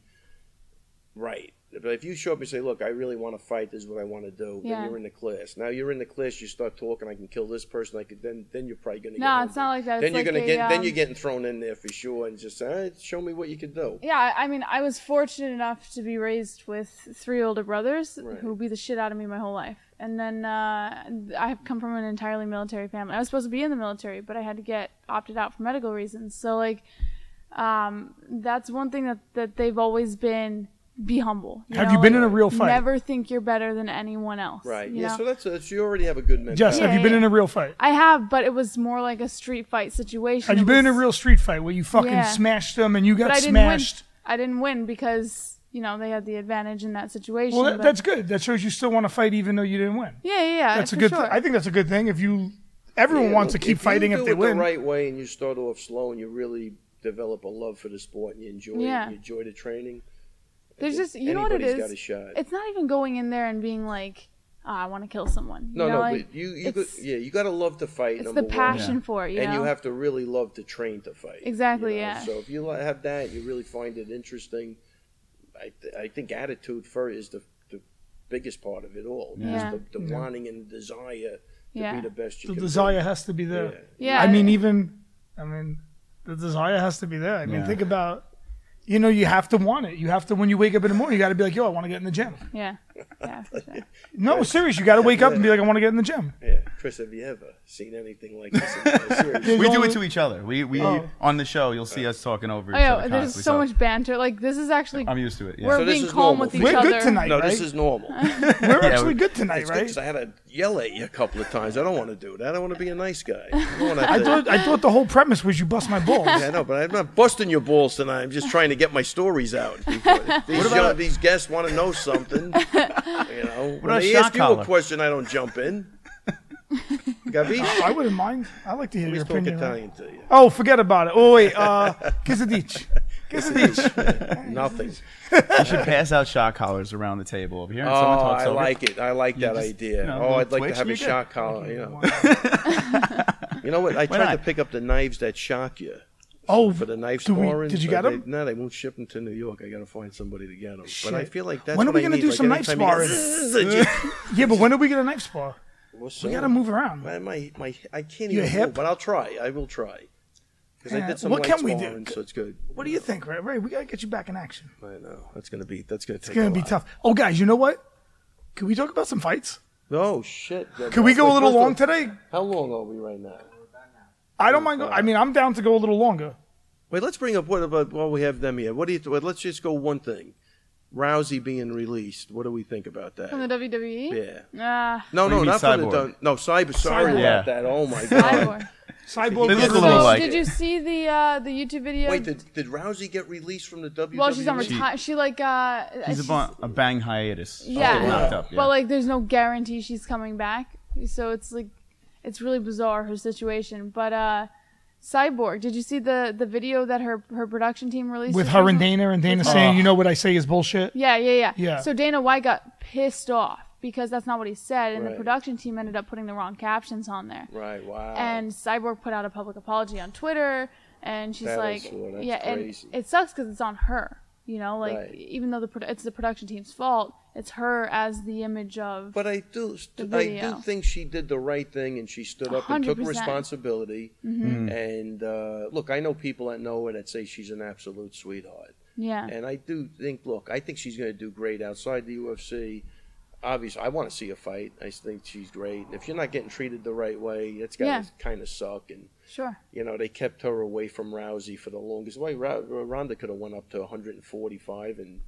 Speaker 5: right. But if you show up and say, "Look, I really want to fight. This is what I want to do,"
Speaker 1: Yeah.
Speaker 5: then you're in the class. Now you're in the class. You start talking. I can kill this person. I could. Then, then you're probably going to.
Speaker 1: No,
Speaker 5: get
Speaker 1: it's not like that.
Speaker 5: Then
Speaker 1: It's
Speaker 5: you're
Speaker 1: like
Speaker 5: gonna
Speaker 1: a,
Speaker 5: get. then
Speaker 1: um,
Speaker 5: you're getting thrown in there for sure, and just say, All right, show me what you can do.
Speaker 1: Yeah, I- I mean, I was fortunate enough to be raised with three older brothers
Speaker 5: Right.
Speaker 1: who beat the shit out of me my whole life. And then uh, I've come from an entirely military family. I was supposed to be in the military, but I had to get opted out for medical reasons. So, like, um, that's one thing that, that they've always been be humble.
Speaker 2: Have you been in a real fight?
Speaker 1: Never think you're better than anyone else.
Speaker 5: Right.
Speaker 1: you
Speaker 5: Yeah.
Speaker 1: know?
Speaker 5: So that's, that's you already have a good mentality.
Speaker 2: Jess, have you been
Speaker 1: yeah.
Speaker 2: in a real fight?
Speaker 1: I have, but it was more like a street fight situation.
Speaker 2: Have you
Speaker 1: It
Speaker 2: been in a
Speaker 1: was-
Speaker 2: real street fight where you fucking
Speaker 1: Yeah.
Speaker 2: smashed them and you got
Speaker 1: but I didn't
Speaker 2: smashed?
Speaker 1: win. I didn't win because you know they had the advantage in that situation.
Speaker 2: Well, that,
Speaker 1: but-
Speaker 2: that's good. That shows you still want to fight even though you didn't win.
Speaker 1: yeah, yeah, yeah.
Speaker 2: That's a
Speaker 1: for
Speaker 2: good.
Speaker 1: Sure.
Speaker 2: I think that's a good thing. If you, everyone
Speaker 5: Yeah,
Speaker 2: wants
Speaker 5: look,
Speaker 2: to keep fighting
Speaker 5: you do
Speaker 2: if they
Speaker 5: it
Speaker 2: win.
Speaker 5: the right way and you start off slow and you really develop a love for the sport and you enjoy
Speaker 1: Yeah.
Speaker 5: it, you enjoy the training.
Speaker 1: There's
Speaker 5: think
Speaker 1: just you know what it
Speaker 5: anybody's got
Speaker 1: is.
Speaker 5: a shot.
Speaker 1: It's not even going in there and being like, oh, I want to kill someone. You
Speaker 5: No,
Speaker 1: know,
Speaker 5: no,
Speaker 1: like,
Speaker 5: but you, you could,
Speaker 1: it's-
Speaker 5: yeah, you got to love to fight.
Speaker 1: it's
Speaker 5: number
Speaker 1: the passion
Speaker 5: one.
Speaker 1: for it. You
Speaker 5: and
Speaker 1: know?
Speaker 5: you have to really love to train to fight. you
Speaker 1: Exactly,
Speaker 5: know?
Speaker 1: yeah.
Speaker 5: So if you li- have that, you really find it interesting. I, th- I think attitude for is the, the biggest part of it all. Just
Speaker 1: Yeah.
Speaker 5: The, the wanting and the desire to
Speaker 1: Yeah.
Speaker 5: be the best you
Speaker 2: the
Speaker 5: can. be.
Speaker 2: desire has to be there.
Speaker 1: Yeah.
Speaker 2: I mean, even, I mean, the desire has to be there. I mean,
Speaker 3: Yeah.
Speaker 2: think about, you know, you have to want it. You have to, when you wake up in the morning, you got to be like, yo, I want to get in the gym.
Speaker 1: yeah, yeah,
Speaker 5: (laughs)
Speaker 1: for sure.
Speaker 2: No, serious. You got to wake up and be like, I want to get in the gym.
Speaker 5: Yeah, Chris, have you ever seen anything like this? In (laughs) seriously.
Speaker 3: (laughs) We do
Speaker 2: only-
Speaker 3: it to each other. We we
Speaker 2: Oh.
Speaker 3: on the show. You'll see us talking over
Speaker 1: Oh,
Speaker 3: each
Speaker 1: yeah,
Speaker 3: other.
Speaker 1: there's
Speaker 3: constantly,
Speaker 1: so much banter. Like this is actually
Speaker 3: I'm used to it. Yeah.
Speaker 1: we're
Speaker 5: So this
Speaker 1: being
Speaker 5: is
Speaker 1: calm
Speaker 5: normal
Speaker 1: with
Speaker 5: for
Speaker 1: each
Speaker 5: you.
Speaker 2: We're
Speaker 1: other.
Speaker 2: good tonight,
Speaker 5: No,
Speaker 2: right?
Speaker 5: this is normal.
Speaker 2: We're actually
Speaker 3: we-
Speaker 2: good tonight,
Speaker 5: It's good
Speaker 2: right?
Speaker 5: 'cause I had to yell at you a couple of times. I don't want to do that. I want to be a nice guy. I don't want to.
Speaker 2: I thought, I thought the whole premise was you bust my balls.
Speaker 5: Yeah, I know, but I'm not busting your balls tonight. I'm just trying to get my
Speaker 3: (laughs)
Speaker 5: stories out. These, young- these guests want to know something. You know, when
Speaker 3: about
Speaker 5: they
Speaker 3: a
Speaker 5: ask
Speaker 3: shock
Speaker 5: you a
Speaker 3: collar?
Speaker 5: question, I don't
Speaker 3: (laughs)
Speaker 5: jump in. Gabi,
Speaker 2: I wouldn't mind. I like to hear
Speaker 5: please
Speaker 2: your
Speaker 5: talk
Speaker 2: opinion.
Speaker 5: Italian to you.
Speaker 2: Oh, forget about it. Oh, wait. Uh,
Speaker 5: (laughs)
Speaker 2: Kizadich. Kizadich.
Speaker 5: Nothing.
Speaker 3: You should pass out shot collars around the table over here. And
Speaker 5: Oh,
Speaker 3: someone talks
Speaker 5: I
Speaker 3: over.
Speaker 5: like it. I like that
Speaker 3: just,
Speaker 5: idea.
Speaker 3: you know,
Speaker 5: oh,
Speaker 3: little
Speaker 5: I'd like to
Speaker 3: twitch
Speaker 5: have a
Speaker 3: and you're
Speaker 5: shock collar. You know. you know what? I
Speaker 3: Why
Speaker 5: tried to
Speaker 3: not?
Speaker 5: pick up the knives that shock you.
Speaker 2: Oh,
Speaker 5: for the knife
Speaker 2: do we-
Speaker 5: sparring.
Speaker 2: did you
Speaker 5: but
Speaker 2: get
Speaker 5: they-
Speaker 2: 'em?
Speaker 5: No, they won't ship them to New York. I got to find somebody to get them. But I
Speaker 2: Shit.
Speaker 5: feel like that's
Speaker 2: When are
Speaker 5: what
Speaker 2: we
Speaker 5: I
Speaker 2: gonna
Speaker 5: need,
Speaker 2: do
Speaker 5: like,
Speaker 2: some
Speaker 5: anytime (laughs)
Speaker 2: knife
Speaker 5: you get-
Speaker 2: Yeah, but when are we going to knife spar?
Speaker 5: What's
Speaker 2: (laughs) We got
Speaker 5: up?
Speaker 2: to move around.
Speaker 5: (laughs) My, my, my, I can't
Speaker 2: Your
Speaker 5: even
Speaker 2: hip?
Speaker 5: move, but I'll try. I will try. Because I
Speaker 2: Yeah,
Speaker 5: did some
Speaker 2: what
Speaker 5: light
Speaker 2: can we do?
Speaker 5: sparring, so it's good.
Speaker 2: What do you think, Ray? Ray, we gotta get you back in action.
Speaker 5: I know that's gonna be that's gonna take.
Speaker 2: It's gonna
Speaker 5: a
Speaker 2: be
Speaker 5: lot.
Speaker 2: tough. Oh, guys, you know what? Can we talk about some fights?
Speaker 5: Oh shit!
Speaker 2: Can we go a little long
Speaker 5: long
Speaker 2: today?
Speaker 5: How long are we right now?
Speaker 2: I don't mind. Go- I mean, I'm down to go a little longer.
Speaker 5: Wait, let's bring up what about while we have them here. What do you? Th- well, let's just go one thing. Rousey being released. What do we think about that?
Speaker 1: from the E? WWE.
Speaker 5: yeah.
Speaker 2: (laughs)
Speaker 1: Yeah.
Speaker 5: No,
Speaker 3: What do you
Speaker 5: no,
Speaker 3: mean
Speaker 5: not from the
Speaker 3: cyborg?
Speaker 5: dun- no cyber. Sorry
Speaker 1: Cyborg.
Speaker 5: about
Speaker 3: Yeah.
Speaker 5: that. Oh (laughs) my god.
Speaker 2: Cyborg.
Speaker 3: They look
Speaker 2: gets
Speaker 3: a little
Speaker 2: the-
Speaker 1: so,
Speaker 3: like
Speaker 1: did
Speaker 3: it.
Speaker 1: you see the uh, the YouTube video?
Speaker 5: Wait, did, did Rousey get released from the E? WWE?
Speaker 1: well, she's on retire. She like uh,
Speaker 3: He's a,
Speaker 1: she's-
Speaker 3: bon- a bang hiatus.
Speaker 1: Yeah.
Speaker 3: Get knocked up, yeah.
Speaker 1: But like, there's no guarantee she's coming back. So it's like, it's really bizarre her situation. But uh, Cyborg, did you see the the video that her her production team released
Speaker 2: with
Speaker 1: or
Speaker 2: her and
Speaker 1: something?
Speaker 2: Dana, and Dana saying, "You know what I say is bullshit."
Speaker 1: Yeah, yeah, yeah.
Speaker 2: Yeah.
Speaker 1: So Dana White got pissed off because that's not what he said, and
Speaker 5: Right.
Speaker 1: the production team ended up putting the wrong captions on there.
Speaker 5: Right. Wow.
Speaker 1: And Cyborg put out a public apology on Twitter, and she's
Speaker 5: That I
Speaker 1: like,
Speaker 5: saw. That's
Speaker 1: yeah,
Speaker 5: crazy.
Speaker 1: and it sucks because it's on her. You know, like
Speaker 5: Right.
Speaker 1: even though the pro- it's the production team's fault, it's her as the image of.
Speaker 5: But I do, I
Speaker 1: video.
Speaker 5: do think she did the right thing, and she stood up and took
Speaker 1: 100%.
Speaker 5: responsibility.
Speaker 1: Mm-hmm.
Speaker 3: Mm-hmm.
Speaker 5: And uh, look, I know people that know her that say she's an absolute sweetheart,
Speaker 1: yeah.
Speaker 5: and I do think, look, I think she's going to do great outside the UFC. Obviously, I want to see a fight. I think she's great. If you're not getting treated the right way, that's got to
Speaker 1: Yeah.
Speaker 5: kind of suck. And
Speaker 1: Sure.
Speaker 5: you know, they kept her away from Rousey for the longest way. Ra- Ronda could have went up to 145 and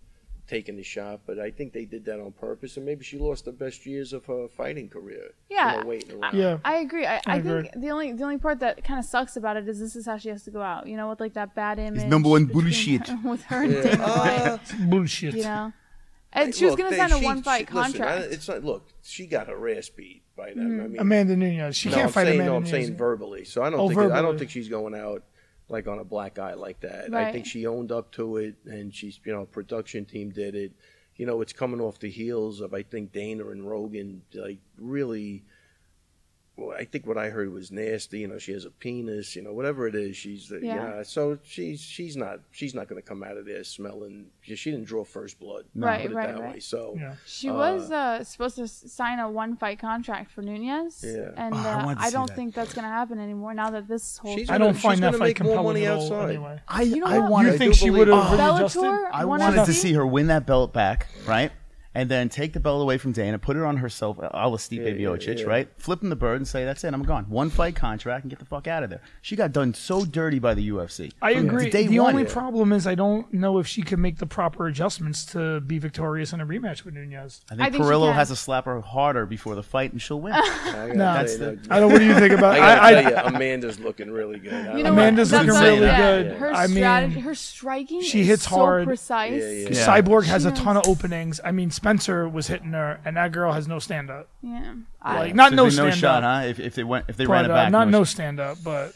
Speaker 5: taken the shot, but I think they did that on purpose, and maybe she lost the best years of her fighting career. you know,
Speaker 1: Yeah.
Speaker 5: waiting around.
Speaker 2: Yeah.
Speaker 1: I agree. I, I,
Speaker 2: agree.
Speaker 1: think the only the only part that kind of sucks about it is this is how she has to go out. You know, with like that bad image.
Speaker 3: number one
Speaker 1: between
Speaker 3: bullshit.
Speaker 1: her- with her and (laughs) Dana White.
Speaker 2: Bullshit.
Speaker 1: You know. And she was
Speaker 5: Look,
Speaker 1: going to
Speaker 5: Uh, they-
Speaker 1: sign a
Speaker 5: she-
Speaker 1: one fight
Speaker 5: she- listen, I-
Speaker 1: contract. Mm-hmm.
Speaker 5: it's not, look, she got her ass beat by them. I mean,
Speaker 2: Amanda Nunez. She
Speaker 5: no,
Speaker 2: can't
Speaker 5: I'm
Speaker 2: fight
Speaker 5: saying,
Speaker 2: Amanda
Speaker 5: no, I'm
Speaker 2: Nunez.
Speaker 5: saying verbally. So I don't
Speaker 2: Oh,
Speaker 5: think I
Speaker 2: verbally.
Speaker 5: don't think she's going out. like on a black eye like that. I
Speaker 1: Right.
Speaker 5: think she owned up to it, and she's you know production team did it. You know, it's coming off the heels of I think Dana and Rogan like really. Well, I think what I heard was nasty. You know, she has a penis. You know, whatever it is, she's uh, yeah.
Speaker 1: Yeah.
Speaker 5: so she's she's not she's not going to come out of there smelling. She, she didn't draw first blood.
Speaker 1: Right,
Speaker 5: put it
Speaker 1: right,
Speaker 5: that
Speaker 1: right.
Speaker 5: way. So
Speaker 2: Yeah.
Speaker 1: She
Speaker 5: Uh,
Speaker 1: was uh, supposed to s- sign a one fight contract for Nunez,
Speaker 5: Yeah.
Speaker 1: and
Speaker 3: Oh, I
Speaker 1: uh,
Speaker 3: wanted to
Speaker 1: I
Speaker 3: see
Speaker 1: don't
Speaker 3: that.
Speaker 1: think that's going to happen anymore now that this whole
Speaker 5: She's
Speaker 2: I
Speaker 1: thing-
Speaker 2: don't
Speaker 5: She's
Speaker 2: find
Speaker 5: gonna
Speaker 2: that fight
Speaker 5: make more
Speaker 2: compelling
Speaker 5: money
Speaker 2: at all.
Speaker 5: outside.
Speaker 2: Anyway,
Speaker 3: I,
Speaker 1: You know
Speaker 3: I
Speaker 1: what?
Speaker 3: wanted,
Speaker 2: you
Speaker 5: do
Speaker 2: think she would
Speaker 5: believe-
Speaker 2: have
Speaker 1: Bellator?
Speaker 2: adjusted?
Speaker 3: I
Speaker 1: One
Speaker 3: wanted to
Speaker 1: FC?
Speaker 3: see her win that belt back, right? And then take the belt away from Dana, put it on herself, a la Stipe
Speaker 5: yeah,
Speaker 3: Miocic,
Speaker 5: yeah.
Speaker 3: right? Flip him the bird and say, that's it, I'm gone. One fight contract and get the fuck out of there. She got done so dirty by the UFC.
Speaker 2: I
Speaker 3: From
Speaker 2: agree.
Speaker 3: Day
Speaker 2: The
Speaker 3: one.
Speaker 2: only problem is I don't know if she can make the proper adjustments to be victorious in a rematch with Nunez.
Speaker 3: I
Speaker 1: I
Speaker 3: think
Speaker 1: think she
Speaker 3: Perillo
Speaker 1: can.
Speaker 3: has to slap her harder before the fight and
Speaker 2: (laughs)
Speaker 3: she'll win.
Speaker 5: I gotta
Speaker 2: No.
Speaker 5: say,
Speaker 3: That's
Speaker 2: I don't. What do you think about?
Speaker 5: (laughs) I
Speaker 2: I,
Speaker 5: gotta
Speaker 2: I,
Speaker 5: tell you, Amanda's looking really good. I
Speaker 1: You
Speaker 5: don't
Speaker 1: know
Speaker 2: Amanda's
Speaker 1: what?
Speaker 2: looking
Speaker 1: That's
Speaker 3: really
Speaker 1: what- yeah.
Speaker 2: good.
Speaker 1: Her
Speaker 2: I mean,
Speaker 1: strategy, her striking,
Speaker 2: she
Speaker 1: is
Speaker 2: hits
Speaker 1: so
Speaker 2: hard.
Speaker 1: precise.
Speaker 5: Yeah, yeah.
Speaker 3: Yeah.
Speaker 2: Cyborg has a
Speaker 1: She
Speaker 2: ton
Speaker 1: knows.
Speaker 2: of openings. I mean, Spencer was hitting her, and that girl has no stand up.
Speaker 1: Yeah. I-
Speaker 2: Like not
Speaker 3: Should
Speaker 2: no
Speaker 3: be
Speaker 2: stand
Speaker 3: shot,
Speaker 2: up,
Speaker 3: huh? If, if they went, if they ran
Speaker 2: but
Speaker 3: it
Speaker 2: uh,
Speaker 3: back,
Speaker 2: not no
Speaker 3: no.
Speaker 2: stand up. But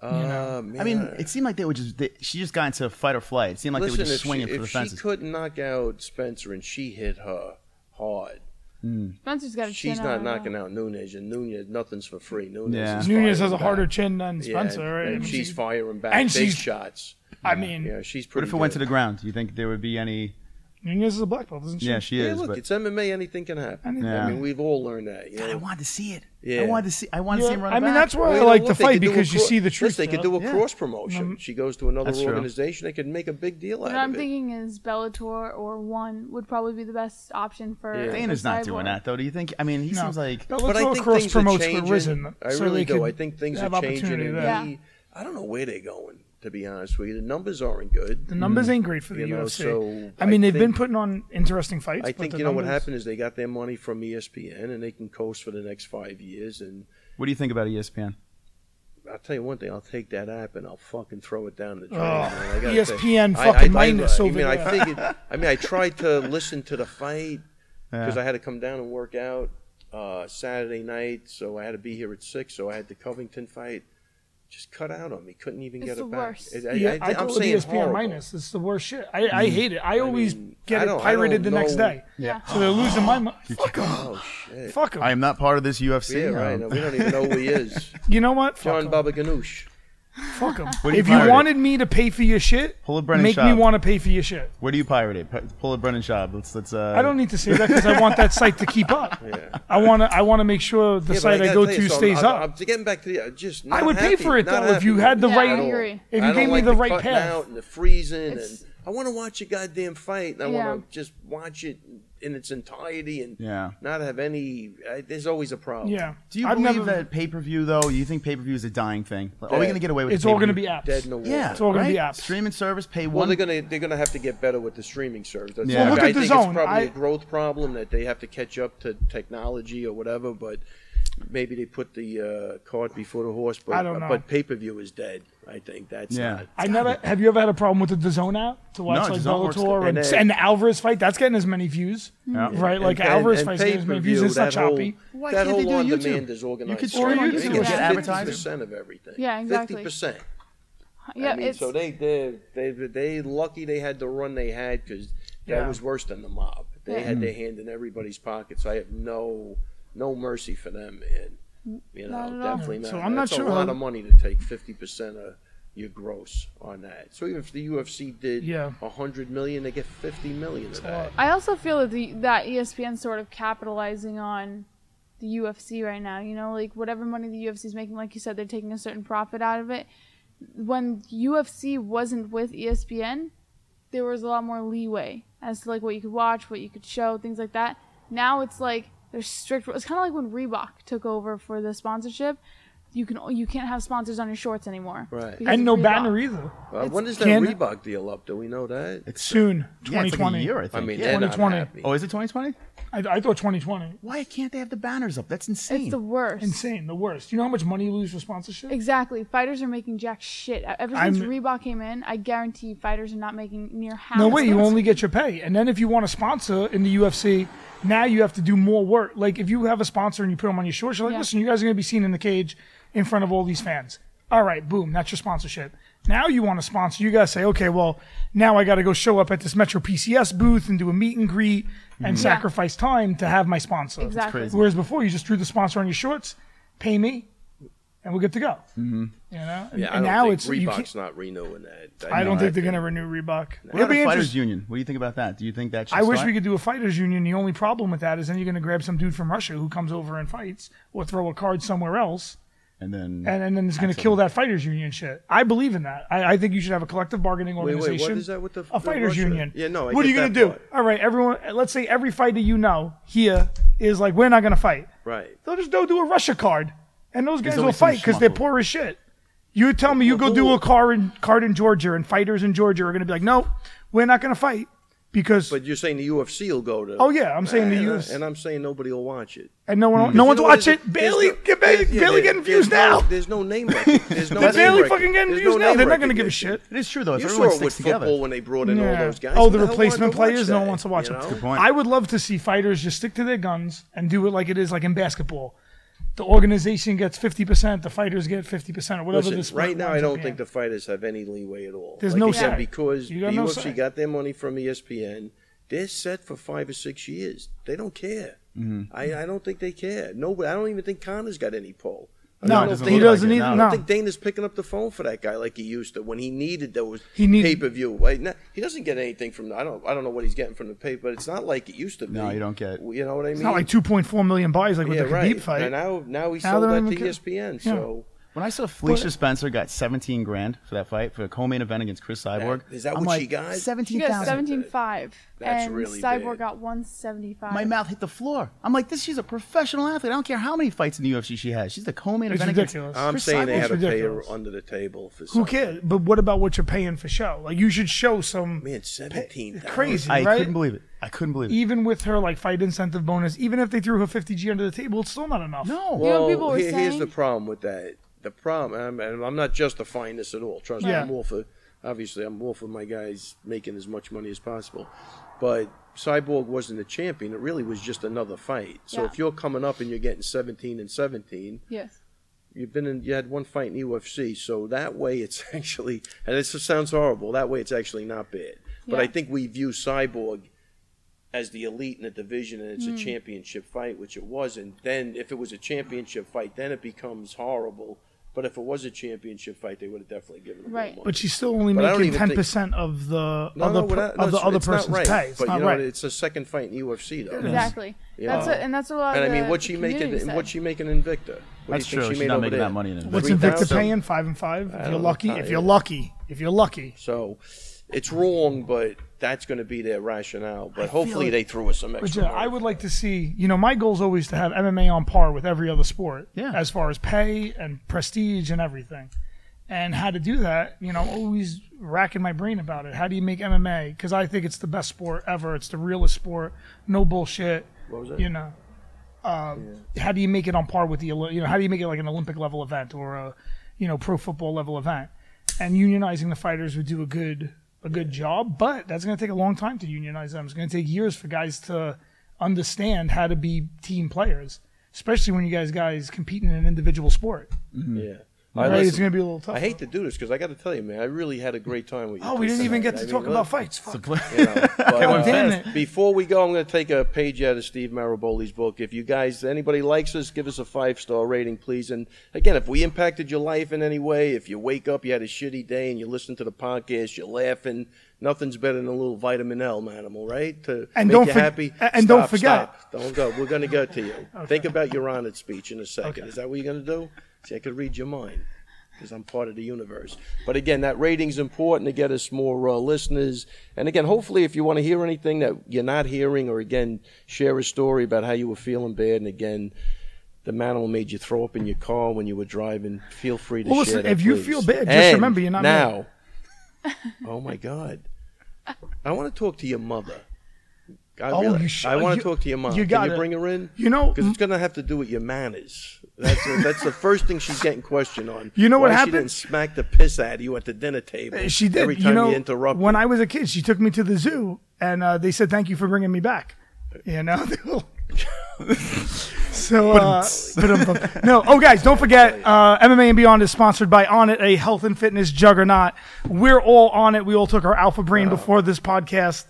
Speaker 5: Uh,
Speaker 3: I mean, it seemed like they were just. They, she just got into fight or flight. It seemed like they were just
Speaker 5: if, she,
Speaker 3: swinging for
Speaker 5: if
Speaker 3: the
Speaker 5: she
Speaker 3: fences.
Speaker 5: could knock out Spencer and she hit her hard,
Speaker 1: Spencer's got a
Speaker 5: she's
Speaker 1: chin on
Speaker 5: not
Speaker 1: her.
Speaker 5: knocking out Nunez, and Nunez nothing's for free. Nunez,
Speaker 3: Yeah.
Speaker 5: is
Speaker 2: Nunez
Speaker 5: firing
Speaker 2: has a
Speaker 5: back.
Speaker 2: harder chin than
Speaker 5: Yeah,
Speaker 2: Spencer.
Speaker 5: and,
Speaker 2: right? I
Speaker 5: and
Speaker 2: mean,
Speaker 5: she's firing back
Speaker 2: and
Speaker 5: big
Speaker 2: she's-
Speaker 5: shots.
Speaker 2: I mean,
Speaker 5: Yeah, she's
Speaker 3: What
Speaker 5: pretty.
Speaker 3: if it went to
Speaker 5: good.
Speaker 3: the ground? Do you think there would be any?
Speaker 2: Nunez is a black belt, isn't she?
Speaker 3: Yeah, she
Speaker 5: Yeah,
Speaker 3: is.
Speaker 5: look,
Speaker 3: but
Speaker 5: it's MMA. Anything can happen.
Speaker 2: Anything.
Speaker 3: Yeah.
Speaker 5: I mean, we've all learned that. You
Speaker 3: God, I
Speaker 5: know?
Speaker 3: wanted to see it.
Speaker 5: Yeah.
Speaker 3: I wanted to see. I wanted to see him run
Speaker 2: I
Speaker 3: it
Speaker 2: mean,
Speaker 3: back.
Speaker 2: that's why
Speaker 5: Well,
Speaker 2: I
Speaker 5: you know
Speaker 2: like
Speaker 5: what?
Speaker 2: the
Speaker 5: They could
Speaker 2: fight
Speaker 5: do a
Speaker 2: because you
Speaker 5: cro-
Speaker 2: see the truth.
Speaker 5: Listen, they could do a
Speaker 3: Yeah.
Speaker 5: cross promotion.
Speaker 2: Um,
Speaker 5: she goes to another
Speaker 3: That's true.
Speaker 5: organization. They could make a big deal out
Speaker 1: What I'm
Speaker 5: of it.
Speaker 1: thinking is Bellator or one would probably be the best option for.
Speaker 5: Yeah.
Speaker 1: for
Speaker 3: Dana's not
Speaker 1: Cyborg.
Speaker 3: doing that though. Do you think? I mean, he seems like
Speaker 5: but I think
Speaker 2: cross
Speaker 5: things are
Speaker 2: promotes for
Speaker 5: changing.
Speaker 2: Risen.
Speaker 5: I
Speaker 2: so
Speaker 5: really
Speaker 2: they
Speaker 5: do. I
Speaker 2: could
Speaker 5: think things
Speaker 2: have
Speaker 5: are changing.
Speaker 2: opportunity
Speaker 5: And
Speaker 2: there.
Speaker 1: Yeah.
Speaker 5: he- I don't know where they're going. To be honest with you, the numbers aren't good.
Speaker 2: The numbers ain't great for the
Speaker 5: You know,
Speaker 2: UFC.
Speaker 5: so
Speaker 2: I mean,
Speaker 5: I
Speaker 2: they've been
Speaker 5: think-
Speaker 2: putting on interesting fights.
Speaker 5: I
Speaker 2: but
Speaker 5: think
Speaker 2: the
Speaker 5: you know what
Speaker 2: numbers-
Speaker 5: happened is they got their money from E ESPN and they can coast for the next five years. And
Speaker 3: What do you think about E ESPN?
Speaker 5: I'll tell you one thing: I'll take that app and I'll fucking throw it down the drain.
Speaker 2: Oh,
Speaker 5: man. I gotta say-
Speaker 2: ESPN
Speaker 5: I-
Speaker 2: fucking
Speaker 5: I, I,
Speaker 2: minus
Speaker 5: I,
Speaker 2: over
Speaker 5: mean, I
Speaker 2: there. (laughs)
Speaker 5: figured. I mean, I tried to listen to the fight because I had to come down and work out uh, Saturday night, so I had to be here at six. So I had the Covington fight. Just cut out on me. Couldn't even
Speaker 1: It's
Speaker 5: get
Speaker 1: the
Speaker 5: it back.
Speaker 1: worst.
Speaker 5: It- I,
Speaker 2: Yeah, I, E
Speaker 5: am
Speaker 2: told
Speaker 5: saying
Speaker 2: ESPN
Speaker 5: horrible.
Speaker 2: minus. It's the worst shit. I, I hate it. I always
Speaker 5: mean, I
Speaker 2: get it
Speaker 5: don't- I
Speaker 2: pirated
Speaker 5: don't
Speaker 2: the next
Speaker 5: know.
Speaker 2: day.
Speaker 1: Yeah.
Speaker 2: So they're losing my money. Fuck them.
Speaker 5: Oh shit!
Speaker 2: Fuck 'em.
Speaker 3: I am not part of this UFC.
Speaker 5: Yeah, right.
Speaker 3: um,
Speaker 5: We don't even know who he is.
Speaker 2: You know what? (laughs) Fuck
Speaker 5: John
Speaker 2: 'em.
Speaker 5: Baba Ganoush.
Speaker 2: Fuck 'em.
Speaker 3: What do you
Speaker 2: If you
Speaker 3: pirate?
Speaker 2: wanted me to pay for your shit,
Speaker 3: Pull up Brennan
Speaker 2: make me
Speaker 3: Schaub.
Speaker 2: want to pay for your shit.
Speaker 3: Where do you pirate it? P- Pull up Brennan Schaub. Let's let's. Uh,
Speaker 2: I don't e-, need to say that because I want that site to keep up. I want to. I want to make sure the
Speaker 5: Yeah, but
Speaker 2: site I,
Speaker 5: gotta
Speaker 2: go
Speaker 5: tell you
Speaker 2: to
Speaker 5: something.
Speaker 2: stays up.
Speaker 5: I'm- I'm getting back to the I'm just.
Speaker 2: I
Speaker 5: not
Speaker 2: would pay
Speaker 5: happy,
Speaker 2: for it,
Speaker 5: not
Speaker 2: though, if you
Speaker 5: happy.
Speaker 2: had the
Speaker 1: Yeah, I
Speaker 2: right.
Speaker 1: agree.
Speaker 2: If you
Speaker 5: I don't
Speaker 2: gave
Speaker 5: like
Speaker 2: me the,
Speaker 5: the
Speaker 2: right
Speaker 5: cutting
Speaker 2: path.
Speaker 5: out and the freezing,
Speaker 1: It's-
Speaker 5: and I want to watch a goddamn fight, and I
Speaker 1: Yeah.
Speaker 5: want to just watch it in its entirety and
Speaker 3: Yeah.
Speaker 5: not have any. I, there's always a problem.
Speaker 2: Yeah.
Speaker 3: Do you
Speaker 2: I've
Speaker 3: believe
Speaker 2: never,
Speaker 3: that pay per view though? You think pay per view is a dying thing? Like, Are we
Speaker 5: Yeah.
Speaker 3: going to get away with?
Speaker 2: It's all going to
Speaker 3: to
Speaker 2: be apps.
Speaker 5: Dead in the water.
Speaker 3: Yeah,
Speaker 2: It's all gonna
Speaker 3: right?
Speaker 2: be apps.
Speaker 3: Streaming service pay
Speaker 5: Well,
Speaker 3: one.
Speaker 5: they're gonna they're gonna have to get better with the streaming service. That's
Speaker 3: Well,
Speaker 5: all.
Speaker 3: look
Speaker 5: I
Speaker 2: at The
Speaker 5: think
Speaker 2: Zone.
Speaker 5: it's probably
Speaker 2: I-
Speaker 5: a growth problem that they have to catch up to technology or whatever. But maybe they put the uh, cart before the horse. But uh,
Speaker 2: I don't know.
Speaker 5: but pay per view is dead. I think that's
Speaker 3: Yeah.
Speaker 5: not.
Speaker 2: I never. Have you ever had a problem with the DAZN app to watch
Speaker 3: No,
Speaker 2: like
Speaker 3: DAZN works
Speaker 2: Bellator
Speaker 5: good.
Speaker 2: and,
Speaker 5: And,
Speaker 2: and,
Speaker 5: uh,
Speaker 2: the Alvarez fight? That's getting as many views,
Speaker 3: Yeah.
Speaker 2: right? Like
Speaker 5: and,
Speaker 2: Alvarez
Speaker 5: and
Speaker 2: fight's getting as many views.
Speaker 5: pay-per-view,
Speaker 2: It's not
Speaker 5: that whole-
Speaker 2: choppy.
Speaker 3: Why
Speaker 5: that
Speaker 3: can't they
Speaker 5: whole
Speaker 3: do
Speaker 5: on
Speaker 3: YouTube?
Speaker 5: demand is organized.
Speaker 3: could
Speaker 5: crime.
Speaker 3: stream
Speaker 1: on
Speaker 5: They
Speaker 1: YouTube.
Speaker 5: get
Speaker 1: Yeah.
Speaker 5: 50% of everything.
Speaker 1: Yeah, exactly.
Speaker 5: 50%.
Speaker 1: Yeah,
Speaker 5: I mean,
Speaker 1: it's
Speaker 5: so they they they they lucky they had the run they had because that
Speaker 2: Yeah.
Speaker 5: was worse than the mob. They
Speaker 1: Yeah.
Speaker 5: had their hand in everybody's pockets. I have no no mercy for them, man. You know,
Speaker 1: Not at all.
Speaker 5: definitely not.
Speaker 2: So I'm not
Speaker 5: That's
Speaker 2: sure
Speaker 5: a
Speaker 2: how-
Speaker 5: lot of money to take fifty percent of your gross on that. So even if the UFC did
Speaker 2: Yeah.
Speaker 5: a hundred million, they get fifty million of that.
Speaker 1: I also feel that the that E ESPN's sort of capitalizing on the UFC right now. You know, like whatever money the UFC's making, like you said, they're taking a certain profit out of it. When UFC wasn't with E ESPN, there was a lot more leeway as to like what you could watch, what you could show, things like that. Now it's like there's strict. It's kind of like when Reebok took over for the sponsorship. You can you can't have sponsors on your shorts anymore.
Speaker 5: Right.
Speaker 1: because
Speaker 2: And
Speaker 1: of
Speaker 2: no
Speaker 1: Reebok.
Speaker 2: banner either.
Speaker 5: Uh, when is that
Speaker 2: Can-
Speaker 5: Reebok deal up? Do we know that?
Speaker 2: Soon,
Speaker 3: yeah, it's like a
Speaker 2: 2020.
Speaker 3: year, I think.
Speaker 5: I mean,
Speaker 3: yeah.
Speaker 5: they're not
Speaker 2: 2020.
Speaker 5: happy.
Speaker 3: Oh, is it 2020?
Speaker 2: I, I thought 2020.
Speaker 3: Why can't they have the banners up? That's insane.
Speaker 1: It's the worst.
Speaker 2: Insane, the worst. You know how much money you lose for sponsorship?
Speaker 1: Exactly. Fighters are making jack shit. E, Ever since
Speaker 2: I'm-
Speaker 1: Reebok came in, I guarantee fighters are not making near half.
Speaker 2: No
Speaker 1: as
Speaker 2: way, you
Speaker 1: much.
Speaker 2: only get your pay. And then if you want a sponsor in the UFC, now you have to do more work. Like if you have a sponsor and you put them on your shorts, you're like,
Speaker 1: Yeah.
Speaker 2: listen, you guys are going to be seen in the cage in front of all these fans. All right, boom, that's your sponsorship. Now you want to sponsor. You guys say, okay, well, now I got to go show up at this Metro PCS booth and do a meet and greet and sacrifice time to have my sponsor.
Speaker 1: Mm-hmm. Exactly. That's
Speaker 3: crazy.
Speaker 2: Whereas before, you just drew the sponsor on your shorts, pay me, and we're good to go. Mm-hmm. You know, and,
Speaker 5: Yeah, I
Speaker 2: and
Speaker 5: don't
Speaker 2: now
Speaker 5: think
Speaker 2: it's you can't-
Speaker 5: Reebok's not renewing that.
Speaker 2: I don't
Speaker 3: No,
Speaker 2: think
Speaker 3: I-
Speaker 2: they're going to renew Reebok.
Speaker 3: What
Speaker 2: It'll
Speaker 3: about
Speaker 2: be
Speaker 3: a
Speaker 2: interesting.
Speaker 3: fighters union? What do you think about that? Do you think that should
Speaker 2: I wish
Speaker 3: start?
Speaker 2: we could do a fighters union. The only problem with that is then you're going to grab some dude from Russia who comes over and fights, or throw a card somewhere else,
Speaker 3: and then
Speaker 2: and, and then it's going to kill that fighters union shit. I believe in that. I, I think you should have a collective bargaining
Speaker 5: wait, what
Speaker 2: organization.
Speaker 5: is that with the-
Speaker 2: a
Speaker 5: the
Speaker 2: fighters
Speaker 5: Russia?
Speaker 2: union?
Speaker 5: Yeah, no, I
Speaker 2: what are
Speaker 5: get
Speaker 2: you gonna
Speaker 5: that
Speaker 2: do?
Speaker 5: part.
Speaker 2: All right, everyone. Let's say every fighter you know here is like, we're not going to fight.
Speaker 5: Right.
Speaker 2: They'll just go do a Russia card, and those guys
Speaker 3: always
Speaker 2: will
Speaker 3: some
Speaker 2: fight because they're
Speaker 3: schmuck.
Speaker 2: poor as shit. You tell me you go do a car in, card in Georgia, and fighters in Georgia are going to be like, no, we're not going to fight because
Speaker 5: But you're saying the UFC will go to.
Speaker 2: Oh, yeah, I'm saying the
Speaker 5: And I-
Speaker 2: UFC.
Speaker 5: And I'm saying nobody will watch it.
Speaker 2: and no
Speaker 3: Hmm.
Speaker 2: one, no
Speaker 5: You
Speaker 2: one's
Speaker 5: know what
Speaker 2: watching.
Speaker 5: is it? There's
Speaker 2: Barely,
Speaker 5: no-
Speaker 2: get barely,
Speaker 5: there's- yeah,
Speaker 2: barely
Speaker 5: there-
Speaker 2: getting views
Speaker 5: there's no-
Speaker 2: now.
Speaker 5: There's
Speaker 2: (laughs)
Speaker 5: no name. rec- There's no
Speaker 2: They're
Speaker 5: name
Speaker 2: barely
Speaker 5: rec-
Speaker 2: fucking getting
Speaker 5: there's
Speaker 2: views
Speaker 5: no
Speaker 2: now.
Speaker 5: name
Speaker 2: They're not going to give a
Speaker 5: recognition.
Speaker 2: shit.
Speaker 3: it is true though. If
Speaker 5: You
Speaker 3: everyone
Speaker 5: saw it
Speaker 3: sticks
Speaker 5: with
Speaker 3: together.
Speaker 5: football when they brought in all
Speaker 2: Yeah.
Speaker 5: those guys.
Speaker 2: oh,
Speaker 5: Who
Speaker 2: the
Speaker 5: hell wanted
Speaker 2: replacement
Speaker 5: to watch
Speaker 2: players. No
Speaker 5: that,
Speaker 2: one wants to watch
Speaker 5: you
Speaker 2: them.
Speaker 5: know?
Speaker 3: Good point.
Speaker 2: I would love to see fighters just stick to their guns and do it like it is, like in basketball. The organization gets fifty percent. The fighters get fifty percent, or whatever.
Speaker 5: Listen,
Speaker 2: the split
Speaker 5: right now, I
Speaker 2: winds up
Speaker 5: don't
Speaker 2: being.
Speaker 5: think the fighters have any leeway at all.
Speaker 2: There's
Speaker 5: Like
Speaker 2: no
Speaker 5: you said,
Speaker 2: say.
Speaker 5: because
Speaker 2: You
Speaker 5: the
Speaker 2: got no
Speaker 5: UFC
Speaker 2: say.
Speaker 5: got their money from E ESPN. They're set for five or six years. They don't care.
Speaker 3: Mm-hmm.
Speaker 5: I, I don't think they care. No, I don't even think Connor's got any pull. I
Speaker 2: No,
Speaker 5: don't
Speaker 2: he
Speaker 5: know if
Speaker 2: doesn't
Speaker 5: Dana-
Speaker 2: look like it,
Speaker 5: I
Speaker 2: no.
Speaker 5: don't think Dana's picking up the phone for that guy like he used to when he needed those
Speaker 2: He needed-
Speaker 5: pay per view. Like, no, he doesn't get anything from. I don't. I don't know what he's getting from the pay, but it's not like it used to be.
Speaker 3: No, you don't get-
Speaker 5: You know what I mean?
Speaker 2: it's not like two point four million buys like
Speaker 5: yeah,
Speaker 2: with the Khabib
Speaker 5: right.
Speaker 2: fight.
Speaker 5: And now, now he
Speaker 2: Now
Speaker 5: sold
Speaker 2: they don't
Speaker 5: that to E
Speaker 2: even care.
Speaker 5: ESPN.
Speaker 2: Yeah.
Speaker 5: So.
Speaker 3: When I saw Felicia Spencer got 17 grand for that fight for a co-main event against Chris Cyborg,
Speaker 5: That- is that
Speaker 3: I'm
Speaker 5: what
Speaker 3: like,
Speaker 5: she got?
Speaker 1: She
Speaker 3: 17,000.
Speaker 1: got seventeen five,
Speaker 5: That's
Speaker 1: and
Speaker 5: really
Speaker 1: Cyborg
Speaker 5: big.
Speaker 1: got one seventy five.
Speaker 3: My mouth hit the floor. I'm like, this. She's a professional athlete. I don't care how many fights in the UFC she has. She's the co-main
Speaker 2: It's
Speaker 3: event
Speaker 2: ridiculous.
Speaker 3: against
Speaker 5: I'm
Speaker 3: Chris
Speaker 5: saying they
Speaker 3: Cyborg.
Speaker 5: had to pay her
Speaker 2: ridiculous.
Speaker 5: under the table for
Speaker 2: Who
Speaker 5: something.
Speaker 2: cares? But what about what you're paying for show? Like you should show some
Speaker 5: Man, seventeen.
Speaker 2: crazy,
Speaker 3: I
Speaker 2: right?
Speaker 3: couldn't believe it. I couldn't believe it.
Speaker 2: even with her like fight incentive bonus, even if they threw her 50g under the table, it's still not enough.
Speaker 1: You
Speaker 3: no. (laughs)
Speaker 1: know what
Speaker 5: Well,
Speaker 1: people were
Speaker 5: here- here's the
Speaker 1: saying?
Speaker 5: problem with that. The problem, and I'm, and I'm not justifying this at all. Trust me,
Speaker 2: Yeah.
Speaker 5: I'm all for. Obviously, I'm all for my guys making as much money as possible. But Cyborg wasn't a champion. It really was just another fight. So
Speaker 1: Yeah.
Speaker 5: if you're coming up and you're getting 17 and 17,
Speaker 1: Yes.
Speaker 5: you've been in, you had one fight in UFC, so that way it's (laughs) actually, and this just sounds horrible. That way it's actually not bad. But I
Speaker 1: Yeah.
Speaker 5: think we view Cyborg as the elite in a division, and it's
Speaker 1: Hmm.
Speaker 5: a championship fight, which it wasn't. Then, if it was a championship fight, then it becomes horrible. But if it was a championship fight, they would have definitely given him
Speaker 1: Right.
Speaker 5: more money.
Speaker 2: But she's still only
Speaker 5: But I don't
Speaker 2: making
Speaker 5: even
Speaker 2: ten
Speaker 5: think-
Speaker 2: percent of the
Speaker 5: No,
Speaker 2: other
Speaker 5: no, we're
Speaker 2: per-
Speaker 5: not- no,
Speaker 2: of the
Speaker 5: it's-
Speaker 2: other
Speaker 5: it's not
Speaker 2: person's
Speaker 5: right.
Speaker 2: pay. It's
Speaker 5: but
Speaker 2: not
Speaker 5: you know,
Speaker 2: right.
Speaker 5: it's a second fight in UFC, though.
Speaker 1: Exactly.
Speaker 5: Yeah.
Speaker 1: That's what, and that's a lot.
Speaker 5: And I
Speaker 1: of
Speaker 5: mean,
Speaker 1: the-
Speaker 5: what's
Speaker 1: the
Speaker 5: she making?
Speaker 1: community
Speaker 5: And what's
Speaker 1: said.
Speaker 5: she making in Victor? What
Speaker 3: That's
Speaker 5: do you think
Speaker 3: true.
Speaker 5: She
Speaker 3: She's
Speaker 5: made
Speaker 3: not
Speaker 5: over
Speaker 3: making
Speaker 5: there?
Speaker 3: that money in Invicta.
Speaker 2: What's
Speaker 5: 3,000?
Speaker 2: Invicta paying? Five and five. If you're
Speaker 5: don't
Speaker 2: lucky.
Speaker 5: know.
Speaker 2: If you're lucky. If you're lucky.
Speaker 5: So it's wrong, but that's going to be their rationale. But hopefully they threw us some
Speaker 2: But
Speaker 5: extra.
Speaker 2: yeah, uh, I would like to see. You know, my goal is always to have MMA on par with every other sport,
Speaker 3: Yeah.
Speaker 2: as far as pay and prestige and everything. And how to do that, you know, I'm always racking my brain about it. How do you make MMA? Because I think it's the best sport ever. It's the realest sport. No bullshit.
Speaker 5: What was that?
Speaker 2: You know, um, how do you make it on par with the, Oli- you know, how do you make it like an Olympic level event or a, you know, pro football level event? And unionizing the fighters would do a good a good job, but that's going to take a long time to unionize them. It's going to take years for guys to understand how to be team players, especially when you guys guys competing in an individual sport.
Speaker 5: yeah.
Speaker 2: Right?
Speaker 5: listen,
Speaker 2: it's going to be a little tough.
Speaker 5: I hate to do this because I got to tell you, man, I really had a great time with you.
Speaker 2: Oh, we
Speaker 5: two
Speaker 2: didn't even
Speaker 5: tonight.
Speaker 2: get to
Speaker 5: I mean,
Speaker 2: talk
Speaker 5: look,
Speaker 2: about fights. Fuck.
Speaker 5: you know, but, uh,
Speaker 2: Damn it.
Speaker 5: Before we go, I'm going to take a page out of Steve Maraboli's book. If you guys, anybody likes us, give us a five star rating, please. And again, if we impacted your life in any way, if you wake up, you had a shitty day, and you listen to the podcast, you're laughing. Nothing's better than a little vitamin L, manimal, right? To
Speaker 2: And
Speaker 5: make
Speaker 2: don't
Speaker 5: you
Speaker 2: for-
Speaker 5: happy.
Speaker 2: a- and
Speaker 5: Stop,
Speaker 2: don't forget-
Speaker 5: stop. Don't go. We're going to
Speaker 2: (laughs)
Speaker 5: go to you. Think about your honored speech in a second.
Speaker 2: Okay.
Speaker 5: Is that what you're going to do? See, I could read your mind because I'm part of the universe. But again, that rating's important to get us more uh, listeners. And again, hopefully, if you want to hear anything that you're not hearing, or again, share a story about how you were feeling bad, and again, the manimal made you throw up in your car when you were driving, feel free to
Speaker 2: Well,
Speaker 5: share
Speaker 2: listen,
Speaker 5: that,
Speaker 2: if you
Speaker 5: please.
Speaker 2: feel bad, just
Speaker 5: And
Speaker 2: remember you're not
Speaker 5: now.
Speaker 2: (laughs)
Speaker 5: oh my God, I want to talk to your mother. I
Speaker 2: Oh,
Speaker 5: really-
Speaker 2: you should-
Speaker 5: I want
Speaker 2: you-
Speaker 5: to talk to your mom.
Speaker 2: you
Speaker 5: Can
Speaker 2: gotta-
Speaker 5: you bring her in?
Speaker 2: You know,
Speaker 5: because it's going to have to do with your manners. That's that's the first thing she's getting questioned on.
Speaker 2: You know what
Speaker 5: Why
Speaker 2: happened?
Speaker 5: She didn't smack the piss out of you at the dinner table.
Speaker 2: Uh, She did.
Speaker 5: Every time
Speaker 2: you know,
Speaker 5: interrupt.
Speaker 2: when I was a kid, she took me to the zoo, and uh, (laughs) they said, "Thank you for bringing me back." You know, So, uh, (laughs) ba-dum-bum. no. Oh, guys, don't
Speaker 5: (laughs)
Speaker 2: forget uh, MMA and Beyond is sponsored by On It, a health and fitness juggernaut. We're all on it. We all took our Alpha Brain before this podcast,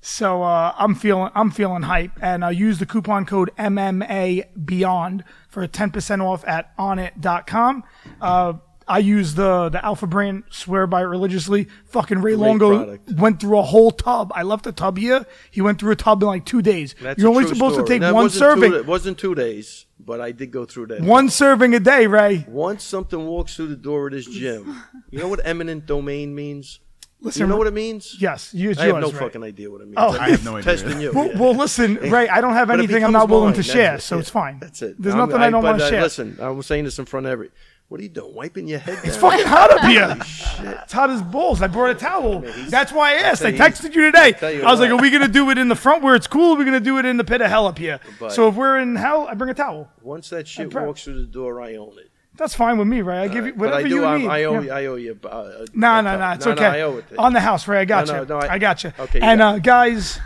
Speaker 2: so uh, I'm feeling I'm feeling hype. And uh, use the coupon code MMA Beyond for 10% off at onit.com. Uh, I use the the Alpha Brain, swear by it religiously. Fucking Ray Longo
Speaker 5: product.
Speaker 2: went through a whole tub. I left a tub here. He went through a tub in like two days.
Speaker 5: That's
Speaker 2: You're
Speaker 5: a
Speaker 2: only
Speaker 5: true
Speaker 2: supposed
Speaker 5: story.
Speaker 2: to take
Speaker 5: That
Speaker 2: one
Speaker 5: wasn't two
Speaker 2: serving.
Speaker 5: da- It wasn't two days, but I did go through that.
Speaker 2: One serving a day, Ray.
Speaker 5: Once something walks through the door of
Speaker 2: (laughs)
Speaker 5: this gym, you know what eminent domain means?
Speaker 2: Listen,
Speaker 5: you know what it means?
Speaker 2: Yes, you,
Speaker 5: I have
Speaker 2: yours,
Speaker 5: no
Speaker 2: Ray.
Speaker 5: fucking idea what it means.
Speaker 2: Oh.
Speaker 5: I'm
Speaker 3: I have no idea.
Speaker 5: testing you.
Speaker 2: Well,
Speaker 5: yeah.
Speaker 2: well,
Speaker 5: (laughs)
Speaker 2: listen, Ray. I don't have
Speaker 5: But it
Speaker 2: anything I'm
Speaker 5: becomes
Speaker 2: not willing to
Speaker 5: mine,
Speaker 2: share,
Speaker 5: that's it,
Speaker 2: so
Speaker 5: yeah.
Speaker 2: it's fine.
Speaker 5: That's it.
Speaker 2: There's
Speaker 5: I'm-
Speaker 2: nothing I, don't
Speaker 5: but uh,
Speaker 2: want to share.
Speaker 5: Listen, I was saying this in front of every. What are you doing? Wiping your head?
Speaker 2: It's
Speaker 5: down?
Speaker 2: fucking hot
Speaker 5: (laughs)
Speaker 2: up here.
Speaker 5: Shit.
Speaker 2: It's hot as balls. I brought a towel.
Speaker 5: he's-
Speaker 2: That's why I asked. I
Speaker 5: tell you-
Speaker 2: texted you today.
Speaker 5: tell you
Speaker 2: I was
Speaker 5: what.
Speaker 2: like, "Are we gonna do it in the front where it's cool? Or are we gonna do it in the pit of hell up here?"
Speaker 5: But-
Speaker 2: So if we're in hell, I bring a towel.
Speaker 5: Once that shit
Speaker 2: proud.
Speaker 5: walks through the door, I own it.
Speaker 2: That's fine with me, Ray. I give you whatever
Speaker 5: Uh, but I do.
Speaker 2: you
Speaker 5: I,
Speaker 2: need.
Speaker 5: I owe.
Speaker 2: Yeah.
Speaker 5: I owe you. Uh, uh,
Speaker 2: No,
Speaker 5: a
Speaker 2: no,
Speaker 5: cup.
Speaker 2: no, it's okay.
Speaker 5: I owe it. to you.
Speaker 2: On the house, Ray. I got you.
Speaker 5: No, no, no,
Speaker 2: I,
Speaker 5: I-
Speaker 2: got you.
Speaker 5: Okay, you
Speaker 2: And
Speaker 5: got
Speaker 2: uh, guys,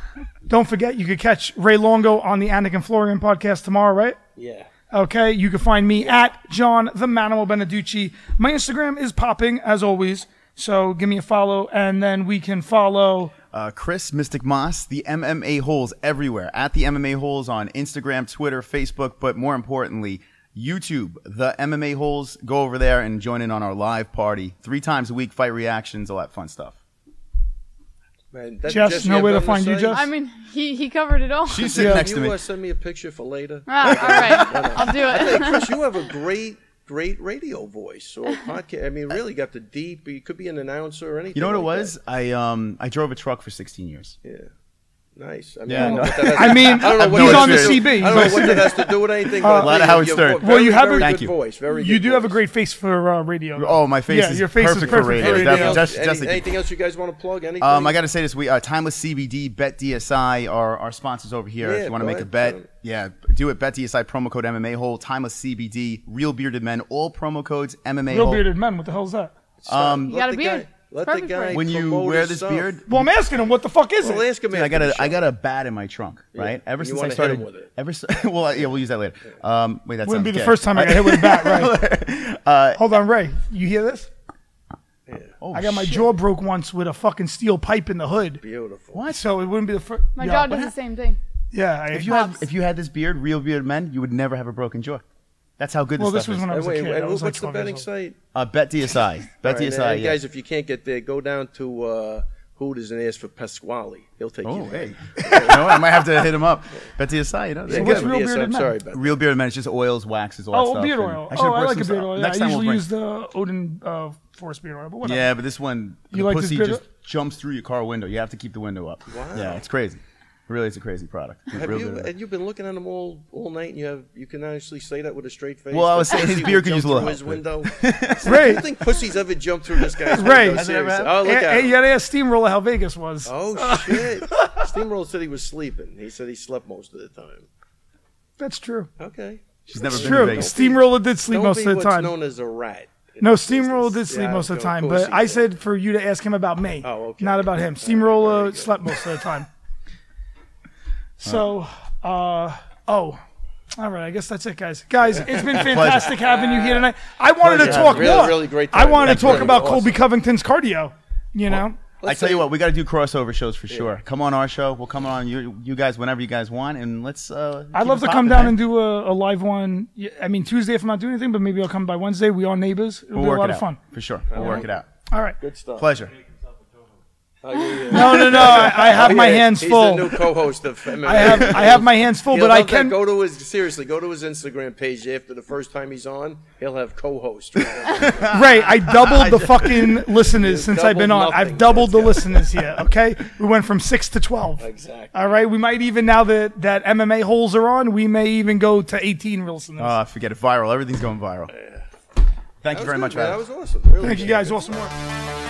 Speaker 2: don't forget you could catch Ray Longo on the Anakin Florian podcast tomorrow, right?
Speaker 5: yeah.
Speaker 2: Okay, you can find me at John the Manimal Beneducci. My Instagram is popping as always, so give me a follow, and then we can follow.
Speaker 3: Uh, Chris Mystic Moss, the MMA holes everywhere at the MMA holes on Instagram, Twitter, Facebook, but more importantly, YouTube, the MMA holes. Go over there and join in on our live party three times a week, fight reactions, all that fun stuff.
Speaker 5: Man, that,
Speaker 2: Jess, know
Speaker 5: you
Speaker 2: where to
Speaker 5: have nothing
Speaker 2: find you,
Speaker 5: say?
Speaker 2: Jess?
Speaker 1: I mean, he he covered it all.
Speaker 3: She's sitting next to
Speaker 5: You
Speaker 3: me.
Speaker 5: uh, send me a picture
Speaker 2: (laughs)
Speaker 5: for later.
Speaker 1: (laughs) Ah, all right,
Speaker 5: (laughs)
Speaker 1: I'll do it.
Speaker 5: Chris, you have a great, great radio
Speaker 2: (laughs)
Speaker 5: voice or podcast. I mean, really got the deep. You could be an announcer or anything.
Speaker 3: You know what it
Speaker 5: like
Speaker 3: was? I um I drove a truck for 16 years.
Speaker 5: that. Yeah. Nice. I mean,
Speaker 3: Yeah,
Speaker 5: I, don't know
Speaker 3: no.
Speaker 5: what that has
Speaker 2: I
Speaker 5: to-
Speaker 2: mean,
Speaker 5: (laughs) I don't know what
Speaker 2: he's
Speaker 5: that
Speaker 2: on the
Speaker 5: has to do-
Speaker 2: CB.
Speaker 5: I don't know what that has to do with anything. but
Speaker 3: A lot of
Speaker 5: your-
Speaker 3: Howard
Speaker 5: your
Speaker 3: Stern.
Speaker 5: vo-
Speaker 2: Well, you
Speaker 5: very,
Speaker 2: have a-
Speaker 5: very
Speaker 3: Thank
Speaker 5: good
Speaker 3: you.
Speaker 5: voice. Very.
Speaker 2: You
Speaker 5: good
Speaker 2: do have a
Speaker 5: voice.
Speaker 2: great face for uh, radio.
Speaker 3: Oh, my face
Speaker 2: Yeah,
Speaker 3: is
Speaker 2: your face is
Speaker 3: perfect, for
Speaker 2: perfect.
Speaker 3: radio.
Speaker 2: Anything
Speaker 3: Definitely.
Speaker 5: else-
Speaker 3: Jess-
Speaker 5: any-
Speaker 3: Jessica-
Speaker 5: anything else you guys want to plug? Anything?
Speaker 3: Um, I got to say this: we uh, Timeless CBD, Bet DSI are our sponsors over here.
Speaker 5: Yeah,
Speaker 3: if you want to
Speaker 5: go
Speaker 3: make a
Speaker 5: ahead,
Speaker 3: bet,
Speaker 5: go ahead.
Speaker 3: yeah, do it. Bet DSI promo code MMA Hole, Timeless CBD, Real Bearded Men, all promo codes MMA
Speaker 2: Real
Speaker 3: Hole.
Speaker 2: bearded men. What the hell's that?
Speaker 5: um,
Speaker 1: You got a beard.
Speaker 5: Let the
Speaker 1: Perfect for
Speaker 5: guy.
Speaker 1: you.
Speaker 3: When you
Speaker 5: promote
Speaker 3: wear
Speaker 5: his
Speaker 3: this
Speaker 5: stuff.
Speaker 3: beard,
Speaker 2: Well, I'm asking him what the fuck is
Speaker 5: Well,
Speaker 2: it.
Speaker 5: ask him
Speaker 3: Dude, I got
Speaker 5: after the
Speaker 3: a I
Speaker 5: show.
Speaker 3: got a bat in my trunk, right? Ever
Speaker 5: You
Speaker 3: since I
Speaker 5: wanna hit
Speaker 3: started,
Speaker 5: him with it.
Speaker 3: ever s- well, yeah, we'll use that later. Um, wait, that
Speaker 2: Wouldn't
Speaker 3: sounds
Speaker 2: be the
Speaker 3: gay.
Speaker 2: first time I got hit with a bat, right?
Speaker 3: (laughs) Uh,
Speaker 2: Hold on, Ray. You hear this?
Speaker 3: oh,
Speaker 2: I got my
Speaker 3: shit.
Speaker 2: jaw broke once with a fucking steel pipe in the hood.
Speaker 5: Beautiful.
Speaker 3: What?
Speaker 2: So it wouldn't be the first.
Speaker 1: (laughs) My jaw does the same thing.
Speaker 2: Yeah. I-
Speaker 3: If you have if you had this beard, real beard men, you would never have a broken jaw. That's how good
Speaker 2: well,
Speaker 3: this,
Speaker 2: this
Speaker 3: stuff
Speaker 2: was
Speaker 3: is.
Speaker 2: when I
Speaker 5: And
Speaker 2: was
Speaker 5: wait,
Speaker 2: a kid.
Speaker 5: and
Speaker 2: I was like
Speaker 5: what's the
Speaker 2: 12 years
Speaker 5: betting
Speaker 2: old.
Speaker 5: site?
Speaker 3: uh, bet DSI, bet
Speaker 5: All right,
Speaker 3: DSI,
Speaker 5: and
Speaker 3: yeah.
Speaker 5: guys, if you can't get there, go down to uh, Hooters and ask for Pasquale. He'll take
Speaker 3: Oh,
Speaker 5: you. there.
Speaker 3: hey. you know what? I might have to hit him up. Bet DSI, you know.
Speaker 5: Yeah,
Speaker 3: they're
Speaker 2: what's
Speaker 5: get him.
Speaker 3: good.
Speaker 2: Real
Speaker 5: Yes,
Speaker 2: Bearded
Speaker 5: I'm
Speaker 2: Men?
Speaker 5: sorry about that.
Speaker 3: Real beard men, it's just oils, waxes, all that
Speaker 2: Oh,
Speaker 3: stuff.
Speaker 2: beard
Speaker 3: and-
Speaker 2: oil.
Speaker 3: should've
Speaker 2: oh, I
Speaker 3: brought
Speaker 2: like a
Speaker 3: some
Speaker 2: beard
Speaker 3: stuff.
Speaker 2: oil. Yeah,
Speaker 3: Next
Speaker 2: I
Speaker 3: time
Speaker 2: usually
Speaker 3: we'll bring-
Speaker 2: use the Odin uh, Forest beard oil, but whatever.
Speaker 3: Yeah, but this one, the
Speaker 2: like this
Speaker 3: pussy
Speaker 2: beard
Speaker 3: just
Speaker 2: oil?
Speaker 3: jumps through your car window. You have to keep the window up.
Speaker 5: Wow.
Speaker 3: Yeah, it's crazy. Really, it's a crazy product.
Speaker 5: Have
Speaker 3: Real
Speaker 5: you
Speaker 3: beard oil.
Speaker 5: and you've been looking at him all all night, and you have you can honestly say that with a straight face.
Speaker 3: Well, I
Speaker 5: That
Speaker 3: was saying his
Speaker 5: pussy
Speaker 3: beard
Speaker 5: would
Speaker 3: could use a
Speaker 5: jump
Speaker 3: little
Speaker 5: through his window.
Speaker 2: Ray.
Speaker 5: Do you think pussies ever jump through this guy's
Speaker 2: Ray.
Speaker 5: window?
Speaker 2: Has
Speaker 3: it ever
Speaker 5: Seriously.
Speaker 3: happened?
Speaker 5: Oh, look
Speaker 2: Hey,
Speaker 5: at
Speaker 2: hey, you
Speaker 5: him.
Speaker 2: gotta ask Steamroller how Vegas was.
Speaker 5: Oh shit! Steamroller said he was sleeping. He said he slept most of the time.
Speaker 2: That's true.
Speaker 5: Okay.
Speaker 3: She's never
Speaker 2: It's
Speaker 3: been to
Speaker 2: true.
Speaker 3: Vegas.
Speaker 2: Steamroller did sleep
Speaker 5: Don't
Speaker 2: most
Speaker 5: be
Speaker 2: of the
Speaker 5: what's
Speaker 2: time.
Speaker 5: known as a rat.
Speaker 2: no, Steamroller did
Speaker 5: business.
Speaker 2: sleep
Speaker 5: Yeah,
Speaker 2: most of the
Speaker 5: of
Speaker 2: time,
Speaker 5: course
Speaker 2: but
Speaker 5: he
Speaker 2: I
Speaker 5: did.
Speaker 2: said for you to ask him about me,
Speaker 5: Oh, okay.
Speaker 2: not about him.
Speaker 5: very
Speaker 2: Steamroller
Speaker 5: good.
Speaker 2: slept most of the
Speaker 5: (laughs)
Speaker 2: time. So, uh, oh. All right, I guess that's it, guys. Guys, it's
Speaker 5: (laughs)
Speaker 2: been fantastic having you here tonight. I wanted to
Speaker 3: Pleasure
Speaker 2: talk
Speaker 5: having you.
Speaker 2: more.
Speaker 5: Really, really great
Speaker 2: I
Speaker 5: time.
Speaker 2: wanted to
Speaker 5: That's
Speaker 2: talk
Speaker 5: really
Speaker 2: about
Speaker 5: awesome.
Speaker 2: Colby Covington's cardio. You know,
Speaker 3: I tell you what, we got to do crossover shows for sure. Come on our show. We'll come on you, you guys whenever you guys want, and let's. Uh,
Speaker 2: I'd
Speaker 3: keep
Speaker 2: love
Speaker 3: it
Speaker 2: to
Speaker 3: poppin',
Speaker 2: come down
Speaker 3: man.
Speaker 2: and do a, a live one. y- I mean, Tuesday if I'm not doing anything, but maybe I'll come by Wednesday. We are neighbors. It'll
Speaker 3: We'll
Speaker 2: be a
Speaker 3: work
Speaker 2: lot
Speaker 3: it
Speaker 2: of
Speaker 3: out
Speaker 2: fun.
Speaker 3: for sure. We'll work it out.
Speaker 2: All
Speaker 5: (laughs)
Speaker 2: right.
Speaker 5: Good stuff.
Speaker 3: Pleasure.
Speaker 5: Oh, yeah, yeah.
Speaker 2: No, no, no. I, I have (laughs) my
Speaker 5: Oh, Yeah,
Speaker 2: hands
Speaker 5: he's
Speaker 2: full.
Speaker 5: the new co-host of MMA.
Speaker 2: I
Speaker 5: (laughs)
Speaker 2: have I have my hands full,
Speaker 5: He'll
Speaker 2: but I
Speaker 5: have that.
Speaker 2: can.
Speaker 5: go to his seriously go to his Instagram page after the first time he's on. He'll
Speaker 3: (laughs)
Speaker 5: have co-host.
Speaker 2: Ray, I doubled
Speaker 5: (laughs)
Speaker 2: the fucking listeners since I've been on.
Speaker 5: doubled
Speaker 2: I've
Speaker 5: nothing.
Speaker 2: doubled the listeners
Speaker 5: (laughs)
Speaker 2: here. Okay, we went from six to twelve.
Speaker 5: Exactly.
Speaker 2: All right, we might even now that that MMA holes are on, we may even go to eighteen listeners.
Speaker 3: Uh, forget it. Viral. Everything's going viral. Thank you very much,
Speaker 5: man.
Speaker 3: Adam.
Speaker 5: That was awesome. Really
Speaker 2: Thank you
Speaker 5: good.
Speaker 2: guys. Awesome work.